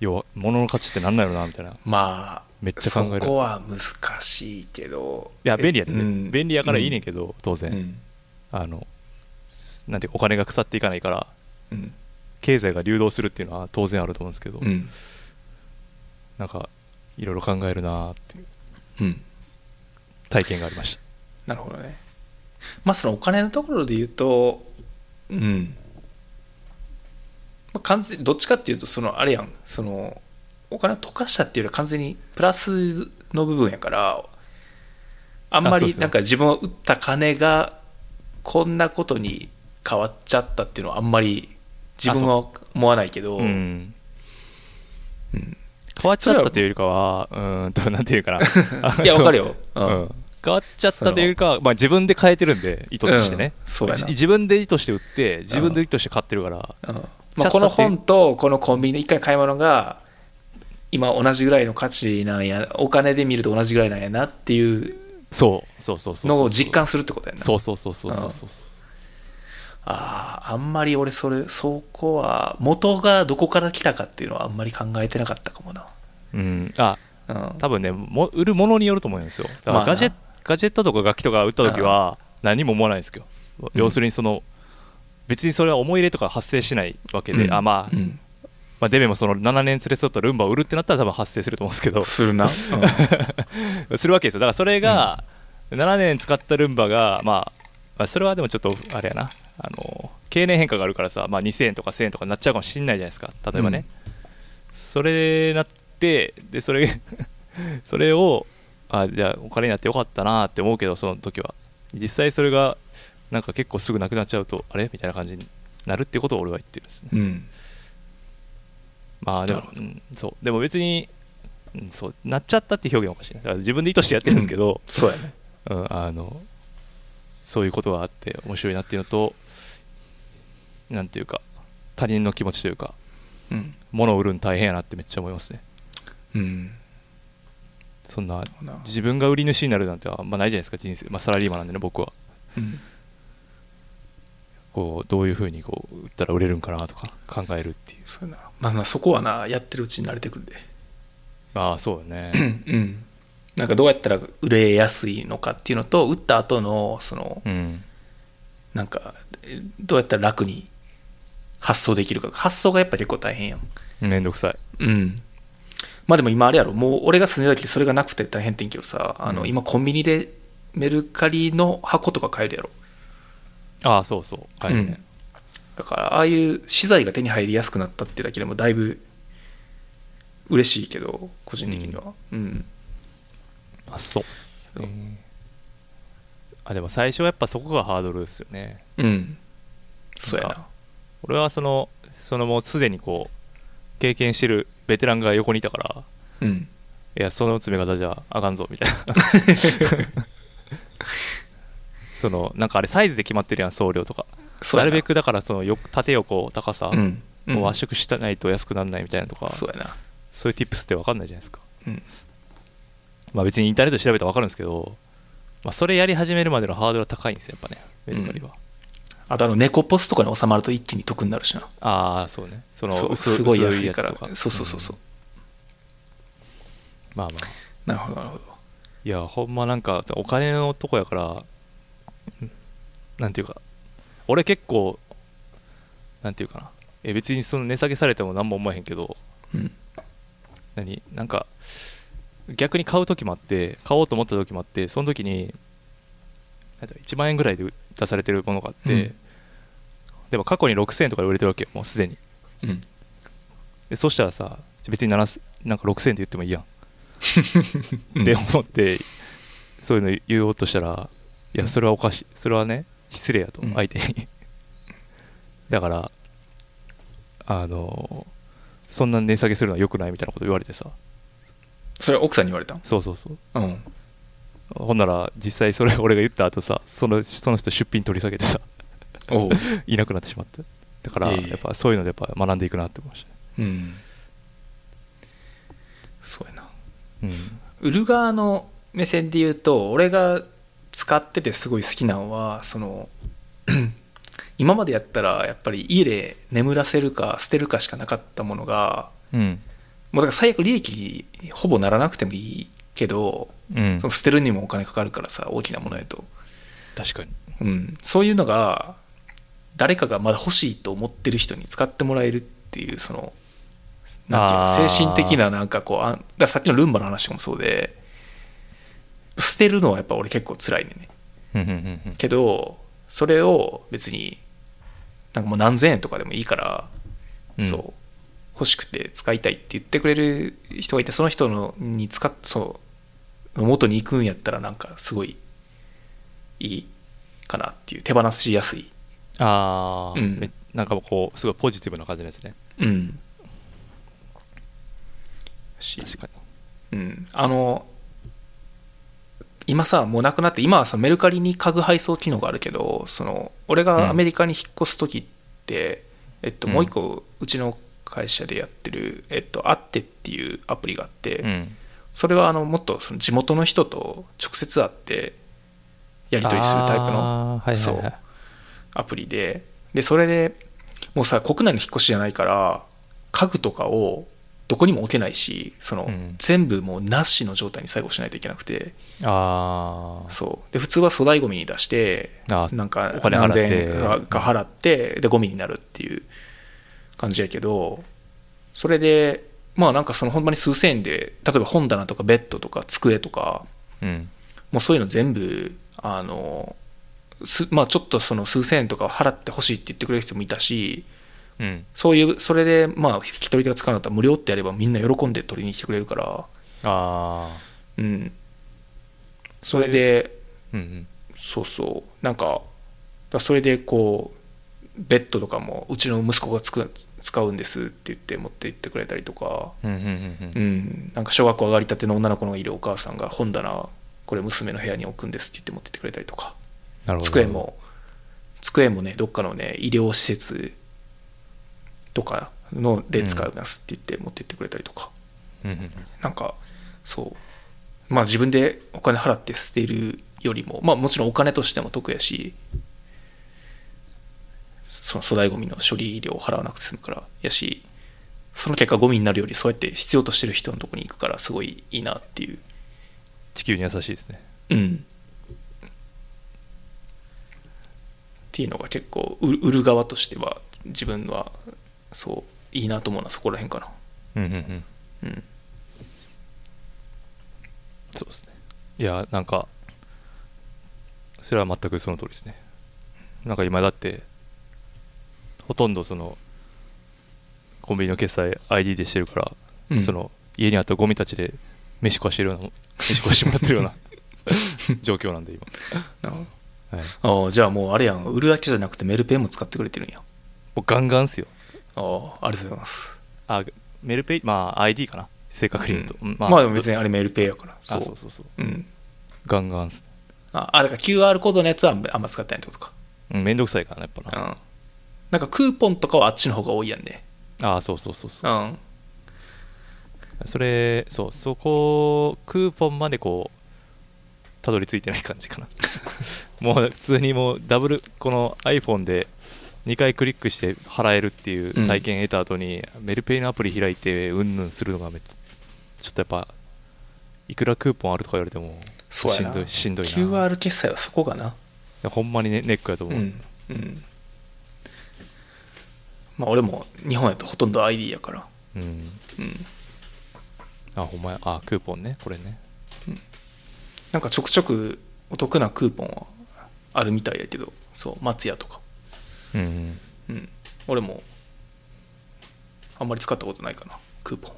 [SPEAKER 2] 要は物の価値ってなんなんやろなみたいな
[SPEAKER 3] まあ
[SPEAKER 2] めっちゃ考える
[SPEAKER 3] そこは難しいけど
[SPEAKER 2] いや便利やで、ね
[SPEAKER 3] うん
[SPEAKER 2] 便利やからいいねんけど、当
[SPEAKER 3] う
[SPEAKER 2] 然、
[SPEAKER 3] ん
[SPEAKER 2] あのなんていうかお金が腐っていかないから
[SPEAKER 3] うん
[SPEAKER 2] 経済が流動するっていうのは当然あると思うんですけど、
[SPEAKER 3] うん
[SPEAKER 2] なんかいろいろ考えるなーっていう
[SPEAKER 3] うん
[SPEAKER 2] 体験がありまし
[SPEAKER 3] なるほどねまあそのお金のところで言うとうん、まあ、完全どっちかっていうとそのあれやんそのお金を溶かしたっていうよりは完全にプラスの部分やからあんま
[SPEAKER 2] あそうで
[SPEAKER 3] り
[SPEAKER 2] すね
[SPEAKER 3] なんか自分を打った金がこんなことに変わっちゃったっていうのはあんまり自分は思わないけど
[SPEAKER 2] た、うん変わっちゃったというよりかはうーんとなんていうかなあ
[SPEAKER 3] いや
[SPEAKER 2] そう
[SPEAKER 3] わかるよ、う
[SPEAKER 2] うんん変わっちゃったというよりかは、まあ、自分で変えてるんで意図としてね、
[SPEAKER 3] うんそうやな
[SPEAKER 2] じ自分で意図して売って自分で意図して買ってるから、
[SPEAKER 3] まあ、この本とこのコンビニの一回買い物が今同じぐらいの価値なんやお金で見ると同じぐらいなんやなっていう
[SPEAKER 2] そうそうそうそうそう
[SPEAKER 3] のを実感するってことやな
[SPEAKER 2] そうそうそうそうそうそうそう
[SPEAKER 3] あああんまり俺それそこは元がどこから来たかっていうのはあんまり考えてなかったかもな、
[SPEAKER 2] うん、あ
[SPEAKER 3] うん、
[SPEAKER 2] 多分ねも売るものによると思うんですよだか
[SPEAKER 3] ま
[SPEAKER 2] ら
[SPEAKER 3] あな
[SPEAKER 2] ガジェ,、ガジェットとか楽器とか売った時は何も思わないですけど、要するにその別にそれは思い入れとか発生しないわけで、
[SPEAKER 3] うん
[SPEAKER 2] あまあ、
[SPEAKER 3] うん
[SPEAKER 2] まあ、デメもその7年連れ添ったルンバを売るってなったら多分発生すると思うんですけど
[SPEAKER 3] するな、
[SPEAKER 2] するわけですよだからそれが7年使ったルンバが、まあ、まあそれはでもちょっとあれやなあの経年変化があるからさ、まあ、2000円とか1000円とかになっちゃうかもしれないじゃないですか例えばね、それなってでそれ それをあじゃあお金になってよかったなって思うけどその時は実際それがなんか結構すぐなくなっちゃうとあれみたいな感じになるってことを俺は言ってるんですね
[SPEAKER 3] うんうん
[SPEAKER 2] まあでも
[SPEAKER 3] なる、
[SPEAKER 2] うんそうでも別に、うんそうなっちゃったっていう表現はおかしいなだから自分で意図してやってるんですけど、
[SPEAKER 3] そうやね
[SPEAKER 2] うん、あのそういうことがあって面白いなっていうのとなんていうか他人の気持ちというか
[SPEAKER 3] うん、
[SPEAKER 2] 物を売るの大変やなってめっちゃ思いますね
[SPEAKER 3] うん、
[SPEAKER 2] そんな
[SPEAKER 3] ほな
[SPEAKER 2] 自分が売り主になるなんてあんまないじゃないですか人生、まあ、サラリーマンなんでね僕は
[SPEAKER 3] うん
[SPEAKER 2] こうどういうふうにこう売ったら売れるんかなとか考えるっていう
[SPEAKER 3] そうやなまあまあそこはなやってるうちに慣れてくるで
[SPEAKER 2] ああそうよ
[SPEAKER 3] う
[SPEAKER 2] ね
[SPEAKER 3] んうんなんかどうやったら売れやすいのかっていうのと打った後のその
[SPEAKER 2] うん
[SPEAKER 3] なんかえどうやったら楽に発想できるか発想がやっぱ結構大変やん
[SPEAKER 2] めんどくさい
[SPEAKER 3] うんまあでも今あれやろもう俺が住んでた時それがなくて大変ってんけどさあの
[SPEAKER 2] うん
[SPEAKER 3] 今コンビニでメルカリの箱とか買えるやろ、
[SPEAKER 2] ああそうそう買えるね、
[SPEAKER 3] うんだからああいう資材が手に入りやすくなったってだけでもだいぶ嬉しいけど個人的には、うん
[SPEAKER 2] あそうっすねあでも最初はやっぱそこがハードルですよね
[SPEAKER 3] うんそうや
[SPEAKER 2] なん
[SPEAKER 3] な
[SPEAKER 2] 俺はそのそのもうすでにこう経験してるベテランが横にいたから
[SPEAKER 3] うん
[SPEAKER 2] いやその詰め方じゃあかんぞみたいな そのなんかあれサイズで決まってるやん送料とか
[SPEAKER 3] そうや
[SPEAKER 2] な
[SPEAKER 3] な
[SPEAKER 2] るべくだからそのよ縦横高さ
[SPEAKER 3] うんうん
[SPEAKER 2] を圧縮したないと安くならないみたいなとか、
[SPEAKER 3] そうやな
[SPEAKER 2] そういう tips って分かんないじゃないですか
[SPEAKER 3] うん
[SPEAKER 2] まあ別にインターネットで調べたら分かるんですけど、まあ、それやり始めるまでのハードルは高いんですよやっぱねメルカリは、
[SPEAKER 3] あとあの猫ポスとかに収まると一気に得になるしな
[SPEAKER 2] ああそうねその
[SPEAKER 3] そう
[SPEAKER 2] 薄
[SPEAKER 3] すごい
[SPEAKER 2] 薄
[SPEAKER 3] 安いから
[SPEAKER 2] やつと
[SPEAKER 3] そうそうそうそう、
[SPEAKER 2] まあまあ
[SPEAKER 3] なるほどなるほど
[SPEAKER 2] いやほんまなんかお金のとこやからなんていうか俺結構なんていうかなえ別にその値下げされても何も思えへんけど
[SPEAKER 3] うん
[SPEAKER 2] 何なんか逆に買う時もあって買おうと思った時もあってその時になんだ1万円ぐらいで出されてるものがあって、
[SPEAKER 3] うん
[SPEAKER 2] でも過去に6000円とかで売れてるわけよもうすでに
[SPEAKER 3] うん
[SPEAKER 2] でそしたらさ別に7000なんか6000円って言ってもいいやん
[SPEAKER 3] うん
[SPEAKER 2] って思って、そういうの言おうとしたらいやそれはおかしいそれはね失礼やと
[SPEAKER 3] うん
[SPEAKER 2] 相手に、 だからあのそんな値下げするのは良くないみたいなこと言われてさ
[SPEAKER 3] それは奥さんに言われたん
[SPEAKER 2] そうそうそう
[SPEAKER 3] うん
[SPEAKER 2] ほんなら実際それ俺が言った後さそのその人出品取り下げてさ
[SPEAKER 3] おう
[SPEAKER 2] いなくなってしまっただから
[SPEAKER 3] いえいえ
[SPEAKER 2] やっぱそういうのでやっぱ学んでいくなって思いましたね
[SPEAKER 3] うんそうやな
[SPEAKER 2] うん
[SPEAKER 3] 売る側の目線で言うと俺が使っててすごい好きなのはその 今までやったらやっぱり家で眠らせるか捨てるかしかなかったものが
[SPEAKER 2] うん
[SPEAKER 3] もうだから最悪利益にほぼならなくてもいいけど
[SPEAKER 2] うん
[SPEAKER 3] その捨てるにもお金かかるからさ大きなものやと、
[SPEAKER 2] 確かに
[SPEAKER 3] うん、そういうのが誰かがまだ欲しいと思ってる人に使ってもらえるっていうそのなんていうの
[SPEAKER 2] あー
[SPEAKER 3] 精神的ななんかこうあんだからさっきのルンバの話とかもそうで捨てるのはやっぱ俺結構辛いねんね
[SPEAKER 2] うんうんうんうん
[SPEAKER 3] けどそれを別になんかもう何千円とかでもいいから、
[SPEAKER 2] うん
[SPEAKER 3] そう欲しくて使いたいって言ってくれる人がいてその人のに使っそう元に行くんやったらなんかすごいいいかなっていう手放しやすい、
[SPEAKER 2] ああ、
[SPEAKER 3] うん
[SPEAKER 2] めなんかこうすごいポジティブな感じのやつね
[SPEAKER 3] うん、し
[SPEAKER 2] 確かに
[SPEAKER 3] うん、あの今さもうなくなって今はさメルカリに家具配送機能があるけどその俺
[SPEAKER 2] うん
[SPEAKER 3] がアメリカに引っ越す時って、えっと、
[SPEAKER 2] うん
[SPEAKER 3] もう一個うちの会社でやってる「えっと、あって」っていうアプリがあって、
[SPEAKER 2] うん
[SPEAKER 3] それはあのもっとその地元の人と直接会ってやり取りするタイプの
[SPEAKER 2] あーはいはいはい
[SPEAKER 3] そうアプリででそれでもうさ国内の引っ越しじゃないから家具とかをどこにも置けないしその、
[SPEAKER 2] うん
[SPEAKER 3] 全部もうなしの状態に最後しないといけなくて
[SPEAKER 2] ああ
[SPEAKER 3] そうで普通は粗大ごみに出して
[SPEAKER 2] あ
[SPEAKER 3] なんか
[SPEAKER 2] お金払
[SPEAKER 3] 何
[SPEAKER 2] って
[SPEAKER 3] 千円か払ってでゴミになるっていう感じやけどそれでまあなんかそのほんまに数千円で例えば本棚とかベッドとか机とか
[SPEAKER 2] うん
[SPEAKER 3] もうそういうの全部あのすまあちょっとその数千円とか払ってほしいって言ってくれる人もいたし
[SPEAKER 2] うん
[SPEAKER 3] そういうそれでまあ引き取り手が使うんだったら無料ってやればみんな喜んで取りに来てくれるから
[SPEAKER 2] ああ
[SPEAKER 3] うんそれで
[SPEAKER 2] うんうん
[SPEAKER 3] そうそうなんかだからそれでこうベッドとかもうちの息子がつく使うんですって言って持って行ってくれたりとか、
[SPEAKER 2] うんうんうんう
[SPEAKER 3] う
[SPEAKER 2] ん
[SPEAKER 3] ん、なんか小学校上がりたての女の子のいるお母さんが本棚これ娘の部屋に置くんですって言って持って行ってくれたりとか
[SPEAKER 2] なるほど
[SPEAKER 3] 机も机もねどっかのね医療施設とかので使うんですって言って持って行ってくれたりとか、
[SPEAKER 2] うんうん
[SPEAKER 3] なんかそうまあ自分でお金払って捨てるよりもまあもちろんお金としても得やしその粗大ごみの処理料を払わなくて済むからやしその結果ゴミになるよりそうやって必要としてる人のとこに行くからすごいいいなっていう
[SPEAKER 2] 地球に優しいですね
[SPEAKER 3] うんっていうのが結構売売る側としては自分はそういいなと思うのはそこら辺かな
[SPEAKER 2] うんうんうん
[SPEAKER 3] うん
[SPEAKER 2] そうですねいやなんかそれは全くその通りですねなんか今だってほとんどそのコンビニの決済 ID でしてるから、
[SPEAKER 3] うん
[SPEAKER 2] その家にあったゴミたちで飯食わしてるような飯食わしてもらってるよう な状況なんで今、
[SPEAKER 3] なるほ
[SPEAKER 2] はい、も
[SPEAKER 3] どああじゃあもうあれやん売るだけじゃなくてメルペイも使ってくれてるんや
[SPEAKER 2] うガンガンっすよ
[SPEAKER 3] ああありがとうございます
[SPEAKER 2] あメルペイまあ ID かな正確に言うと、うん
[SPEAKER 3] まあでも別にあれメルペイやから
[SPEAKER 2] あそうそうそう
[SPEAKER 3] うん
[SPEAKER 2] ガンガンっす
[SPEAKER 3] ああだから QR コードのやつはあんま使ってないってことか
[SPEAKER 2] うんめんどくさいからねやっぱ
[SPEAKER 3] う
[SPEAKER 2] な、
[SPEAKER 3] んなんかクーポンとかはあっちの方が多いやんで、
[SPEAKER 2] ああそうそうそうそう
[SPEAKER 3] うん
[SPEAKER 2] それそうそこクーポンまでこうたどり着いてない感じ かなもう普通にもうダブルこの iPhone で2回クリックして払えるっていう体験得た後に、メルペイのアプリ開いてうんぬんするのがめっちゃちょっとやっぱいくらクーポンあるとか言われても
[SPEAKER 3] そうや
[SPEAKER 2] しん
[SPEAKER 3] な
[SPEAKER 2] どいしんどいな
[SPEAKER 3] QR 決済はそこがない
[SPEAKER 2] やほんまに、ね、ネックやと
[SPEAKER 3] う
[SPEAKER 2] 思う、
[SPEAKER 3] んうんまあ俺も日本やとほとんど ID やから
[SPEAKER 2] うん
[SPEAKER 3] うん
[SPEAKER 2] あほんまやあクーポンねこれね
[SPEAKER 3] なんかちょくちょくお得なクーポンはあるみたいやけどそう松屋とか
[SPEAKER 2] うんうん
[SPEAKER 3] うん俺もあんまり使ったことないかなクーポン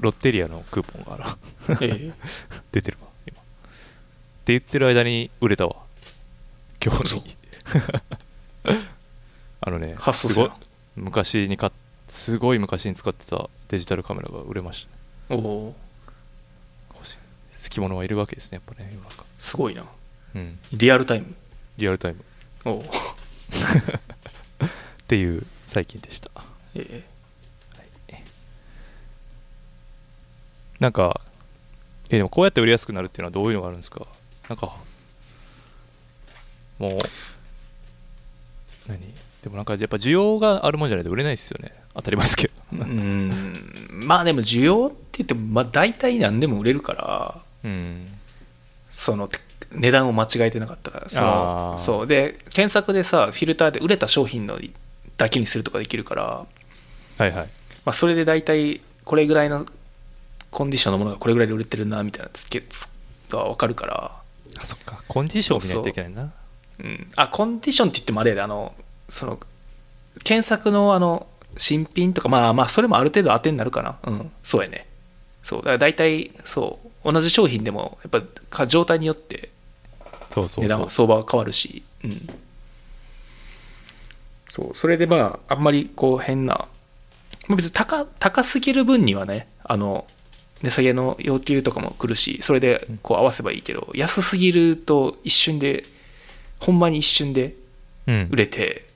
[SPEAKER 2] ロッテリアのクーポンがある
[SPEAKER 3] はえ
[SPEAKER 2] 出てるわ今って言ってる間に売れたわ今日
[SPEAKER 3] 嘘
[SPEAKER 2] にあのね
[SPEAKER 3] 発想
[SPEAKER 2] す
[SPEAKER 3] せ
[SPEAKER 2] ご
[SPEAKER 3] ない
[SPEAKER 2] 昔に買っすごい昔に使ってたデジタルカメラが売れましたね
[SPEAKER 3] えおお
[SPEAKER 2] 欲しい好き者はいるわけですねやっぱね世の中
[SPEAKER 3] すごいな
[SPEAKER 2] うん
[SPEAKER 3] リアルタイム
[SPEAKER 2] リアルタイムっ
[SPEAKER 3] おお
[SPEAKER 2] ていう最近でした
[SPEAKER 3] え
[SPEAKER 2] なんかえでもこうやって売りやすくなるっていうのはどういうのがあるんですかなんかもう何でもなんかやっぱ需要があるもんじゃないと売れないですよね当たり前ですけど
[SPEAKER 3] えうんまあでも需要って言っても、まあ、大体何でも売れるから
[SPEAKER 2] うん
[SPEAKER 3] そのて値段を間違えてなかったらその
[SPEAKER 2] あー
[SPEAKER 3] そうで検索でさフィルターで売れた商品のだけにするとかできるから、
[SPEAKER 2] はいはい
[SPEAKER 3] まあ、それで大体これぐらいのコンディションのものがこれぐらいで売れてるなみたいなつけつが分かるから、
[SPEAKER 2] あそっかコンディションを見ないといけないな
[SPEAKER 3] うん、あコンディションって言ってもあれやであのその検索のあの新品とかまあまあそれもある程度当てになるかなうんそうやねそうだから大体そう同じ商品でもやっぱか状態によって
[SPEAKER 2] そうそう
[SPEAKER 3] 値段は相場は変わるしうんそうそれでまああんまりこう変な、まあ、別に高高すぎる分にはねあの値下げの要求とかも来るしそれでこう合わせばいいけど、安すぎると一瞬でほんまに一瞬で
[SPEAKER 2] うん
[SPEAKER 3] 売れて、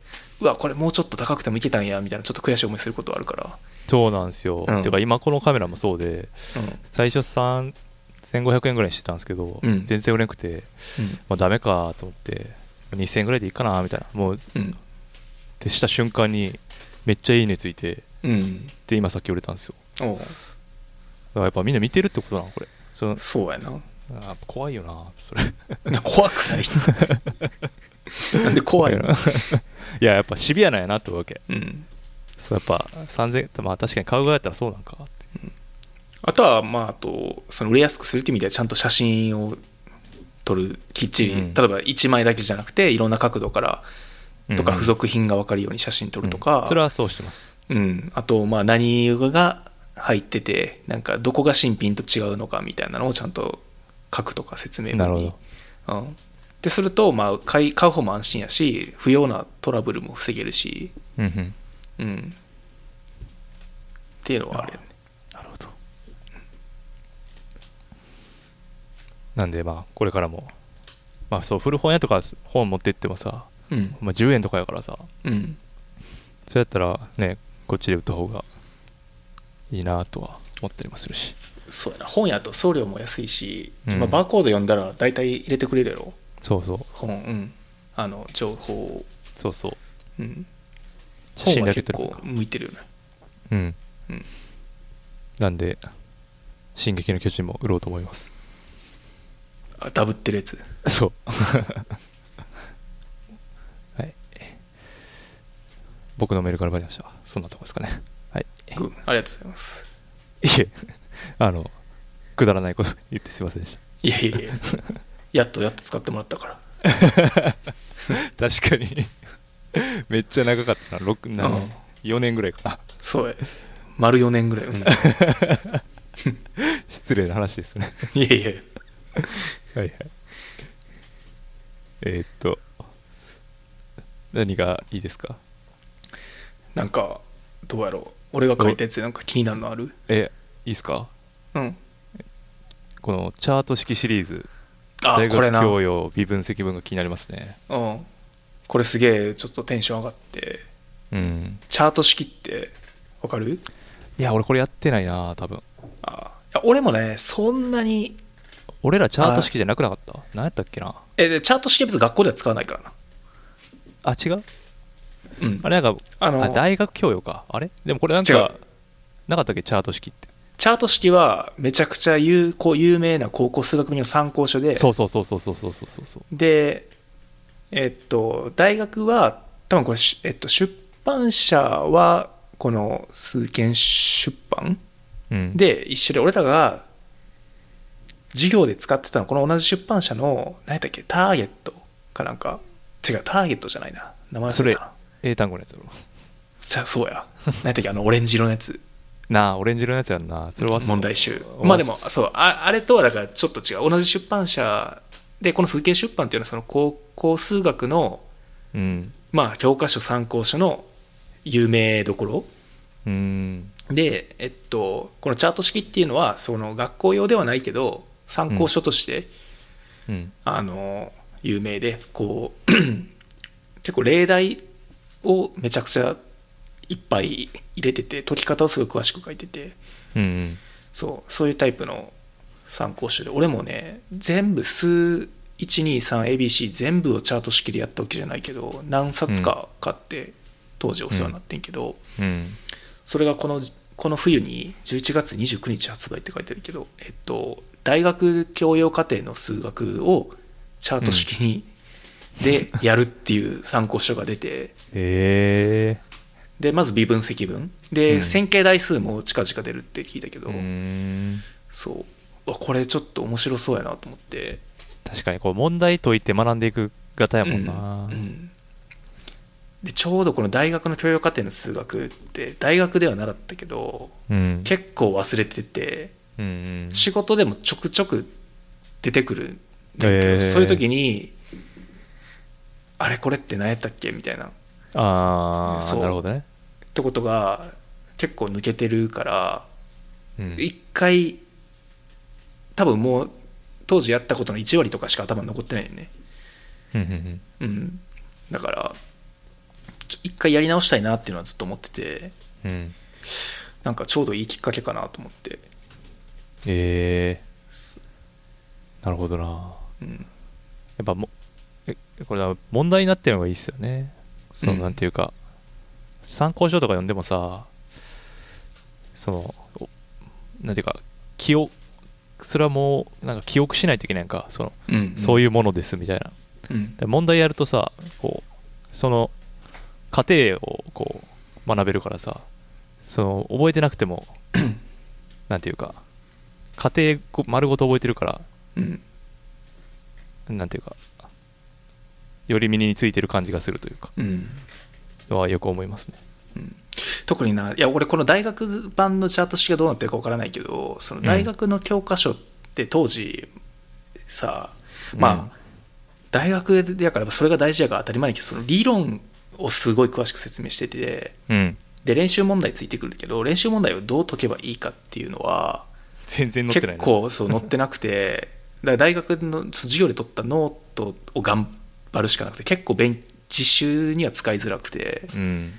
[SPEAKER 3] うわこれもうちょっと高くてもいけたんやみたいなちょっと悔しい思いすることはあるから、
[SPEAKER 2] そうなんですよ、
[SPEAKER 3] うん
[SPEAKER 2] てか今このカメラもそうで最初3 1500円ぐらいにしてたんですけど、
[SPEAKER 3] うん
[SPEAKER 2] 全然売れなくて、まあ、ダメかと思って2000円ぐらいでいいかなみたいなもう
[SPEAKER 3] うんうん
[SPEAKER 2] ってした瞬間にめっちゃいいねついて
[SPEAKER 3] うん
[SPEAKER 2] で今さっき売れたんですよ
[SPEAKER 3] おう
[SPEAKER 2] だからやっぱみんな見てるってことなのこれその
[SPEAKER 3] そうやな
[SPEAKER 2] あー怖いよなそれ
[SPEAKER 3] な怖く ないなんで怖いの
[SPEAKER 2] いややっぱシビアなんやなって思うわけ
[SPEAKER 3] うん
[SPEAKER 2] そうやっぱ3000まあ確かに買う側やったらそうなんかって
[SPEAKER 3] あとは、まあ、あと、その売れやすくするって意味では、ちゃんと写真を撮る、きっちり、
[SPEAKER 2] うん
[SPEAKER 3] 例えば1枚だけじゃなくて、いろんな角度からとか、
[SPEAKER 2] うん
[SPEAKER 3] 付属品が分かるように写真撮ると
[SPEAKER 2] う
[SPEAKER 3] か
[SPEAKER 2] ん、それはそうしてます
[SPEAKER 3] うん、あと、まあ、何が入ってて、なんか、どこが新品と違うのかみたいなのをちゃんと書くとか、説明
[SPEAKER 2] なる
[SPEAKER 3] 文
[SPEAKER 2] ほ
[SPEAKER 3] に
[SPEAKER 2] ど。
[SPEAKER 3] うん。ってすると、まあ買い、買う方も安心やし、不要なトラブルも防げるし、
[SPEAKER 2] うんうん
[SPEAKER 3] うん。っていうのはあるよね。
[SPEAKER 2] なるほどなんでまあこれからもまあそう古本屋とか本持ってってもさ、
[SPEAKER 3] うん。
[SPEAKER 2] まあ、10円とかやからさ
[SPEAKER 3] うん。
[SPEAKER 2] それやったらねこっちで売った方がいいなとは思ったりもするし
[SPEAKER 3] そうやな本やと送料も安いし、
[SPEAKER 2] うん
[SPEAKER 3] 今バーコード読んだら大体入れてくれるやろ
[SPEAKER 2] そうそう
[SPEAKER 3] 本うんあの情報を
[SPEAKER 2] そうそう
[SPEAKER 3] うん
[SPEAKER 2] 写
[SPEAKER 3] 本
[SPEAKER 2] 真
[SPEAKER 3] は
[SPEAKER 2] だけ
[SPEAKER 3] 結
[SPEAKER 2] 撮る
[SPEAKER 3] 構向いてるよね
[SPEAKER 2] うん、
[SPEAKER 3] うん
[SPEAKER 2] なんで「進撃の巨人」も売ろうと思います
[SPEAKER 3] あダブってるやつ
[SPEAKER 2] そう はい僕のメールから参りましたそんなとこですかねはい
[SPEAKER 3] ぐありがとうございます
[SPEAKER 2] いえ あのくだらないこと言ってすいませんでし
[SPEAKER 3] いやいや いややっとやっと使ってもらったから
[SPEAKER 2] た確かにめっちゃ長かったな6
[SPEAKER 3] う
[SPEAKER 2] 7
[SPEAKER 3] ん
[SPEAKER 2] 4年ぐらいかな
[SPEAKER 3] そうや丸4年ぐらい、い
[SPEAKER 2] 失礼な話ですね
[SPEAKER 3] やいや
[SPEAKER 2] はいはいえーっと何がいいですか
[SPEAKER 3] なんかどうやろう俺が書いたやつでなんか気になるのある
[SPEAKER 2] えいいっすか
[SPEAKER 3] うん
[SPEAKER 2] このチャート式シリーズ
[SPEAKER 3] あ
[SPEAKER 2] 大
[SPEAKER 3] これ
[SPEAKER 2] 学
[SPEAKER 3] な
[SPEAKER 2] 教養微分積分が気になりますね
[SPEAKER 3] うんこれすげえちょっとテンション上がって
[SPEAKER 2] うん
[SPEAKER 3] チャート式ってわかる
[SPEAKER 2] いや俺これやってないな多分
[SPEAKER 3] あいや俺もねそんなに
[SPEAKER 2] 俺らチャート式じゃなくなかった何やったっけな
[SPEAKER 3] えでチャート式は別に学校では使わないからな
[SPEAKER 2] あ違う
[SPEAKER 3] うん
[SPEAKER 2] あれなんか
[SPEAKER 3] あの
[SPEAKER 2] あ大学教養かあれでもこれなん
[SPEAKER 3] 違
[SPEAKER 2] か
[SPEAKER 3] う
[SPEAKER 2] なかったっけチャート式って
[SPEAKER 3] チャート式はめちゃくちゃ有こう有名な高校数学部の参考書で
[SPEAKER 2] そうそうそうそうそうそうそうそうそう
[SPEAKER 3] でえっと大学は多分これ、しえっと、出版社はこの数件出版
[SPEAKER 2] うん
[SPEAKER 3] で一緒で俺らが授業で使ってたのこの同じ出版社の何やったっけターゲットかなんか違うターゲットじゃないな名前
[SPEAKER 2] そ
[SPEAKER 3] 忘れ
[SPEAKER 2] れ
[SPEAKER 3] たな
[SPEAKER 2] 英単語のやつだろ
[SPEAKER 3] そそうや何やったっけあのオレンジ色のやつ
[SPEAKER 2] なあオレンジ色のやつやんなそれは
[SPEAKER 3] 問題集
[SPEAKER 2] お
[SPEAKER 3] まあでもそうああれとはだからちょっと違う同じ出版社でこの数形出版っていうのはその高校数学の
[SPEAKER 2] うん
[SPEAKER 3] まあ教科書参考書の有名どころ
[SPEAKER 2] うん
[SPEAKER 3] でえっとこのチャート式っていうのはその学校用ではないけど参考書として、
[SPEAKER 2] うん
[SPEAKER 3] あの有名でこう 結構例題をめちゃくちゃいっぱい入れてて解き方をすごい詳しく書いてて
[SPEAKER 2] うん
[SPEAKER 3] そうそういうタイプの参考書で俺もね全部数 123ABC 全部をチャート式でやったわけじゃないけど何冊か買って当時お世話になってんけど、
[SPEAKER 2] うん
[SPEAKER 3] それがこのこの冬に11月29日発売って書いてあるけど、えっと、大学教養課程の数学をチャート式に、でやるっていう参考書が出て
[SPEAKER 2] へえ
[SPEAKER 3] でまず微分積分で、
[SPEAKER 2] うん
[SPEAKER 3] 線形代数も近々出るって聞いたけど、
[SPEAKER 2] うん
[SPEAKER 3] そううわこれちょっと面白そうやなと思って
[SPEAKER 2] 確かにこう問題解いて学んでいく型やもんな
[SPEAKER 3] うんうんでちょうどこの大学の教養課程の数学って大学では習ったけど
[SPEAKER 2] うん
[SPEAKER 3] 結構忘れてて
[SPEAKER 2] うんうん
[SPEAKER 3] 仕事でもちょくちょく出てくるんだけど、
[SPEAKER 2] へー
[SPEAKER 3] そういう時にあれこれって何やったっけみたいなっ
[SPEAKER 2] ああ
[SPEAKER 3] そう
[SPEAKER 2] なるほどね
[SPEAKER 3] てことが結構抜けてるから
[SPEAKER 2] うん
[SPEAKER 3] 一回多分もう当時やったことの1割とかしか頭に残ってないよね
[SPEAKER 2] うんうんうん
[SPEAKER 3] うんだからちょ一回やり直したいなっていうのはずっと思ってて
[SPEAKER 2] うん
[SPEAKER 3] なんかちょうどいいきっかけかなと思って
[SPEAKER 2] えー、なるほどなや
[SPEAKER 3] うん
[SPEAKER 2] っぱもえこれは問題になってるのがいいっすよねその
[SPEAKER 3] うん
[SPEAKER 2] なんていうか、参考書とか読んでもさそのおなんていうか記憶それはもうなんか記憶しないといけないんかその、
[SPEAKER 3] うん
[SPEAKER 2] そう
[SPEAKER 3] い
[SPEAKER 2] いうものですみたいな
[SPEAKER 3] うん、うん
[SPEAKER 2] で問題やるとさこうその過程をこう学べるからさその覚えてなくて もなんていうか過程ご丸ごと覚えてるから
[SPEAKER 3] うん
[SPEAKER 2] なんていうかより身についてる感じがするというか
[SPEAKER 3] うん
[SPEAKER 2] はよく思いますね
[SPEAKER 3] 特にないや俺この大学版のチャート式がどうなってるかわからないけどその大学の教科書って当時さ、
[SPEAKER 2] うん
[SPEAKER 3] まあ大学でやからそれが大事やから当たり前にけどその理論をすごい詳しく説明してて
[SPEAKER 2] うん
[SPEAKER 3] で練習問題ついてくるけど練習問題をどう解けばいいかっていうのは
[SPEAKER 2] 全然載ってな
[SPEAKER 3] 結
[SPEAKER 2] いね
[SPEAKER 3] 構そう載ってなくてだから大学のその授業で取ったノートを頑張るしかなくて結構勉実習には使いづらくて。
[SPEAKER 2] うん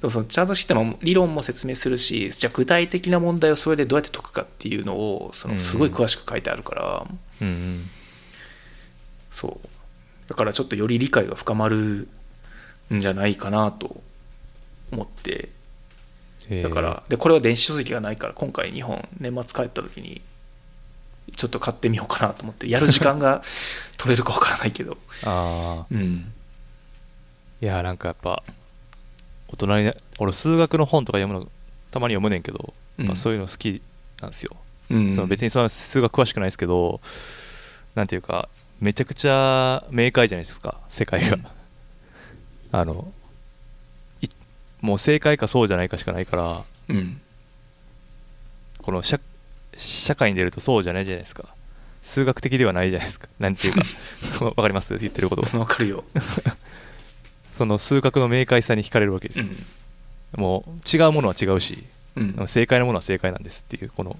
[SPEAKER 3] でもそのチャートシステムは理論も説明するしじゃあ具体的な問題をそれでどうやって解くかっていうのをそ
[SPEAKER 2] うん
[SPEAKER 3] のすごい詳しく書いてあるから、
[SPEAKER 2] うんうん
[SPEAKER 3] そうだからちょっとより理解が深まるんじゃないかなと思って
[SPEAKER 2] えー
[SPEAKER 3] だから、でこれは電子書籍がないから今回日本年末帰った時にちょっと買ってみようかなと思ってやる時間 が取れるかわからないけど、
[SPEAKER 2] ああ
[SPEAKER 3] うん、
[SPEAKER 2] いやなんかやっぱ大人にな俺数学の本とか読むのたまに読むねんけどやっぱそういうの好きなんですよ、
[SPEAKER 3] うん
[SPEAKER 2] その別にその数学詳しくないですけど、なんていうか、めちゃくちゃ明快じゃないですか、世界が。あの、もう正解かそうじゃないかしかないから
[SPEAKER 3] うん
[SPEAKER 2] この社社会に出るとそうじゃないじゃないですか数学的ではないじゃないですかなんていう かわかります言ってること
[SPEAKER 3] わか るよ、
[SPEAKER 2] その数学の明快さに惹かれるわけです
[SPEAKER 3] う
[SPEAKER 2] よ、
[SPEAKER 3] ん
[SPEAKER 2] もう違うものは違うし
[SPEAKER 3] うん、
[SPEAKER 2] 正解なものは正解なんですっていうこの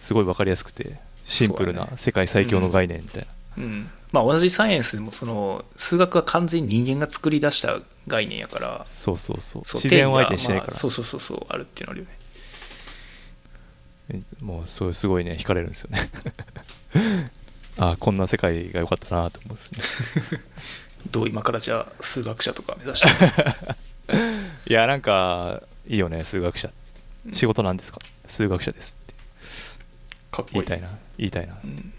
[SPEAKER 2] すごいわかりやすくてシンプル
[SPEAKER 3] そうだ
[SPEAKER 2] な
[SPEAKER 3] ね
[SPEAKER 2] 世界最強の概念みたいな
[SPEAKER 3] うんまあ、同じサイエンスでもその数学は完全に人間が作り出した概念やから
[SPEAKER 2] そうそうそう
[SPEAKER 3] そう
[SPEAKER 2] 自然を相手にしないか
[SPEAKER 3] 定義がまあ
[SPEAKER 2] ら
[SPEAKER 3] そうそうそうそうあるっていうのあるよね
[SPEAKER 2] もうそうすごいね惹かれるんですよ ねああこんな世界が良かったなと思うんです ね
[SPEAKER 3] どう今からじゃあ数学者とか目指して
[SPEAKER 2] いやなんかいいよね数学者
[SPEAKER 3] うん
[SPEAKER 2] 仕事なんですか数学者ですって
[SPEAKER 3] かっこい
[SPEAKER 2] 言
[SPEAKER 3] い
[SPEAKER 2] いたいな言いたいな
[SPEAKER 3] うん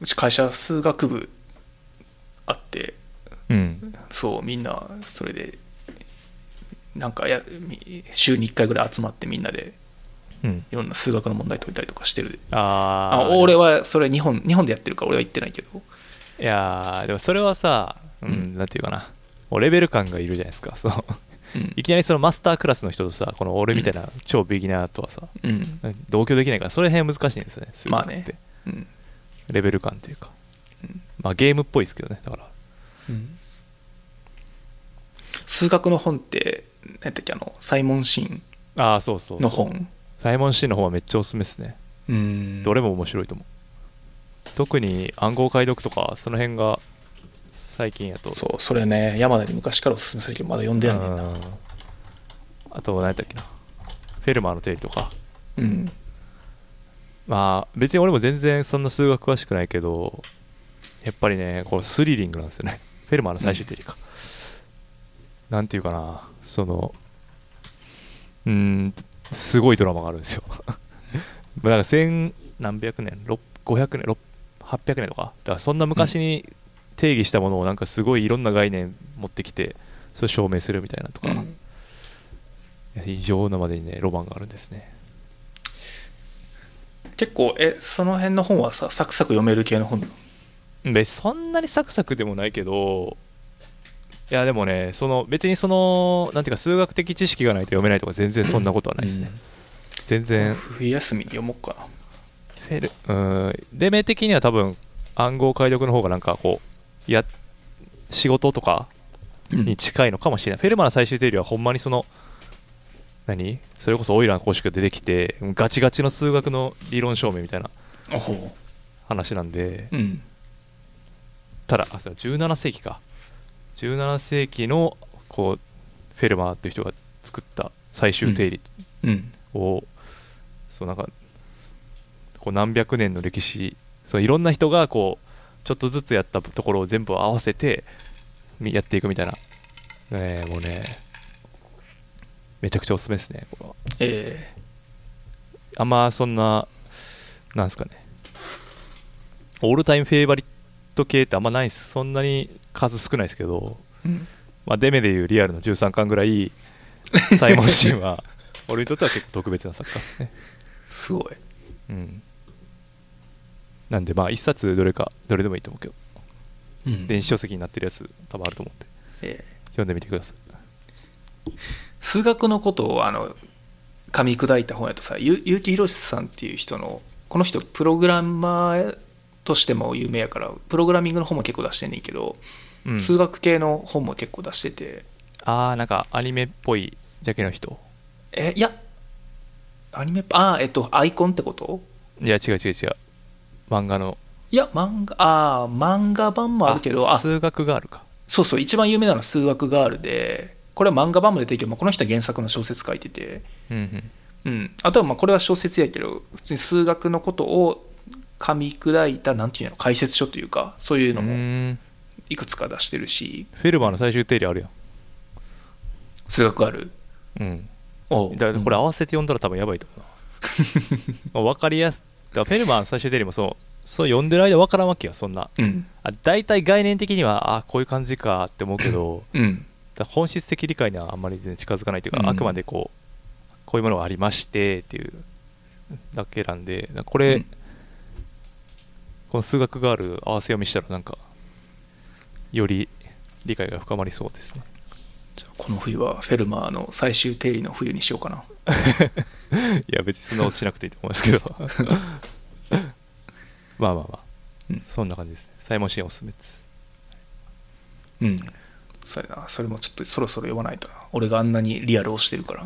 [SPEAKER 3] うち会社数学部あって
[SPEAKER 2] うん
[SPEAKER 3] そうみんなそれでなんかやみ週に1回ぐらい集まってみんなで
[SPEAKER 2] うん
[SPEAKER 3] いろんな数学の問題解いたりとかしてる
[SPEAKER 2] あ
[SPEAKER 3] あ
[SPEAKER 2] あ
[SPEAKER 3] 俺はそれ日本日本でやってるから俺は言ってないけど
[SPEAKER 2] いやーでもそれはさ、うん
[SPEAKER 3] うん
[SPEAKER 2] なんていうかなもうレベル感がいるじゃないですかその
[SPEAKER 3] うん
[SPEAKER 2] いきなりそのマスタークラスの人とさこの俺みたいな超ビギナーとはさ、
[SPEAKER 3] うん
[SPEAKER 2] 同居できないからそれ辺難しいんですよね数
[SPEAKER 3] ま
[SPEAKER 2] 学
[SPEAKER 3] あ
[SPEAKER 2] って
[SPEAKER 3] ねうん
[SPEAKER 2] レベル感っていうか、
[SPEAKER 3] うん
[SPEAKER 2] まあゲームっぽいですけどねだから
[SPEAKER 3] 数学の本って何やったっけあのサイモン・シーン
[SPEAKER 2] ああそうそう
[SPEAKER 3] の
[SPEAKER 2] そう
[SPEAKER 3] 本
[SPEAKER 2] サイモン・シーの方はめっちゃおすすめですね
[SPEAKER 3] うん
[SPEAKER 2] どれも面白いと思う特に暗号解読とかその辺が最近やと
[SPEAKER 3] そうそれね山田に昔からおすすめされてるけどまだ読んでないねんな
[SPEAKER 2] うんあと何やったっけなフェルマーの定理とか
[SPEAKER 3] うん
[SPEAKER 2] まあ別に俺も全然そんな数学詳しくないけどやっぱりねこうスリリングなんですよね フェルマーの最終定理か、なんていうかなそのうーんすごいドラマがあるんですよ だから千何百年ろっ500年ろっ800年とかだからそんな昔に定義したものをなんかすごいいろんな概念持ってきてそれを証明するみたいなとか、
[SPEAKER 3] うん
[SPEAKER 2] 異常なまでにねロマンがあるんですね
[SPEAKER 3] 結構えその辺の本はさサクサク読める系の本なの
[SPEAKER 2] でそんなにサクサクでもないけどいやでもねその別にそのなんていうか数学的知識がないと読めないとか全然そんなことはないですね、全然フ
[SPEAKER 3] 冬休みに読もうかな
[SPEAKER 2] ェルうんデメ的には多分暗号解読の方がなんかこうや仕事とかに近いのかもしれない、フェルマーの最終定理はほんまにその何それこそオイラーの公式が出てきてガチガチの数学の理論証明みたいな
[SPEAKER 3] おほ
[SPEAKER 2] 話なんで
[SPEAKER 3] ううん
[SPEAKER 2] ただあそう17世紀か17世紀のこうフェルマーっていう人が作った最終定理
[SPEAKER 3] うん
[SPEAKER 2] を、そうなんかこう何百年の歴史そういろんな人がこうちょっとずつやったところを全部合わせてみやっていくみたいな、ねえもうねめちゃくちゃおすすめですねこれは
[SPEAKER 3] え
[SPEAKER 2] あんまそんななんすかねオールタイムフェイバリット系ってあんまないですそんなに数少ないですけど
[SPEAKER 3] ーうん
[SPEAKER 2] まあ、デメでいうリアルの13巻ぐらいサイモン・シン は俺にとっては結構特別な作家ですね、
[SPEAKER 3] すごい
[SPEAKER 2] うん、なんでまあ一冊どれかどれでもいいと思うけど
[SPEAKER 3] うん
[SPEAKER 2] 電子書籍になってるやつ多分あると思うんで
[SPEAKER 3] え
[SPEAKER 2] 読んでみてくださ
[SPEAKER 3] ー数学のことをあの噛み砕いた本やとさゆ結城宏さんっていう人のこの人プログラマーとしても有名やからプログラミングの本も結構出してんねんけど、
[SPEAKER 2] い、うん、
[SPEAKER 3] 数学系の本も結構出してて
[SPEAKER 2] ああなんかアニメっぽいジャケの人
[SPEAKER 3] えいやアニメああえっとアイコンってこと
[SPEAKER 2] いや違う違う違う漫画の
[SPEAKER 3] いや漫画ああ漫画版もあるけどあ
[SPEAKER 2] 数学があるか
[SPEAKER 3] そうそう一番有名なのは数学ガールでこれは漫画版も出てるけど、まあ、この人は原作の小説書いてて
[SPEAKER 2] うんうん
[SPEAKER 3] うんあとはまあこれは小説やけど普通に数学のことを噛み砕いたなんていうの解説書というかそういう
[SPEAKER 2] う
[SPEAKER 3] のも
[SPEAKER 2] ーん
[SPEAKER 3] いくつか出してるし
[SPEAKER 2] フェルマーの最終定理あるや
[SPEAKER 3] 数学ガール
[SPEAKER 2] んうん
[SPEAKER 3] お
[SPEAKER 2] だからこれ合わせて読んだら多分やばいと思うな 分かりやすだからフェルマーの最終定理もそうそう読んでる間分からんわけよそんな
[SPEAKER 3] うん
[SPEAKER 2] あ大体概念的にはあこういう感じかって思うけ ど
[SPEAKER 3] うん
[SPEAKER 2] だから本質的理解にはあんまり全然近づかないというか、
[SPEAKER 3] うん
[SPEAKER 2] あくまでこうこういうものがありましてっていうだけなんでだからこれ、
[SPEAKER 3] うん
[SPEAKER 2] この数学ガール合わせ読みしたらなんかより理解が深まりそうですね
[SPEAKER 3] じゃあこの冬はフェルマーの最終定理の冬にしようかな。
[SPEAKER 2] いや別にそんなことしなくていいと思いますけど まあまあまあ、
[SPEAKER 3] うん
[SPEAKER 2] そんな感じですねサイモンシーンおすすめです
[SPEAKER 3] うん。それな、それもちょっとそろそろ読まないとな。俺があんなにリアルをしてるから。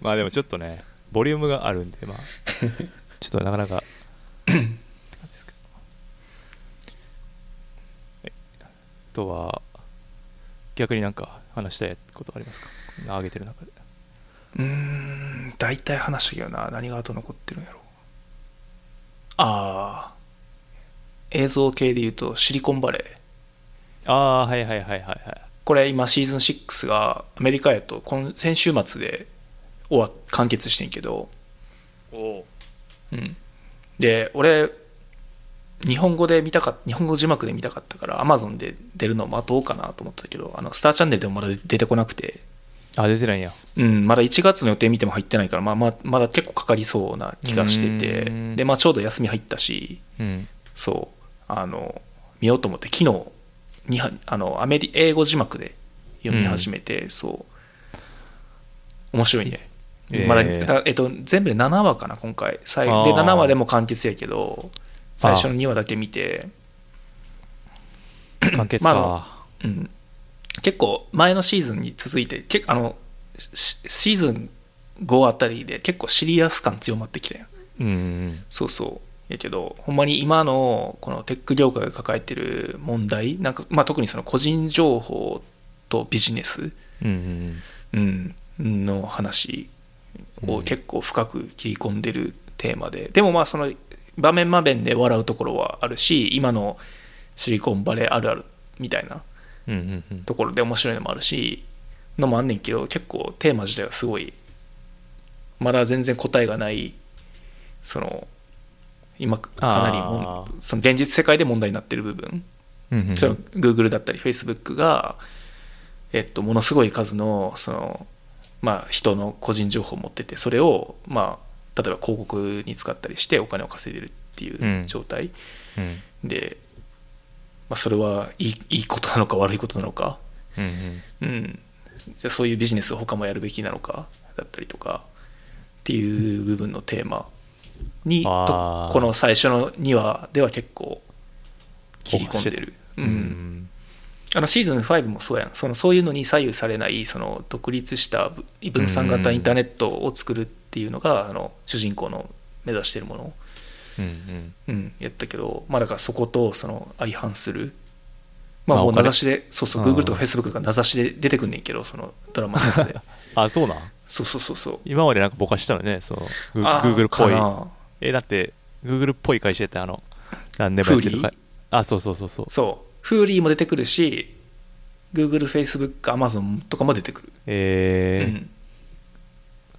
[SPEAKER 2] まあでもちょっとねボリュームがあるんで まあちょっとなかなかって感じですけどはいあとは逆になんか話したいことありますかこんな上げてる中で
[SPEAKER 3] うーん、大体話したけどな、何が後残ってるんやろ。ああ。映像系で言うとシリコンバレー。
[SPEAKER 2] ああはいはいはいはいはい
[SPEAKER 3] これ今シーズン6がアメリカやと今先週末で終わ完結してんけど、
[SPEAKER 2] お
[SPEAKER 3] うん、で俺日本語で見たかっ日本語字幕で見たかったからアマゾンで出るのを待とうかなと思ってたけどあのスターチャンネルでもまだ出てこなくて、
[SPEAKER 2] あ出てないんや
[SPEAKER 3] うん、まだ1月の予定見ても入ってないから、まあ、まあまだ結構かかりそうな気がして
[SPEAKER 2] う
[SPEAKER 3] て
[SPEAKER 2] ん
[SPEAKER 3] で、まあ、ちょうど休み入ったし
[SPEAKER 2] うん
[SPEAKER 3] そうあの見ようと思って昨日にはあのアメリ英語字幕で読み始めて、そう面白いね、
[SPEAKER 2] えー
[SPEAKER 3] まだだえっと、全部で7話かな今回最で
[SPEAKER 2] あー
[SPEAKER 3] 7話でも完結やけど最初の2話だけ見て、
[SPEAKER 2] 完結か、
[SPEAKER 3] まうん、結構前のシーズンに続いてけあのしシーズン5あたりで結構シリアス感強まってきたよ
[SPEAKER 2] うんうん
[SPEAKER 3] そうそうやけどほんまに今のこのテック業界が抱えてる問題なんか、まあ、特にその個人情報とビジネス、
[SPEAKER 2] うんうん
[SPEAKER 3] うん、の話を結構深く切り込んでるテーマで、でもまあその場面場面で笑うところはあるし今のシリコンバレーあるあるみたいな
[SPEAKER 2] うんうんうん
[SPEAKER 3] ところで面白いのもあるしのもあんねんけど結構テーマ自体はすごいまだ全然答えがないその今かなりも
[SPEAKER 2] あ
[SPEAKER 3] んその現実世界で問題になってる部分、
[SPEAKER 2] うんうんうん
[SPEAKER 3] その Google だったり Facebook が、えっと、ものすごい数のその、まあ、人の個人情報を持っててそれを、まあ、例えば広告に使ったりしてお金を稼いでるっていう状態、
[SPEAKER 2] うん
[SPEAKER 3] で、まあ、それはいいいいことなのか悪いことなのか
[SPEAKER 2] うんうん
[SPEAKER 3] うん、じゃあそういうビジネスを他もやるべきなのかだったりとかっていう部分のテーマに
[SPEAKER 2] あ
[SPEAKER 3] と
[SPEAKER 2] ー
[SPEAKER 3] この最初の2話では結構切り込んでる、う
[SPEAKER 2] うんん
[SPEAKER 3] あのシーズン5もそうやんそのそういうのに左右されないその独立した分散型インターネットを作るっていうのが、あの主人公の目指してるもの、
[SPEAKER 2] うんうん
[SPEAKER 3] うん、やったけど、まあ、だからそことその相反する。まあ、
[SPEAKER 2] まあ
[SPEAKER 3] もう
[SPEAKER 2] お金
[SPEAKER 3] 名指しで、そうそう、
[SPEAKER 2] うん
[SPEAKER 3] Google とか Facebook とか名指しで出てくんねんけど、そのドラマの中で。
[SPEAKER 2] あそうなん
[SPEAKER 3] そうそうそうそう。
[SPEAKER 2] 今までなんかぼかしたのねそのグ
[SPEAKER 3] あー
[SPEAKER 2] Google っぽ
[SPEAKER 3] か
[SPEAKER 2] い
[SPEAKER 3] な
[SPEAKER 2] えだって Google っぽい会社やってあの何でもやってる
[SPEAKER 3] フー
[SPEAKER 2] 会あそうそうそうそう
[SPEAKER 3] そう。フーリーも出てくるし、Google、Facebook、Amazon とかも出てくる。
[SPEAKER 2] え
[SPEAKER 3] う
[SPEAKER 2] ー
[SPEAKER 3] ん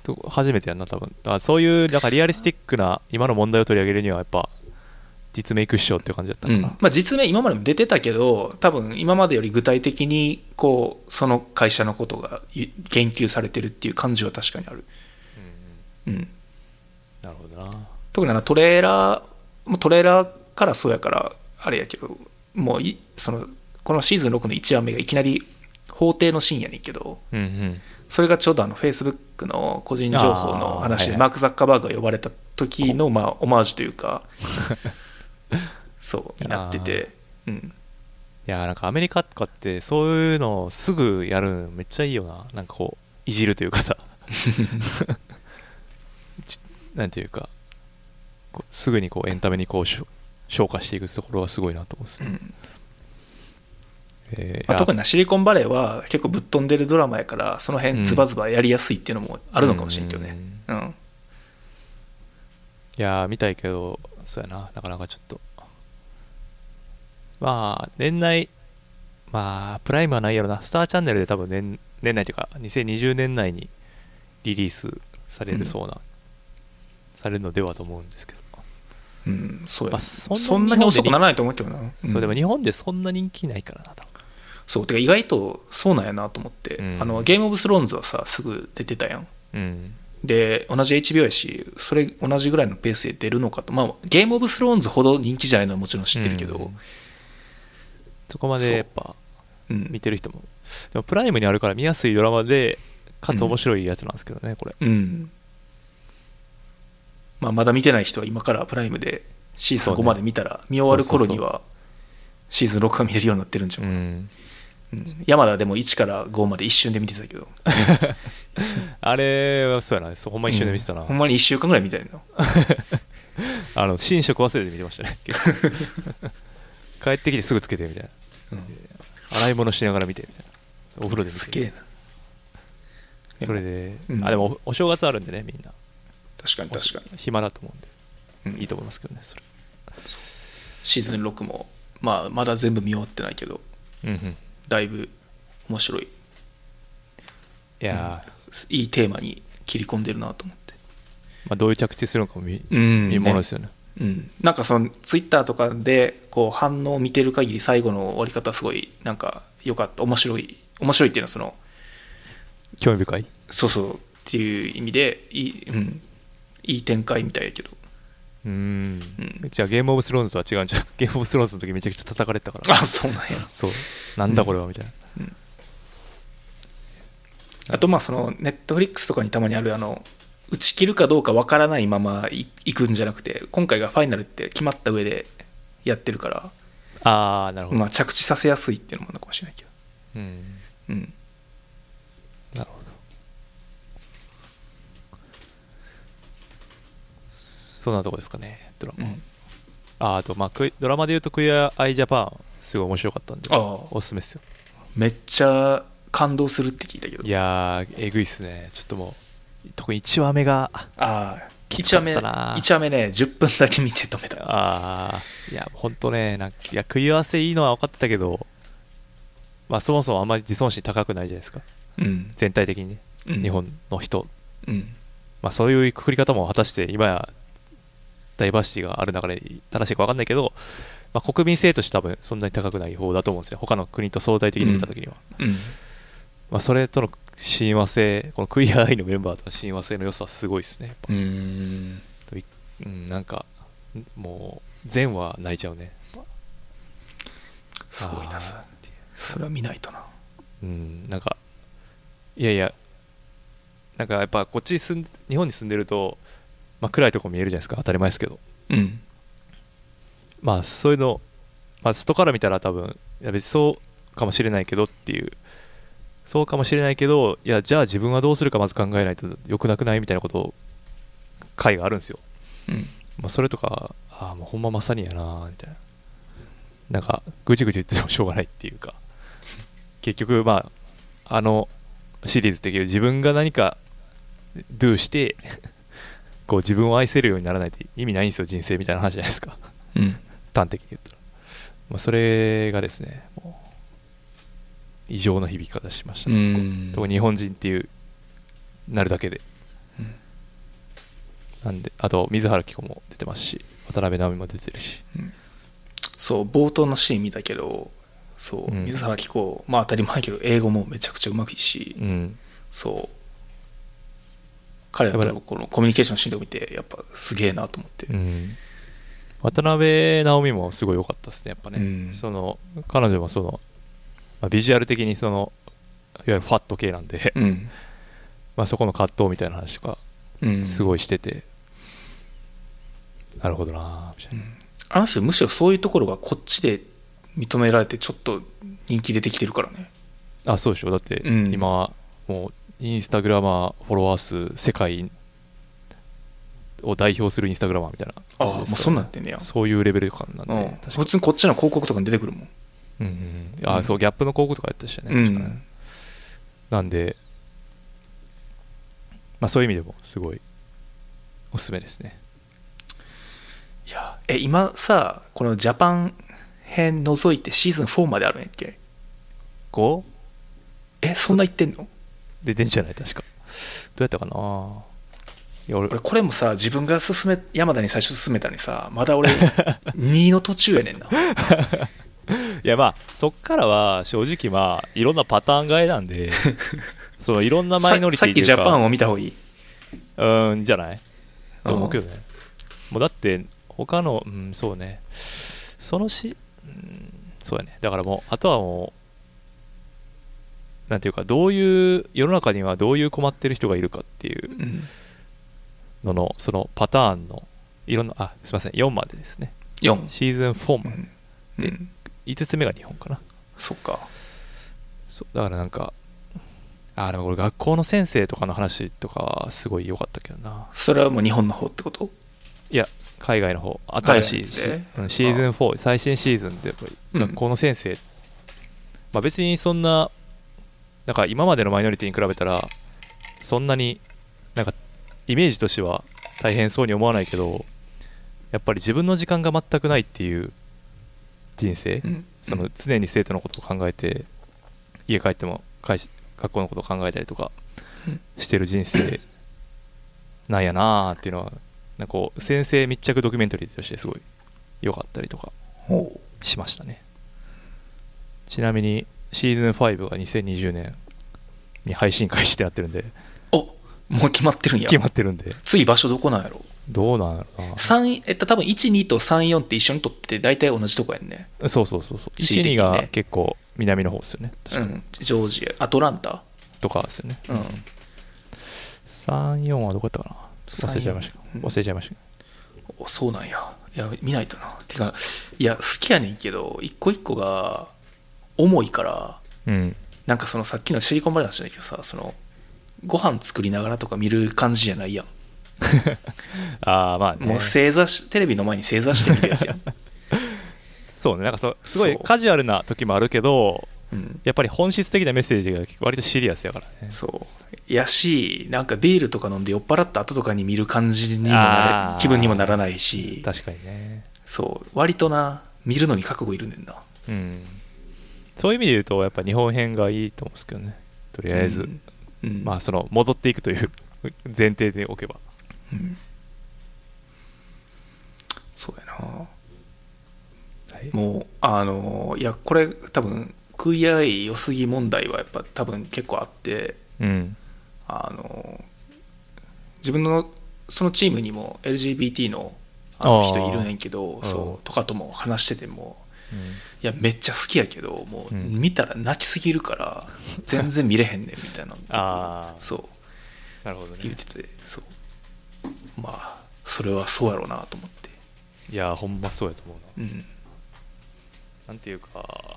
[SPEAKER 2] と初めてやんな多分あそういうなんかリアリスティックな今の問題を取り上げるにはやっぱ実名屈指っていう感じだった
[SPEAKER 3] う
[SPEAKER 2] の
[SPEAKER 3] ん
[SPEAKER 2] かな、
[SPEAKER 3] まあ、実名、今までも出てたけど、多分今までより具体的にこうその会社のことが言言及されてるっていう感じは確かにある。うん、
[SPEAKER 2] なるほどな
[SPEAKER 3] 特にあのトレーラー、もうトレーラーからそうやから、あれやけど、もういそのこのシーズン6の1話目がいきなり法廷のシーンやねんけど、
[SPEAKER 2] うんうん
[SPEAKER 3] それがちょうどあの Facebook の個人情報の話
[SPEAKER 2] あーはい
[SPEAKER 3] で
[SPEAKER 2] はい
[SPEAKER 3] マーク・ザッカーバーグが呼ばれた時のまあオマージュとい うかそうになっててうん
[SPEAKER 2] いやーなんかアメリカとかってそういうのをすぐやるのめっちゃいいよななんかこういじるという かさちなんていうかこうすぐにこうエンタメにこうしょ昇華していくところはすごいなと思うんですね、えー
[SPEAKER 3] まあ、
[SPEAKER 2] いや
[SPEAKER 3] 特になシリコンバレーは結構ぶっ飛んでるドラマやからその辺ズバズバやりやすいっていうのもあるのかもしれんけどねうん
[SPEAKER 2] いやー見たいけどそうやななかなかちょっとまあ年内まあプライムはないやろなスターチャンネルで多分年年内というか2020年内にリリースされるそうな、されるのではと思うんですけど、
[SPEAKER 3] うんそうや
[SPEAKER 2] まあそんな
[SPEAKER 3] そんなに遅くならないと思うけどな、うん
[SPEAKER 2] そうでも日本でそんな人気ないからな多分
[SPEAKER 3] そうてか意外とそうなんやなと思って、
[SPEAKER 2] うん
[SPEAKER 3] あのゲーム・オブ・スローンズはさすぐ出てたやん
[SPEAKER 2] うん
[SPEAKER 3] で同じ HBO やしそれ同じぐらいのペースで出るのかと、まあ、ゲームオブスローンズほど人気じゃないのはもちろん知ってるけど、
[SPEAKER 2] うんそこまでやっぱ
[SPEAKER 3] うん
[SPEAKER 2] 見てる人もでもプライムにあるから見やすいドラマでかつ
[SPEAKER 3] うん
[SPEAKER 2] 面白いやつなんですけどね、これ
[SPEAKER 3] うんまあ、まだ見てない人は今からプライムでシーズン
[SPEAKER 2] そう
[SPEAKER 3] 5
[SPEAKER 2] ね
[SPEAKER 3] まで見たら見終わる
[SPEAKER 2] そうそ
[SPEAKER 3] 頃
[SPEAKER 2] うそう
[SPEAKER 3] にはシーズン6が見れるようになってるんじゃ、
[SPEAKER 2] うんん
[SPEAKER 3] うん山田でも1から5まで一瞬で見てたけど
[SPEAKER 2] あれはそうやなそうほんま一瞬で見てたな、
[SPEAKER 3] うんほんまに1週間ぐらい見たいな
[SPEAKER 2] あの寝食忘れて見てましたね帰ってきてすぐつけてみたいな、洗い物しながら見てみたいなお風呂で見て
[SPEAKER 3] すげえな
[SPEAKER 2] それで、
[SPEAKER 3] うん
[SPEAKER 2] あでもおお正月あるんでねみんな
[SPEAKER 3] 確かに確かに
[SPEAKER 2] 暇だと思うんで、
[SPEAKER 3] うん
[SPEAKER 2] いいと思いますけどねそれ
[SPEAKER 3] シーズン6も、まあ、まだ全部見終わってないけど
[SPEAKER 2] うんうんい
[SPEAKER 3] だいぶ面白い
[SPEAKER 2] やー、
[SPEAKER 3] いいテーマに切り込んでるなと思って
[SPEAKER 2] まあ、どういう着地するのかも見,、
[SPEAKER 3] うん
[SPEAKER 2] 見ものですよね
[SPEAKER 3] うん、なんかそのツイッターとかでこう反応を見てる限り最後の終わり方すごいなんか良かった面白い面白いっていうのはその
[SPEAKER 2] 興味深い
[SPEAKER 3] そうそうっていう意味でいい,、うん、いい展開みたいやけど
[SPEAKER 2] うん
[SPEAKER 3] うん
[SPEAKER 2] じゃあゲームオブスローンズとは違うんじゃん ゲームオブスローンズの時めちゃくちゃ叩かれてたから
[SPEAKER 3] あそうなんや
[SPEAKER 2] そうなんだこれはみたいな、
[SPEAKER 3] あとまあそのネットフリックスとかにたまにあるあの打ち切るかどうかわからないままいいくんじゃなくて今回がファイナルって決まった上でやってるから、
[SPEAKER 2] ああなるほど、
[SPEAKER 3] まあ、着地させやすいっていうのもあるのかもしれないけど
[SPEAKER 2] うん
[SPEAKER 3] うん
[SPEAKER 2] なるほどそんなとこですかねドラ
[SPEAKER 3] う
[SPEAKER 2] マ、
[SPEAKER 3] ん
[SPEAKER 2] ああとまあクイドラマでいうと「クイア・アイ・ジャパン」すごい面白かったんで
[SPEAKER 3] ああ
[SPEAKER 2] おすすめですよ
[SPEAKER 3] めっちゃ感動するって聞いたけど
[SPEAKER 2] いやーえぐいっすねちょっともう特に1話目が
[SPEAKER 3] ああ、
[SPEAKER 2] き
[SPEAKER 3] 1
[SPEAKER 2] つか
[SPEAKER 3] 話
[SPEAKER 2] っ
[SPEAKER 3] 目、
[SPEAKER 2] たな
[SPEAKER 3] 一話目ね、10分だけ見て止めた。
[SPEAKER 2] ああいやほんとねなんかいや食い合わせいいのは分かってたけどまあそもそもあんまり自尊心高くないじゃないですか
[SPEAKER 3] うん。
[SPEAKER 2] 全体的にね、
[SPEAKER 3] うん
[SPEAKER 2] 日本の人
[SPEAKER 3] うん。
[SPEAKER 2] まあ、そういうくくり方も果たして今やダイバーシティがある中で正しいか分かんないけど、まあ、国民性として多分そんなに高くない方だと思うんですよ他の国と相対的に見た時には、
[SPEAKER 3] うん。
[SPEAKER 2] まあ、それとの親和性このクイアアイのメンバーとの親和性の良さはすごいですねやっぱ
[SPEAKER 3] うん。
[SPEAKER 2] うん、なんかんもう善は泣いちゃうね
[SPEAKER 3] すごい
[SPEAKER 2] あ
[SPEAKER 3] な、
[SPEAKER 2] ー
[SPEAKER 3] それそれは見ないとな。
[SPEAKER 2] うんなんかいやいやなんかやっぱこっちに住ん日本に住んでると、まあ、暗いとこ見えるじゃないですか当たり前ですけど
[SPEAKER 3] うん。
[SPEAKER 2] まあそういうの、まあ、外から見たら多分いや別にそうかもしれないけどっていうそうかもしれないけどいやじゃあ自分はどうするかまず考えないと良くなくないみたいなことを回があるんですよ、
[SPEAKER 3] うん。
[SPEAKER 2] まあ、それとかああもうほんままさにやなみたいななんかぐちぐち言っててもしょうがないっていうか結局まああのシリーズって自分が何かドゥしてこう自分を愛せるようにならないと意味ないんですよ人生みたいな話じゃないですか
[SPEAKER 3] うん。
[SPEAKER 2] 端的に言ったら、まあ、それがですねもう異常な響き方しました、
[SPEAKER 3] う
[SPEAKER 2] ね
[SPEAKER 3] ん
[SPEAKER 2] 特に日本人っていうなるだけで、
[SPEAKER 3] うん
[SPEAKER 2] なんであと水原希子も出てますし渡辺直美も出てるし
[SPEAKER 3] そう、冒頭のシーン見たけど、そう、
[SPEAKER 2] うん
[SPEAKER 3] 水原希子、まあ当たり前やけど、英語もめちゃくちゃうまくいいし、
[SPEAKER 2] うん
[SPEAKER 3] そう。彼らとのこのコミュニケーションのシーンとか見て、やっぱすげえなと思って。
[SPEAKER 2] 渡辺直美もすごい良かったですねやっぱね、
[SPEAKER 3] うん
[SPEAKER 2] その彼女もその、まあビジュアル的にそのいわゆるファット系なんで、
[SPEAKER 3] うん。
[SPEAKER 2] まあそこの葛藤みたいな話とか
[SPEAKER 3] うん。
[SPEAKER 2] す
[SPEAKER 3] い。
[SPEAKER 2] ごいしてて、なるほどなみたいな、
[SPEAKER 3] あの人、むしろそういうところがこっちで認められて、ちょっと人気出てきてるからね。
[SPEAKER 2] あそうでしょだって
[SPEAKER 3] うん
[SPEAKER 2] 今、もうインスタグラマーフォロワー数世界を代表するインスタグラマーみたいな
[SPEAKER 3] あ
[SPEAKER 2] 感
[SPEAKER 3] あ
[SPEAKER 2] じ
[SPEAKER 3] も
[SPEAKER 2] で
[SPEAKER 3] う
[SPEAKER 2] す
[SPEAKER 3] そ
[SPEAKER 2] か
[SPEAKER 3] ん
[SPEAKER 2] ら
[SPEAKER 3] なんやってんねや、
[SPEAKER 2] そういうレベル感なんで、
[SPEAKER 3] うん、
[SPEAKER 2] 確か
[SPEAKER 3] 普通にこっちの広告とかに出てくるもん、
[SPEAKER 2] に、うんうんうんあ
[SPEAKER 3] うん
[SPEAKER 2] そうギャップの広告とかやったしね
[SPEAKER 3] う
[SPEAKER 2] 確かね
[SPEAKER 3] ん
[SPEAKER 2] なんで、まあ、そういう意味でもすごいおすすめですね
[SPEAKER 3] いやえ今さこのジャパン編除いてシーズン4まであるんやっけ
[SPEAKER 2] 5
[SPEAKER 3] えそんな言ってんの
[SPEAKER 2] 出てんじゃない確かどうやったかないや俺
[SPEAKER 3] 俺これもさ自分が進め山田に最初進めたのにさまだ俺2の途中やねんない
[SPEAKER 2] やまあそっからは正直まあいろんなパターン変えなん でそのいろんなマイノリテ
[SPEAKER 3] さ
[SPEAKER 2] ィ
[SPEAKER 3] さっきジャパンを見た方がいい
[SPEAKER 2] をうんじゃないと思うけ
[SPEAKER 3] うん
[SPEAKER 2] どねもうだって他のうんそうねそのしうんそうやねだからもうあとはもうなんていうかどういう世の中にはどういう困ってる人がいるかっていう
[SPEAKER 3] うん、
[SPEAKER 2] ののそのパターンのいろんなあすいません4までですね
[SPEAKER 3] 4、
[SPEAKER 2] シーズン4
[SPEAKER 3] う
[SPEAKER 2] まで、
[SPEAKER 3] んう
[SPEAKER 2] で
[SPEAKER 3] ん、
[SPEAKER 2] 5つ目が日本かな
[SPEAKER 3] そっか
[SPEAKER 2] そうだからなんかあでもこれ学校の先生とかの話とかはすごい良かったけどな
[SPEAKER 3] それはもう日本の方ってこと
[SPEAKER 2] いや海外の方
[SPEAKER 3] 外
[SPEAKER 2] 新しいシ,、
[SPEAKER 3] のやつね
[SPEAKER 2] うんシーズン4最新シーズンでやっぱり
[SPEAKER 3] うん
[SPEAKER 2] 学校の先生、まあ別にそんななんか今までのマイノリティに比べたらそんなになんかイメージとしては大変そうに思わないけどやっぱり自分の時間が全くないっていう人生、
[SPEAKER 3] うん
[SPEAKER 2] その常に生徒のことを考えて家帰っても会社学校のことを考えたりとか
[SPEAKER 3] うん
[SPEAKER 2] してる人生なんやなーっていうのはなんかこう先生密着ドキュメンタリーとしてすごい良かったりとか
[SPEAKER 3] ほう
[SPEAKER 2] しましたねちなみにシーズン5が2020年に配信開始ってなってるんで
[SPEAKER 3] おもう決まってるんや
[SPEAKER 2] 決まってるんで
[SPEAKER 3] 次場所どこなんやろ
[SPEAKER 2] どうなんやろ
[SPEAKER 3] 三えっと多分12と34って一緒に取って大体同じとこやんね
[SPEAKER 2] なそうそうそうそう
[SPEAKER 3] 地
[SPEAKER 2] 1、
[SPEAKER 3] 理的
[SPEAKER 2] 2
[SPEAKER 3] にね
[SPEAKER 2] が結構南の方ですよね
[SPEAKER 3] うんジョージアアトランタ
[SPEAKER 2] とかですよね
[SPEAKER 3] うん
[SPEAKER 2] 34はどこやったかな忘れちゃいましたけ
[SPEAKER 3] 34
[SPEAKER 2] ど忘れちゃいましたけど
[SPEAKER 3] おそうなんやいや見ないとなてかいや好きやねんけど一個一個が重いから
[SPEAKER 2] うん、
[SPEAKER 3] なんかそのさっきのシリコンバレーの話じゃないけどさそのご飯作りながらとか見る感じじゃないやん
[SPEAKER 2] ああまあね
[SPEAKER 3] もう正座しテレビの前に正座して見るやつや ん、
[SPEAKER 2] そうねなんかそうすごい
[SPEAKER 3] そう
[SPEAKER 2] カジュアルな時もあるけど
[SPEAKER 3] うん、
[SPEAKER 2] やっぱり本質的なメッセージが割とシリアスやからね
[SPEAKER 3] そうやしなんかビールとか飲んで酔っ払った後とかに見る感じにも
[SPEAKER 2] あ
[SPEAKER 3] な
[SPEAKER 2] ー
[SPEAKER 3] れ気分にもならないし
[SPEAKER 2] 確かにね
[SPEAKER 3] そう割とな見るのに覚悟いるねんな
[SPEAKER 2] うんそういう意味で言うとやっぱ日本編がいいと思うんですけどねとりあえず、
[SPEAKER 3] うんうん
[SPEAKER 2] まあその戻っていくという前提でおけば
[SPEAKER 3] うんそうやな
[SPEAKER 2] はい
[SPEAKER 3] もうあのいやこれ多分食い合い良すぎ問題はやっぱ多分結構あって
[SPEAKER 2] うん
[SPEAKER 3] あの自分のそのチームにも LGBT のあ
[SPEAKER 2] あ
[SPEAKER 3] の
[SPEAKER 2] ー
[SPEAKER 3] 人いるねんけど
[SPEAKER 2] うん
[SPEAKER 3] そうとかとも話しててもいやめっちゃ好きやけどもう
[SPEAKER 2] うん
[SPEAKER 3] 見たら泣きすぎるから全然見れへんねんみたいな
[SPEAKER 2] あー
[SPEAKER 3] そう
[SPEAKER 2] なるほど
[SPEAKER 3] 言
[SPEAKER 2] ね
[SPEAKER 3] っててそうまあそれはそうやろうなと思って
[SPEAKER 2] いやほんまそうやと思うな
[SPEAKER 3] うん
[SPEAKER 2] なんていうか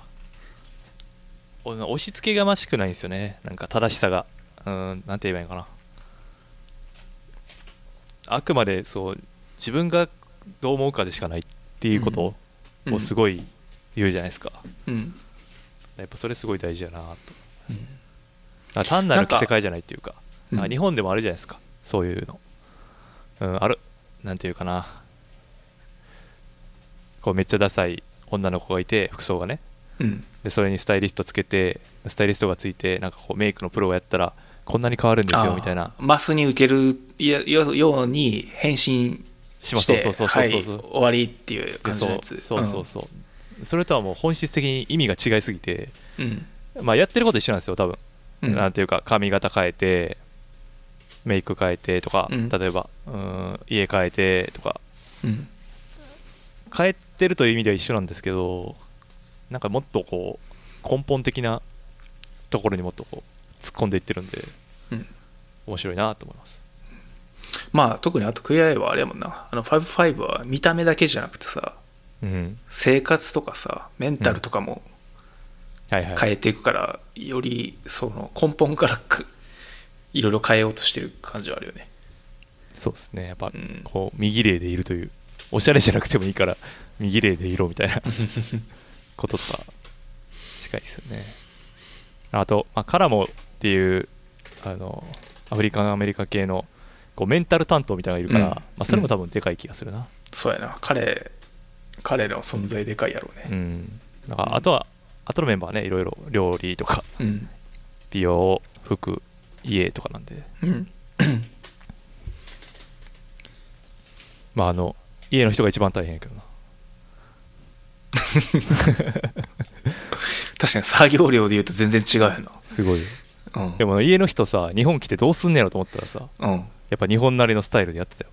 [SPEAKER 2] お押し付けがましくないんですよねなんか正しさがうんなんて言えばいいのかなあくまでそう自分がどう思うかでしかないっていうこと
[SPEAKER 3] うん
[SPEAKER 2] をすごい言うじゃないですか、
[SPEAKER 3] うん
[SPEAKER 2] やっぱそれすごい大事だなと思いますねだから単なる着せ替えじゃないっていうか
[SPEAKER 3] うん
[SPEAKER 2] なんか日本でもあるじゃないですかそういうのうんあるなんていうかなこうめっちゃダサい女の子がいて服装がね
[SPEAKER 3] うん
[SPEAKER 2] でそれにスタイリストつけてスタイリストがついてなんかこうメイクのプロをやったらこんなに変わるんです
[SPEAKER 3] あ
[SPEAKER 2] よ
[SPEAKER 3] ー
[SPEAKER 2] みたいな
[SPEAKER 3] マスに受けるいやよように返信
[SPEAKER 2] しま
[SPEAKER 3] し
[SPEAKER 2] そう
[SPEAKER 3] て
[SPEAKER 2] そうそうそ
[SPEAKER 3] は
[SPEAKER 2] う
[SPEAKER 3] い
[SPEAKER 2] そう
[SPEAKER 3] 終
[SPEAKER 2] そう
[SPEAKER 3] わりっていう
[SPEAKER 2] で
[SPEAKER 3] 感じの
[SPEAKER 2] そう
[SPEAKER 3] やつ
[SPEAKER 2] そうそうそうそれとはもう本質的に意味が違いすぎて
[SPEAKER 3] うん
[SPEAKER 2] まあやってること一緒なんですよ多分
[SPEAKER 3] うん
[SPEAKER 2] なんていうか髪型変えてメイク変えてとか
[SPEAKER 3] うん
[SPEAKER 2] 例えばうん家変えてとか
[SPEAKER 3] うん
[SPEAKER 2] 変えてるという意味では一緒なんですけどなんかもっとこう根本的なところにもっとこう突っ込んでいってるんで
[SPEAKER 3] うん
[SPEAKER 2] 面白いなと思います
[SPEAKER 3] まあ特にあとクイアアイはあれやもんなあの55は見た目だけじゃなくてさ
[SPEAKER 2] うん
[SPEAKER 3] 生活とかさメンタルとかも
[SPEAKER 2] はいはい
[SPEAKER 3] 変えていくから、よりその根本からくいろいろ変えようとしてる感じはあるよね
[SPEAKER 2] そうですねやっぱ
[SPEAKER 3] うん
[SPEAKER 2] こう右霊でいるというおしゃれじゃなくてもいいから右霊でいろみたいなこととか近いですよねあと、まあ、カラモっていうあのアフリカンアメリカ系のこうメンタル担当みたいなのがいるから、
[SPEAKER 3] うん
[SPEAKER 2] まあ、それも多分でかい気がするな、
[SPEAKER 3] そうやな彼彼の存在でかいやろう
[SPEAKER 2] う
[SPEAKER 3] ね
[SPEAKER 2] ん、なんかあとはあとのメンバーはねいろいろ料理とか
[SPEAKER 3] うん
[SPEAKER 2] 美容服家とかなんで
[SPEAKER 3] うん
[SPEAKER 2] まああの家の人が一番大変やけどな
[SPEAKER 3] 確かに作業量で言うと全然違うよ
[SPEAKER 2] すごいよ
[SPEAKER 3] なうん
[SPEAKER 2] でも家の人さ日本来てどうすんねやろと思ったらさ
[SPEAKER 3] うん
[SPEAKER 2] やっぱ日本なりのスタイルでやってたよ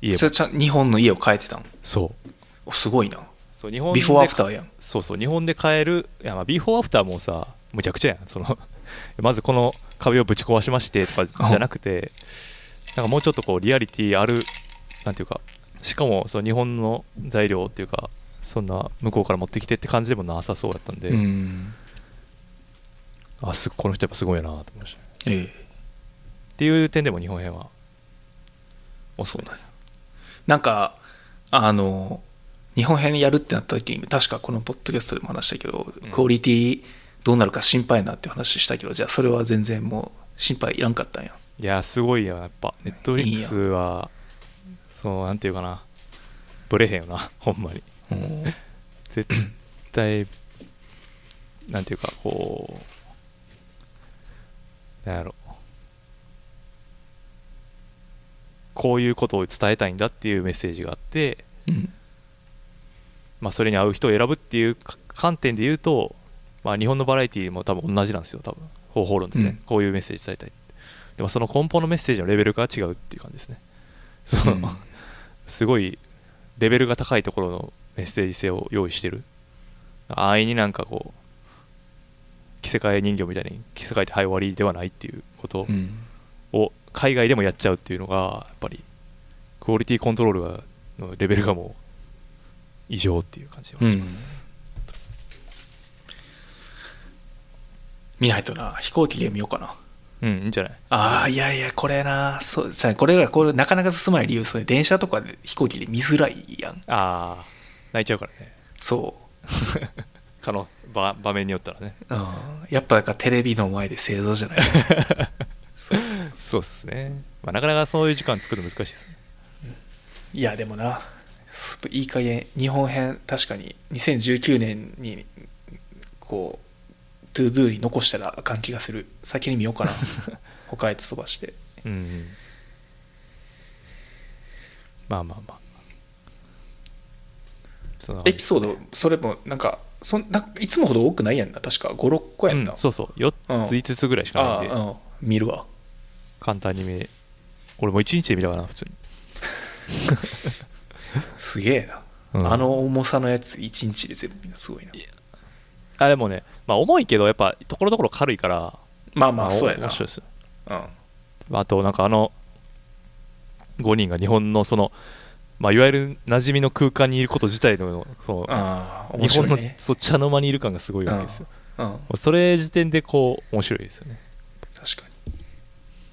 [SPEAKER 2] 家
[SPEAKER 3] そ
[SPEAKER 2] も
[SPEAKER 3] れちゃん日本の家を変えてたん
[SPEAKER 2] そう
[SPEAKER 3] おすごいな
[SPEAKER 2] そう日本
[SPEAKER 3] ビフォーアフ
[SPEAKER 2] ー
[SPEAKER 3] ターやん
[SPEAKER 2] そうそう日本で買えるいやまあビフォーアフターもさむちゃくちゃやんその まずこの壁をぶち壊しましてとかじゃなくて、なんかもうちょっとこうリアリティある、なんていうか、しかもその日本の材料っていうか、そんな向こうから持ってきてって感じでもなさそうだったんで、
[SPEAKER 3] うん
[SPEAKER 2] あすこの人やっぱすごいなと思いました。っ
[SPEAKER 3] ええ
[SPEAKER 2] ていう点でも日本編はおすすめです。
[SPEAKER 3] なんかあの日本編やるってなった時に確かこのポッドキャストでも話したけど、
[SPEAKER 2] うん
[SPEAKER 3] クオリティどうなるか心配なって話したけどじゃあそれは全然もう心配いらんかったんや
[SPEAKER 2] いや、すごいよ、やっぱ。ネットフリックスは、そう、なんていうかな、ぶれへんよな、 ほんまに。絶対なんていうかこうなんやろこういうことを伝えたいんだっていうメッセージがあって、
[SPEAKER 3] うん
[SPEAKER 2] まあ、それに合う人を選ぶっていうか観点で言うと、まあ、日本のバラエティーも多分同じなんですよ多分方法論でね、
[SPEAKER 3] うん
[SPEAKER 2] こういうメッセージ伝えたいでもその根本のメッセージのレベルが違うっていう感じですねその、
[SPEAKER 3] うん
[SPEAKER 2] すごいレベルが高いところのメッセージ性を用意してる安易になんかこう着せ替え人形みたいに着せ替えてはい終わりではないっていうこと
[SPEAKER 3] うん
[SPEAKER 2] を海外でもやっちゃうっていうのがやっぱりクオリティコントロールがのレベルがもう異常っていう感じがします、
[SPEAKER 3] 見ないとな飛行機で見ようかな
[SPEAKER 2] うんいいんじゃない
[SPEAKER 3] ああいやいやこれなそうじゃあこれがこれなかなか進まない理由それ電車とかで飛行機で見づらいやん
[SPEAKER 2] ああ泣いちゃうからね
[SPEAKER 3] そう
[SPEAKER 2] 可能場場面によったらね
[SPEAKER 3] うんやっぱだからテレビの前で正座じ ゃないそう
[SPEAKER 2] そうっすね、まあ、なかなかそういう時間作るの難しいですね
[SPEAKER 3] いやでもなすいい加減日本編確かに2019年にこうトゥーブーに残したらあかん気がする先に見よう かな他へつ飛ばして
[SPEAKER 2] うんうんまあまあまあそんな感
[SPEAKER 3] エ
[SPEAKER 2] じ
[SPEAKER 3] ピソードそれもなんかそんないつもほど多くないやんな確か56個やんな、
[SPEAKER 2] うんそうそう4
[SPEAKER 3] うん
[SPEAKER 2] つ5つぐらいしかないん
[SPEAKER 3] あ
[SPEAKER 2] で、
[SPEAKER 3] あ、うん、見るわ
[SPEAKER 2] 簡単に見俺も1日で見たかな普通に
[SPEAKER 3] すげえな、
[SPEAKER 2] うん
[SPEAKER 3] あの重さのやつ1日で全部見るのすごいな
[SPEAKER 2] あでもね、まあ、重いけどやっぱところどころ軽いから
[SPEAKER 3] まあまあそうや
[SPEAKER 2] お面
[SPEAKER 3] な
[SPEAKER 2] 白いですよ
[SPEAKER 3] うん
[SPEAKER 2] あとなんかあの5人が日本のその、まあ、いわゆる馴染みの空間にいること自体のその
[SPEAKER 3] ああ面
[SPEAKER 2] 日
[SPEAKER 3] 白
[SPEAKER 2] 本
[SPEAKER 3] い
[SPEAKER 2] の
[SPEAKER 3] ね
[SPEAKER 2] そう茶の間にいる感がすごいわけですよ
[SPEAKER 3] うん
[SPEAKER 2] もうそれ時点でこう面白いですよね
[SPEAKER 3] 確か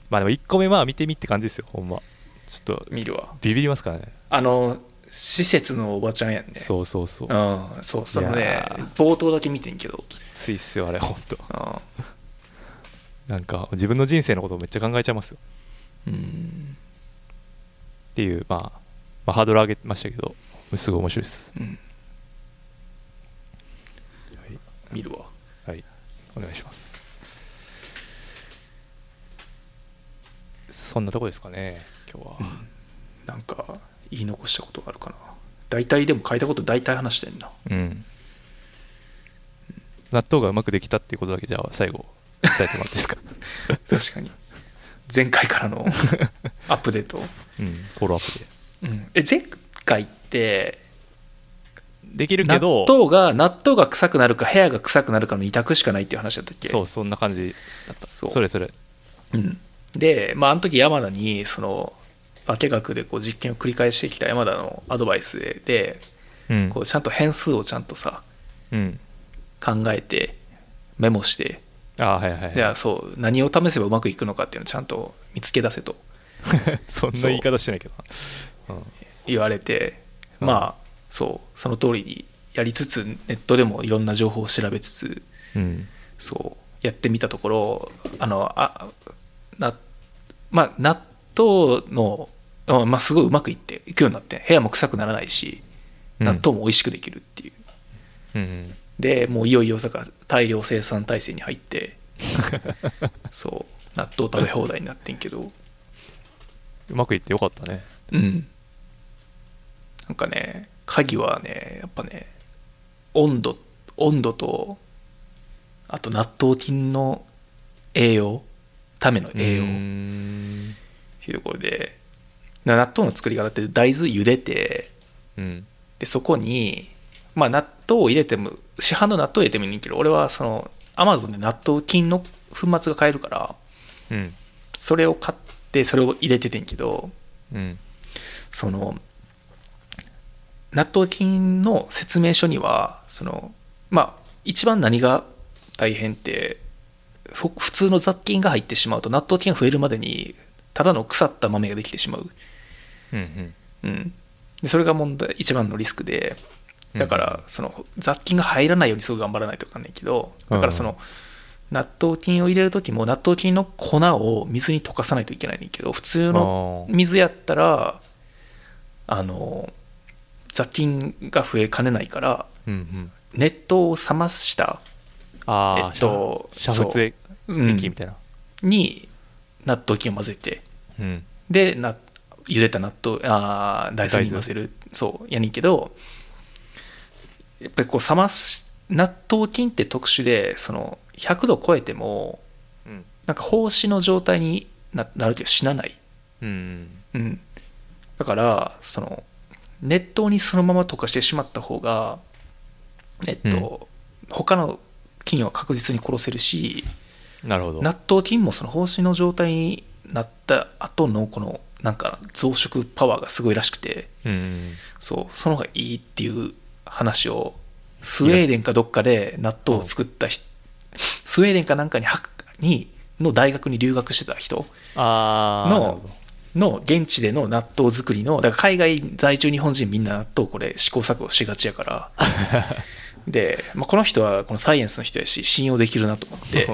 [SPEAKER 2] まあでも1個目まあ見てみって感じですよほんまちょっと
[SPEAKER 3] に見るわ
[SPEAKER 2] ビビりますからね
[SPEAKER 3] あの施設のおばちゃんやんねう
[SPEAKER 2] そうそうそう
[SPEAKER 3] うんそうその
[SPEAKER 2] い
[SPEAKER 3] ね
[SPEAKER 2] やー
[SPEAKER 3] 冒頭だけ見てんけど
[SPEAKER 2] ついっすよあれほんと
[SPEAKER 3] あ
[SPEAKER 2] なんか自分の人生のことをめっちゃ考えちゃいますよ
[SPEAKER 3] うん
[SPEAKER 2] っていう、まあ、まあハードル上げましたけどすごい面白いです
[SPEAKER 3] うん
[SPEAKER 2] はい
[SPEAKER 3] 見るわ
[SPEAKER 2] はい、お願いします。そんなとこですかね、今日は。
[SPEAKER 3] なんか言い残したことがあるかな大体でも書いたこと大体話して んな
[SPEAKER 2] うん。納豆がうまくできたっていうことだけじゃあ最後伝えてもらっていいです か。
[SPEAKER 3] 確かに前回からのアップデート、
[SPEAKER 2] うん、フォローアップで。
[SPEAKER 3] うん、え前回って
[SPEAKER 2] できるけ
[SPEAKER 3] 納
[SPEAKER 2] ど、
[SPEAKER 3] 豆が納豆が臭くなるか部屋が臭くなるかの二択しかないっていう話だったっけ
[SPEAKER 2] そう、そんな感じだった。
[SPEAKER 3] そ
[SPEAKER 2] そうれそれ。
[SPEAKER 3] うん、で、まあ、あの時山田にその化学でこう実験を繰り返してきた山田のアドバイスでで
[SPEAKER 2] うん
[SPEAKER 3] こうちゃんと変数をちゃんとさ
[SPEAKER 2] うん。
[SPEAKER 3] 考えてメモして
[SPEAKER 2] ああ、はいはい
[SPEAKER 3] じゃ
[SPEAKER 2] は
[SPEAKER 3] あそう何を試せばうまくいくのかっていうのをちゃんと見つけ出せと
[SPEAKER 2] い。 そんな言い方してないけどな。
[SPEAKER 3] 言われて
[SPEAKER 2] うん
[SPEAKER 3] まあそうその通りにやりつつネットでもいろんな情報を調べつつ
[SPEAKER 2] うん。うん。
[SPEAKER 3] そうやってみたところあのあな、まあ、納豆の、うんまあ、すごいうまくいっていくようになって部屋も臭くならないし
[SPEAKER 2] うん
[SPEAKER 3] 納豆も美味しくできるっていう、
[SPEAKER 2] うんうん。
[SPEAKER 3] でもういよいよだから大量生産体制に入って そう納豆食べ放題になってんけど
[SPEAKER 2] うまくいってよかったね。
[SPEAKER 3] うんなんかね鍵はねやっぱね温度温度とあと納豆菌の栄養ための栄養、
[SPEAKER 2] うーん
[SPEAKER 3] っていうところでな納豆の作り方って大豆茹でて
[SPEAKER 2] うん。
[SPEAKER 3] でそこに、まあ、納豆を入れても市販の納豆を入れてもいいけど俺はそのアマゾンで納豆菌の粉末が買えるから
[SPEAKER 2] うん
[SPEAKER 3] それを買ってそれを入れててんけど
[SPEAKER 2] うん
[SPEAKER 3] その納豆菌の説明書にはそのまあ一番何が大変ってふ普通の雑菌が入ってしまうと納豆菌が増えるまでにただの腐った豆ができてしまう、
[SPEAKER 2] うんうん
[SPEAKER 3] うん、でそれが問題一番のリスクで
[SPEAKER 2] うん
[SPEAKER 3] だからその雑菌が入らないようにすぐ頑張らないといかんねんけどだからその納豆菌を入れる時も納豆菌の粉を水に溶かさないといけないねんけど普通の
[SPEAKER 2] あー
[SPEAKER 3] 水やったらあの雑菌が増えかねないから
[SPEAKER 2] うんうん
[SPEAKER 3] 熱湯を冷ました
[SPEAKER 2] ああ、
[SPEAKER 3] えっと
[SPEAKER 2] 煮沸液
[SPEAKER 3] うん
[SPEAKER 2] 液みたいな。
[SPEAKER 3] に納豆菌を混ぜて
[SPEAKER 2] うん。
[SPEAKER 3] でな茹でた納豆あー大豆に混ぜるそうやねんけどやっぱりこう冷ます納豆菌って特殊でその100度超えても
[SPEAKER 2] うん。
[SPEAKER 3] なんか胞子の状態にななるというか死なない、
[SPEAKER 2] うん。
[SPEAKER 3] うん、だからその熱湯にそのまま溶かしてしまった方がえっと、他の菌は確実に殺せるし
[SPEAKER 2] なるほど。
[SPEAKER 3] 納豆菌もその胞子の状態になった後のこのなんか増殖パワーがすごいらしくて
[SPEAKER 2] うん。
[SPEAKER 3] そうその方がいいっていう話をスウェーデンかどっかで納豆を作った人スウェーデンかなんかにはにの大学に留学してた人
[SPEAKER 2] ああ。なる
[SPEAKER 3] の
[SPEAKER 2] ほど
[SPEAKER 3] の現地での納豆作りのだから海外在住日本人みんな納豆これ試行錯誤しがちやから で、まあ、この人はこのサイエンスの人やし信用できるなと思って。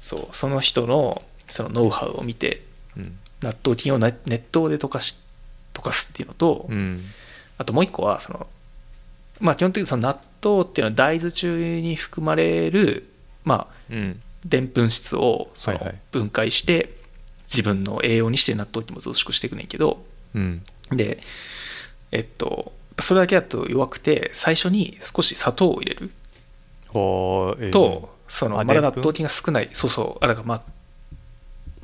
[SPEAKER 3] そうその人のそのノウハウを見て
[SPEAKER 2] うん。
[SPEAKER 3] 納豆菌をな熱湯で溶かし溶かすっていうのと、
[SPEAKER 2] うん。
[SPEAKER 3] あともう一個はその、まあ、基本的にその納豆っていうのは大豆中に含まれるまあ
[SPEAKER 2] うん。
[SPEAKER 3] でんぷん質をその
[SPEAKER 2] はいはい
[SPEAKER 3] 分解して自分の栄養にして納豆菌も増縮していくねんけど
[SPEAKER 2] うん。
[SPEAKER 3] でえっとそれだけだと弱くて最初に少し砂糖を入れる
[SPEAKER 2] ほーえー
[SPEAKER 3] と、その
[SPEAKER 2] あ
[SPEAKER 3] まだ納
[SPEAKER 2] 澱粉
[SPEAKER 3] 豆菌が少ないそうそうあだからまあ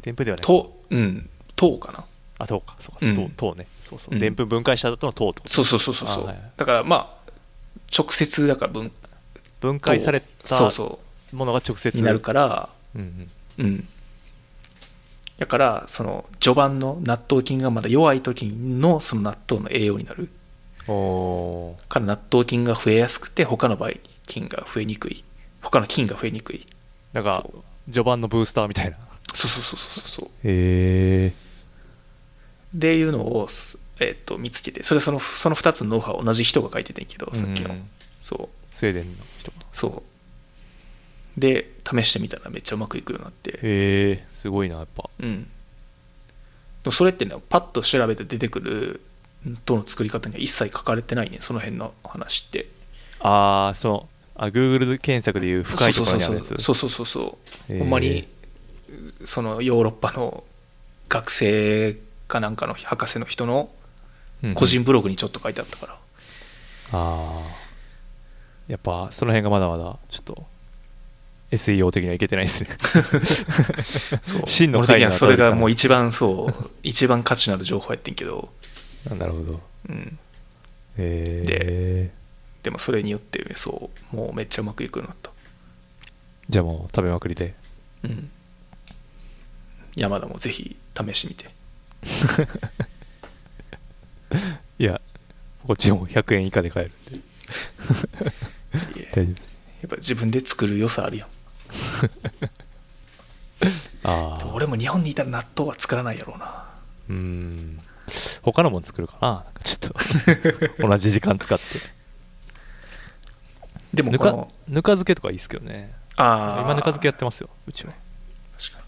[SPEAKER 2] でんぷんではない。
[SPEAKER 3] 糖うん糖かな
[SPEAKER 2] あ、糖か。そうか。
[SPEAKER 3] うん
[SPEAKER 2] 糖糖ね。そうそうう。
[SPEAKER 3] ん
[SPEAKER 2] でんぷん分解した後の糖ってこと
[SPEAKER 3] そうそうそうそうそう、
[SPEAKER 2] あはいはい
[SPEAKER 3] だからまあ直接だから分
[SPEAKER 2] 分解され
[SPEAKER 3] そう
[SPEAKER 2] た
[SPEAKER 3] そ
[SPEAKER 2] ものが直接
[SPEAKER 3] うになる。から
[SPEAKER 2] うんうん。
[SPEAKER 3] うんだからその序盤の納豆菌がまだ弱い時のその納豆の栄養になる
[SPEAKER 2] おー
[SPEAKER 3] から納豆菌が増えやすくて他の場合菌が増えにくい他の菌が増えにくい
[SPEAKER 2] なんか
[SPEAKER 3] そう、
[SPEAKER 2] 序盤のブースターみたいな。
[SPEAKER 3] そうそうそうそうそうそう
[SPEAKER 2] へえ。
[SPEAKER 3] っていうのを、すえっと見つけてそれそのその2つのノウハウ同じ人が書いててんけどさっきの、
[SPEAKER 2] うん
[SPEAKER 3] そう
[SPEAKER 2] スウェーデンの人か。
[SPEAKER 3] そうで試してみたらめっちゃうまくいくようになって
[SPEAKER 2] へえ。すごいな、やっぱ。
[SPEAKER 3] うん、でもそれってねパッと調べて出てくるどの作り方には一切書かれてないねその辺の話って
[SPEAKER 2] ああ、その、あ、Google 検索でいう深いところにあるやつ。
[SPEAKER 3] そうそうそうそうそうそうそう、
[SPEAKER 2] へー
[SPEAKER 3] ほんまにそのヨーロッパの学生かなんかの博士の人の
[SPEAKER 2] うんうん
[SPEAKER 3] 個人ブログにちょっと書いてあったから、
[SPEAKER 2] ああやっぱその辺がまだまだちょっと SEO 的にはいけてないですね
[SPEAKER 3] そう
[SPEAKER 2] 真の
[SPEAKER 3] 俺的
[SPEAKER 2] 回
[SPEAKER 3] に
[SPEAKER 2] に
[SPEAKER 3] は
[SPEAKER 2] は
[SPEAKER 3] それがもう一番そう一番価値のある情報やってんけど、
[SPEAKER 2] なるほど
[SPEAKER 3] うん、
[SPEAKER 2] え
[SPEAKER 3] でもそれによってそうもうめっちゃうまくいくようになった
[SPEAKER 2] ー、じゃあもう食べまくりで
[SPEAKER 3] うん、山田もぜひ試してみて
[SPEAKER 2] いやこっちも100円以下で買えるんで
[SPEAKER 3] いえや
[SPEAKER 2] 大丈夫です
[SPEAKER 3] っぱ自分で作る良さあるやん
[SPEAKER 2] あ
[SPEAKER 3] でも
[SPEAKER 2] あ
[SPEAKER 3] 俺も日本にいたら納豆は作らないやろうな
[SPEAKER 2] うーん他のもん作るかななんかちょっ と同じ時間使って
[SPEAKER 3] でも
[SPEAKER 2] ぬ
[SPEAKER 3] こ
[SPEAKER 2] か
[SPEAKER 3] の
[SPEAKER 2] ぬか漬けとかいいっすけどね
[SPEAKER 3] ああ
[SPEAKER 2] 今ぬか漬けやってますようちは、
[SPEAKER 3] 確か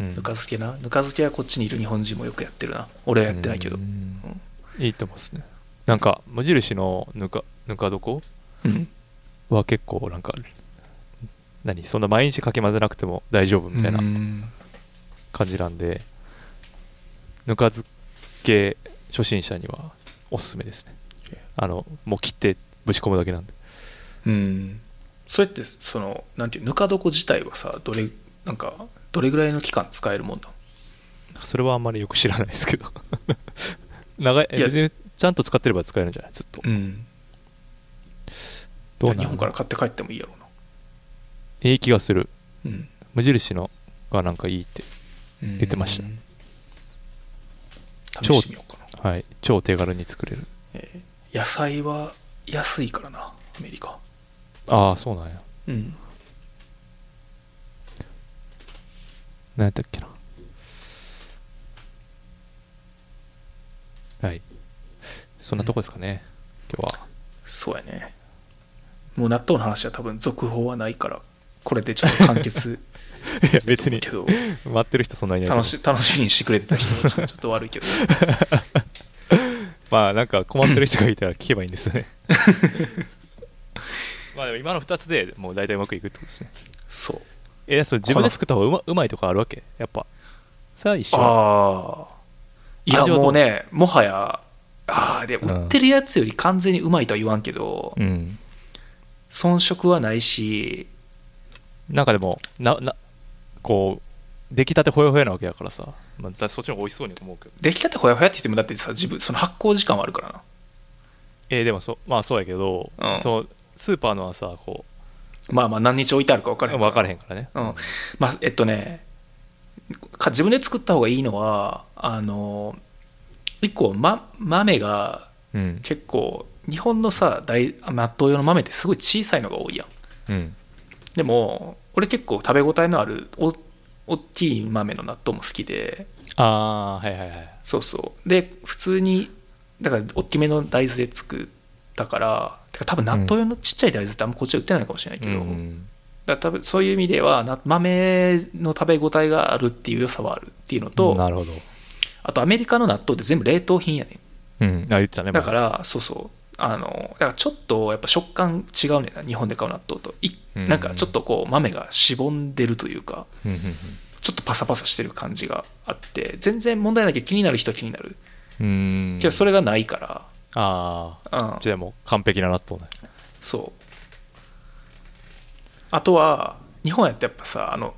[SPEAKER 2] うん
[SPEAKER 3] にぬか漬けなぬか漬けはこっちにいる日本人もよくやってるな俺はやってないけど
[SPEAKER 2] うんいいと思いますねなんか無印のぬかぬか床
[SPEAKER 3] うん、うん
[SPEAKER 2] は結構なんか何そんな毎日かき混ぜなくても大丈夫みたいな
[SPEAKER 3] うん
[SPEAKER 2] 感じなんで、ぬか漬け初心者にはおすすめですね
[SPEAKER 3] OK
[SPEAKER 2] あのもう切ってぶち込むだけなんで
[SPEAKER 3] うんそれってそのなんていうぬか床自体はさどれなんかどれぐらいの期間使えるもんだ
[SPEAKER 2] それはあんまりよく知らないですけど 長い
[SPEAKER 3] いや
[SPEAKER 2] 別にちゃんと使ってれば使えるんじゃないずっと
[SPEAKER 3] うん
[SPEAKER 2] どうな
[SPEAKER 3] 日
[SPEAKER 2] の
[SPEAKER 3] 本から買って帰ってもいいやろうない
[SPEAKER 2] い気がする
[SPEAKER 3] うん
[SPEAKER 2] 無印のがなんかいいって
[SPEAKER 3] 出
[SPEAKER 2] 出てました
[SPEAKER 3] 試してみようかな、
[SPEAKER 2] はい超手軽に作れる
[SPEAKER 3] えー野菜は安いからなアメリカ
[SPEAKER 2] ああそうなんや
[SPEAKER 3] うん
[SPEAKER 2] 何やったっけなはいそんなとこですかね、今日は
[SPEAKER 3] そうやねもう納豆の話は多分続報はないからこれでちょっと完結
[SPEAKER 2] いや別に
[SPEAKER 3] けど
[SPEAKER 2] 待ってる人そんなにいないと思
[SPEAKER 3] 楽
[SPEAKER 2] う
[SPEAKER 3] し楽しみにしてくれてた人 たちがちょっと悪いけど
[SPEAKER 2] まあなんか困ってる人がいたら聞けばいいんです よねまあでも今の2つでもう大体うまくいくってことですね
[SPEAKER 3] そう
[SPEAKER 2] えそう自分で作った方がうまうまいとかあるわけやっぱさあ一緒は
[SPEAKER 3] ああいや
[SPEAKER 2] 味はどう
[SPEAKER 3] もうねもはやああでも売ってるやつより完全にうまいとは言わんけど、
[SPEAKER 2] うん
[SPEAKER 3] 遜色はないし
[SPEAKER 2] なんかでもななこう出来たてほやほやなわけやからさ、まあ、だそっちの方が美味しそうに思うけど
[SPEAKER 3] 出来たてほやほやって言ってもだってさ自分その発酵時間はあるからな
[SPEAKER 2] えーでもそまあそうやけど、
[SPEAKER 3] うん
[SPEAKER 2] そうスーパーのはさこ
[SPEAKER 3] まあまあ何日置いてあるか分か
[SPEAKER 2] う
[SPEAKER 3] らへん
[SPEAKER 2] 分からへ
[SPEAKER 3] へん、
[SPEAKER 2] んからね
[SPEAKER 3] うん、まあえっとねか自分で作った方がいいのはあの一個、ま、豆が
[SPEAKER 2] うん
[SPEAKER 3] 結構日本のさ大納豆用の豆ってすごい小さいのが多いやん
[SPEAKER 2] うん
[SPEAKER 3] でも俺結構食べ応えのあるお大きい豆の納豆も好きで
[SPEAKER 2] ああーはいはいはい
[SPEAKER 3] そうそうで普通にだから大きめの大豆で作ったからてか多分納豆用のちっちゃい大豆ってあんまこっちは売ってないのかもしれないけど、
[SPEAKER 2] うん
[SPEAKER 3] だから多分そういう意味ではな豆の食べ応えがあるっていう良さはあるっていうのと、
[SPEAKER 2] なるほど
[SPEAKER 3] あとアメリカの納豆って全部冷凍品やね
[SPEAKER 2] うんあ言ってたね
[SPEAKER 3] んだからそうそうあのだからちょっとやっぱ食感違うねんな日本で買う納豆とい
[SPEAKER 2] うん
[SPEAKER 3] なんかちょっとこう豆がしぼんでるというか
[SPEAKER 2] うんうん
[SPEAKER 3] ちょっとパサパサしてる感じがあって全然問題ないけど気になる人は気になる
[SPEAKER 2] うんうん
[SPEAKER 3] けどそれがないか
[SPEAKER 2] ああ
[SPEAKER 3] ら、うん、
[SPEAKER 2] じゃあもう完璧な納豆ね
[SPEAKER 3] そうあとは日本やってやっぱさあの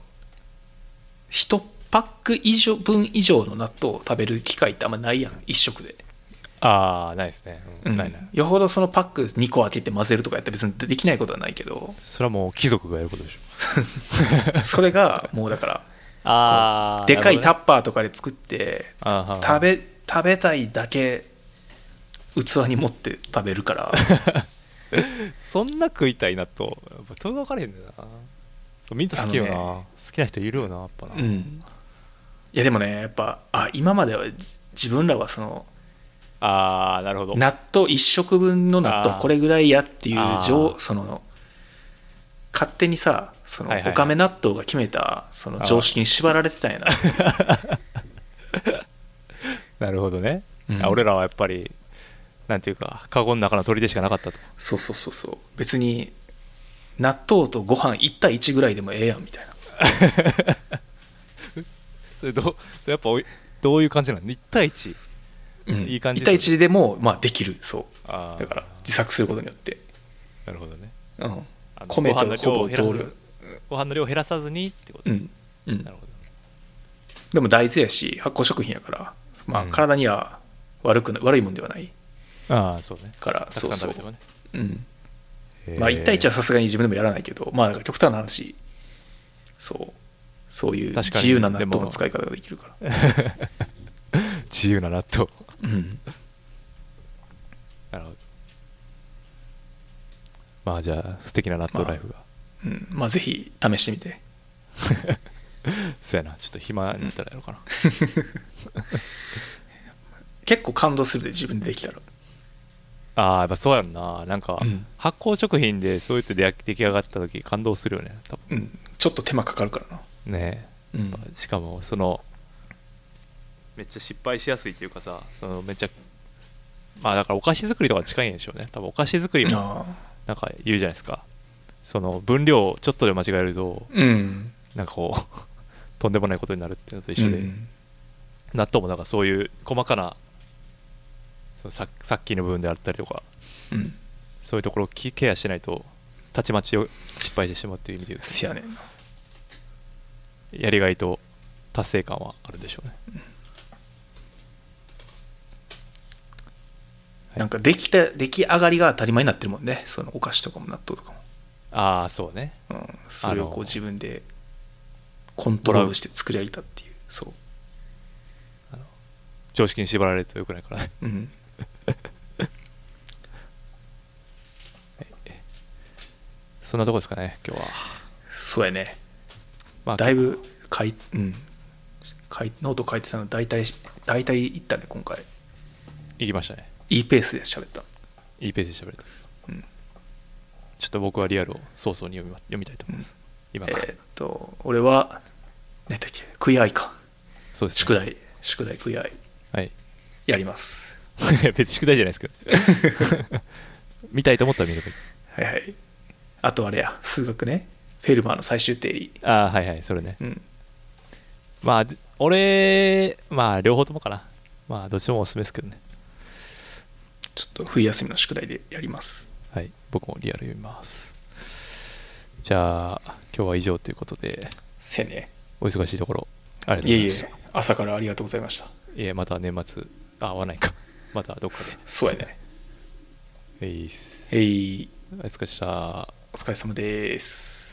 [SPEAKER 3] 1パック以上分以上の納豆を食べる機会ってあんまないやん1食で、
[SPEAKER 2] ああないですね、う
[SPEAKER 3] うんん
[SPEAKER 2] ないない
[SPEAKER 3] よほどそのパック2個開けて混ぜるとかやったら別にできないことはないけど
[SPEAKER 2] それはもう貴族がやることでしょ
[SPEAKER 3] それがもうだから
[SPEAKER 2] あ
[SPEAKER 3] でかいタ
[SPEAKER 2] ッ
[SPEAKER 3] ッパーとかで作って食べ食べたいだけ器に持って食べるから
[SPEAKER 2] そんな食いたいなとやっぱそれが分かれへんねんなそうみんな好きよな、
[SPEAKER 3] あの
[SPEAKER 2] 好きな人いるよなやっぱな、
[SPEAKER 3] うんいやでもねやっぱあ今まではじ自分らはその
[SPEAKER 2] ああなるほど
[SPEAKER 3] 納豆1食分の納
[SPEAKER 2] あー
[SPEAKER 3] 豆これぐらいやっていう
[SPEAKER 2] あー
[SPEAKER 3] 上その勝手にさその
[SPEAKER 2] はいはいはい
[SPEAKER 3] おかめ納豆が決めたその
[SPEAKER 2] あー
[SPEAKER 3] 常識に縛られてたんやな
[SPEAKER 2] なるほどね、
[SPEAKER 3] うん
[SPEAKER 2] あ俺らはやっぱりなんていうかカゴの中の鳥でしかなかったと
[SPEAKER 3] そうそうそうそう別に納豆とご飯1対1ぐらいでもええやんみたいな
[SPEAKER 2] それどうそれやっぱおいどういう感じなの1対1、
[SPEAKER 3] うん
[SPEAKER 2] いい感じ
[SPEAKER 3] 1対1でもまあできるそう
[SPEAKER 2] あー
[SPEAKER 3] だから自作することによって、
[SPEAKER 2] なるほどね
[SPEAKER 3] うん
[SPEAKER 2] あの、
[SPEAKER 3] 米
[SPEAKER 2] ご飯の
[SPEAKER 3] と
[SPEAKER 2] 量
[SPEAKER 3] ほ
[SPEAKER 2] を
[SPEAKER 3] ぼ
[SPEAKER 2] 減ら
[SPEAKER 3] 同
[SPEAKER 2] す
[SPEAKER 3] 量
[SPEAKER 2] ご飯の量を減らさずにってこと、
[SPEAKER 3] うんうん
[SPEAKER 2] なるほど
[SPEAKER 3] でも大豆やし発酵食品やからまあ
[SPEAKER 2] うん
[SPEAKER 3] 体には悪くな悪いもんではない
[SPEAKER 2] ああそうね
[SPEAKER 3] から
[SPEAKER 2] たく
[SPEAKER 3] そ
[SPEAKER 2] さ
[SPEAKER 3] う
[SPEAKER 2] 食
[SPEAKER 3] んそう
[SPEAKER 2] べてもね
[SPEAKER 3] うんまあ、1対1
[SPEAKER 2] ゃ
[SPEAKER 3] はさすがに自分でもやらないけど、まあ、なんか極端な話そうそういう
[SPEAKER 2] 確かに
[SPEAKER 3] 自由な納豆の使い方ができるから
[SPEAKER 2] 自由な納 豆
[SPEAKER 3] うん
[SPEAKER 2] なるほどまあじゃあ素敵な納豆ライフが、
[SPEAKER 3] うんまあぜひ試してみて
[SPEAKER 2] そうやなちょっと暇になったらやろうかな、
[SPEAKER 3] 結構感動するで自分でできたら
[SPEAKER 2] ああやっぱそうやんななんか、
[SPEAKER 3] うん
[SPEAKER 2] 発酵食品でそうやって出来出来上がった時感動するよね多
[SPEAKER 3] うんちょっと手間かかるからな
[SPEAKER 2] 分ね
[SPEAKER 3] うん
[SPEAKER 2] やっぱしかもそのめっちゃ失敗しやすいっていうかさそのめっちゃまあだからお菓子作りとか近いんでしょうね多分お菓子作りも
[SPEAKER 3] あ
[SPEAKER 2] なんか言うじゃないですかその分量をちょっとで間違えると
[SPEAKER 3] ーうん
[SPEAKER 2] なんかこう とんでもないことになるっていうのと一緒で、
[SPEAKER 3] うん
[SPEAKER 2] 納豆もなんかそういう細かなそのささっきの部分であったりとか
[SPEAKER 3] うん
[SPEAKER 2] そういうところをきケアしないとたちまちを失敗してしまうっていう意味で言うと
[SPEAKER 3] せやねんな
[SPEAKER 2] やりがいと達成感はあるでしょうねい
[SPEAKER 3] なんかできた出来上がりが当たり前になってるもんねそのお菓子とかも納豆とかも、
[SPEAKER 2] ああそうね
[SPEAKER 3] うん、それを
[SPEAKER 2] あの
[SPEAKER 3] こう自分でコントロールして作り上げたっていうそ
[SPEAKER 2] 常識に縛られるとよくないからね
[SPEAKER 3] ううん
[SPEAKER 2] そんなとこですかね今日は、
[SPEAKER 3] そうやね
[SPEAKER 2] まあ、
[SPEAKER 3] だいぶ書い、うん、書いノート書いてたの大体大体いったね今回
[SPEAKER 2] 行きましたね
[SPEAKER 3] いいペースで喋った
[SPEAKER 2] いいペースで喋れた、
[SPEAKER 3] うん
[SPEAKER 2] ちょっと僕はリアルを早々に読みま読みたいと思います、今
[SPEAKER 3] え
[SPEAKER 2] から、
[SPEAKER 3] ーっと俺は何だっけ悔やいか
[SPEAKER 2] そうです、
[SPEAKER 3] 宿
[SPEAKER 2] ね、
[SPEAKER 3] 題宿題悔やい
[SPEAKER 2] はい
[SPEAKER 3] やります
[SPEAKER 2] いや別に宿題じゃないですけど 見たいと思ったら見ればいい
[SPEAKER 3] はいはいあとあれや数学ねフェルマーの最終定理
[SPEAKER 2] ああはいはいそれね
[SPEAKER 3] うん
[SPEAKER 2] まあで俺まあ両方ともかなまあどっちもおすすめですけどね
[SPEAKER 3] ちょっと冬休みの宿題でやります
[SPEAKER 2] はい僕もリアル読みますじゃあ今日は以上ということで
[SPEAKER 3] せやね
[SPEAKER 2] お忙しいところありがとう
[SPEAKER 3] いえ
[SPEAKER 2] ござい
[SPEAKER 3] い
[SPEAKER 2] まし
[SPEAKER 3] え
[SPEAKER 2] たい
[SPEAKER 3] 朝からありがとうございました
[SPEAKER 2] えまた年末あ会わないかまたどっか
[SPEAKER 3] そうやね
[SPEAKER 2] でいいっす
[SPEAKER 3] えい
[SPEAKER 2] お疲れっした
[SPEAKER 3] お疲れ様です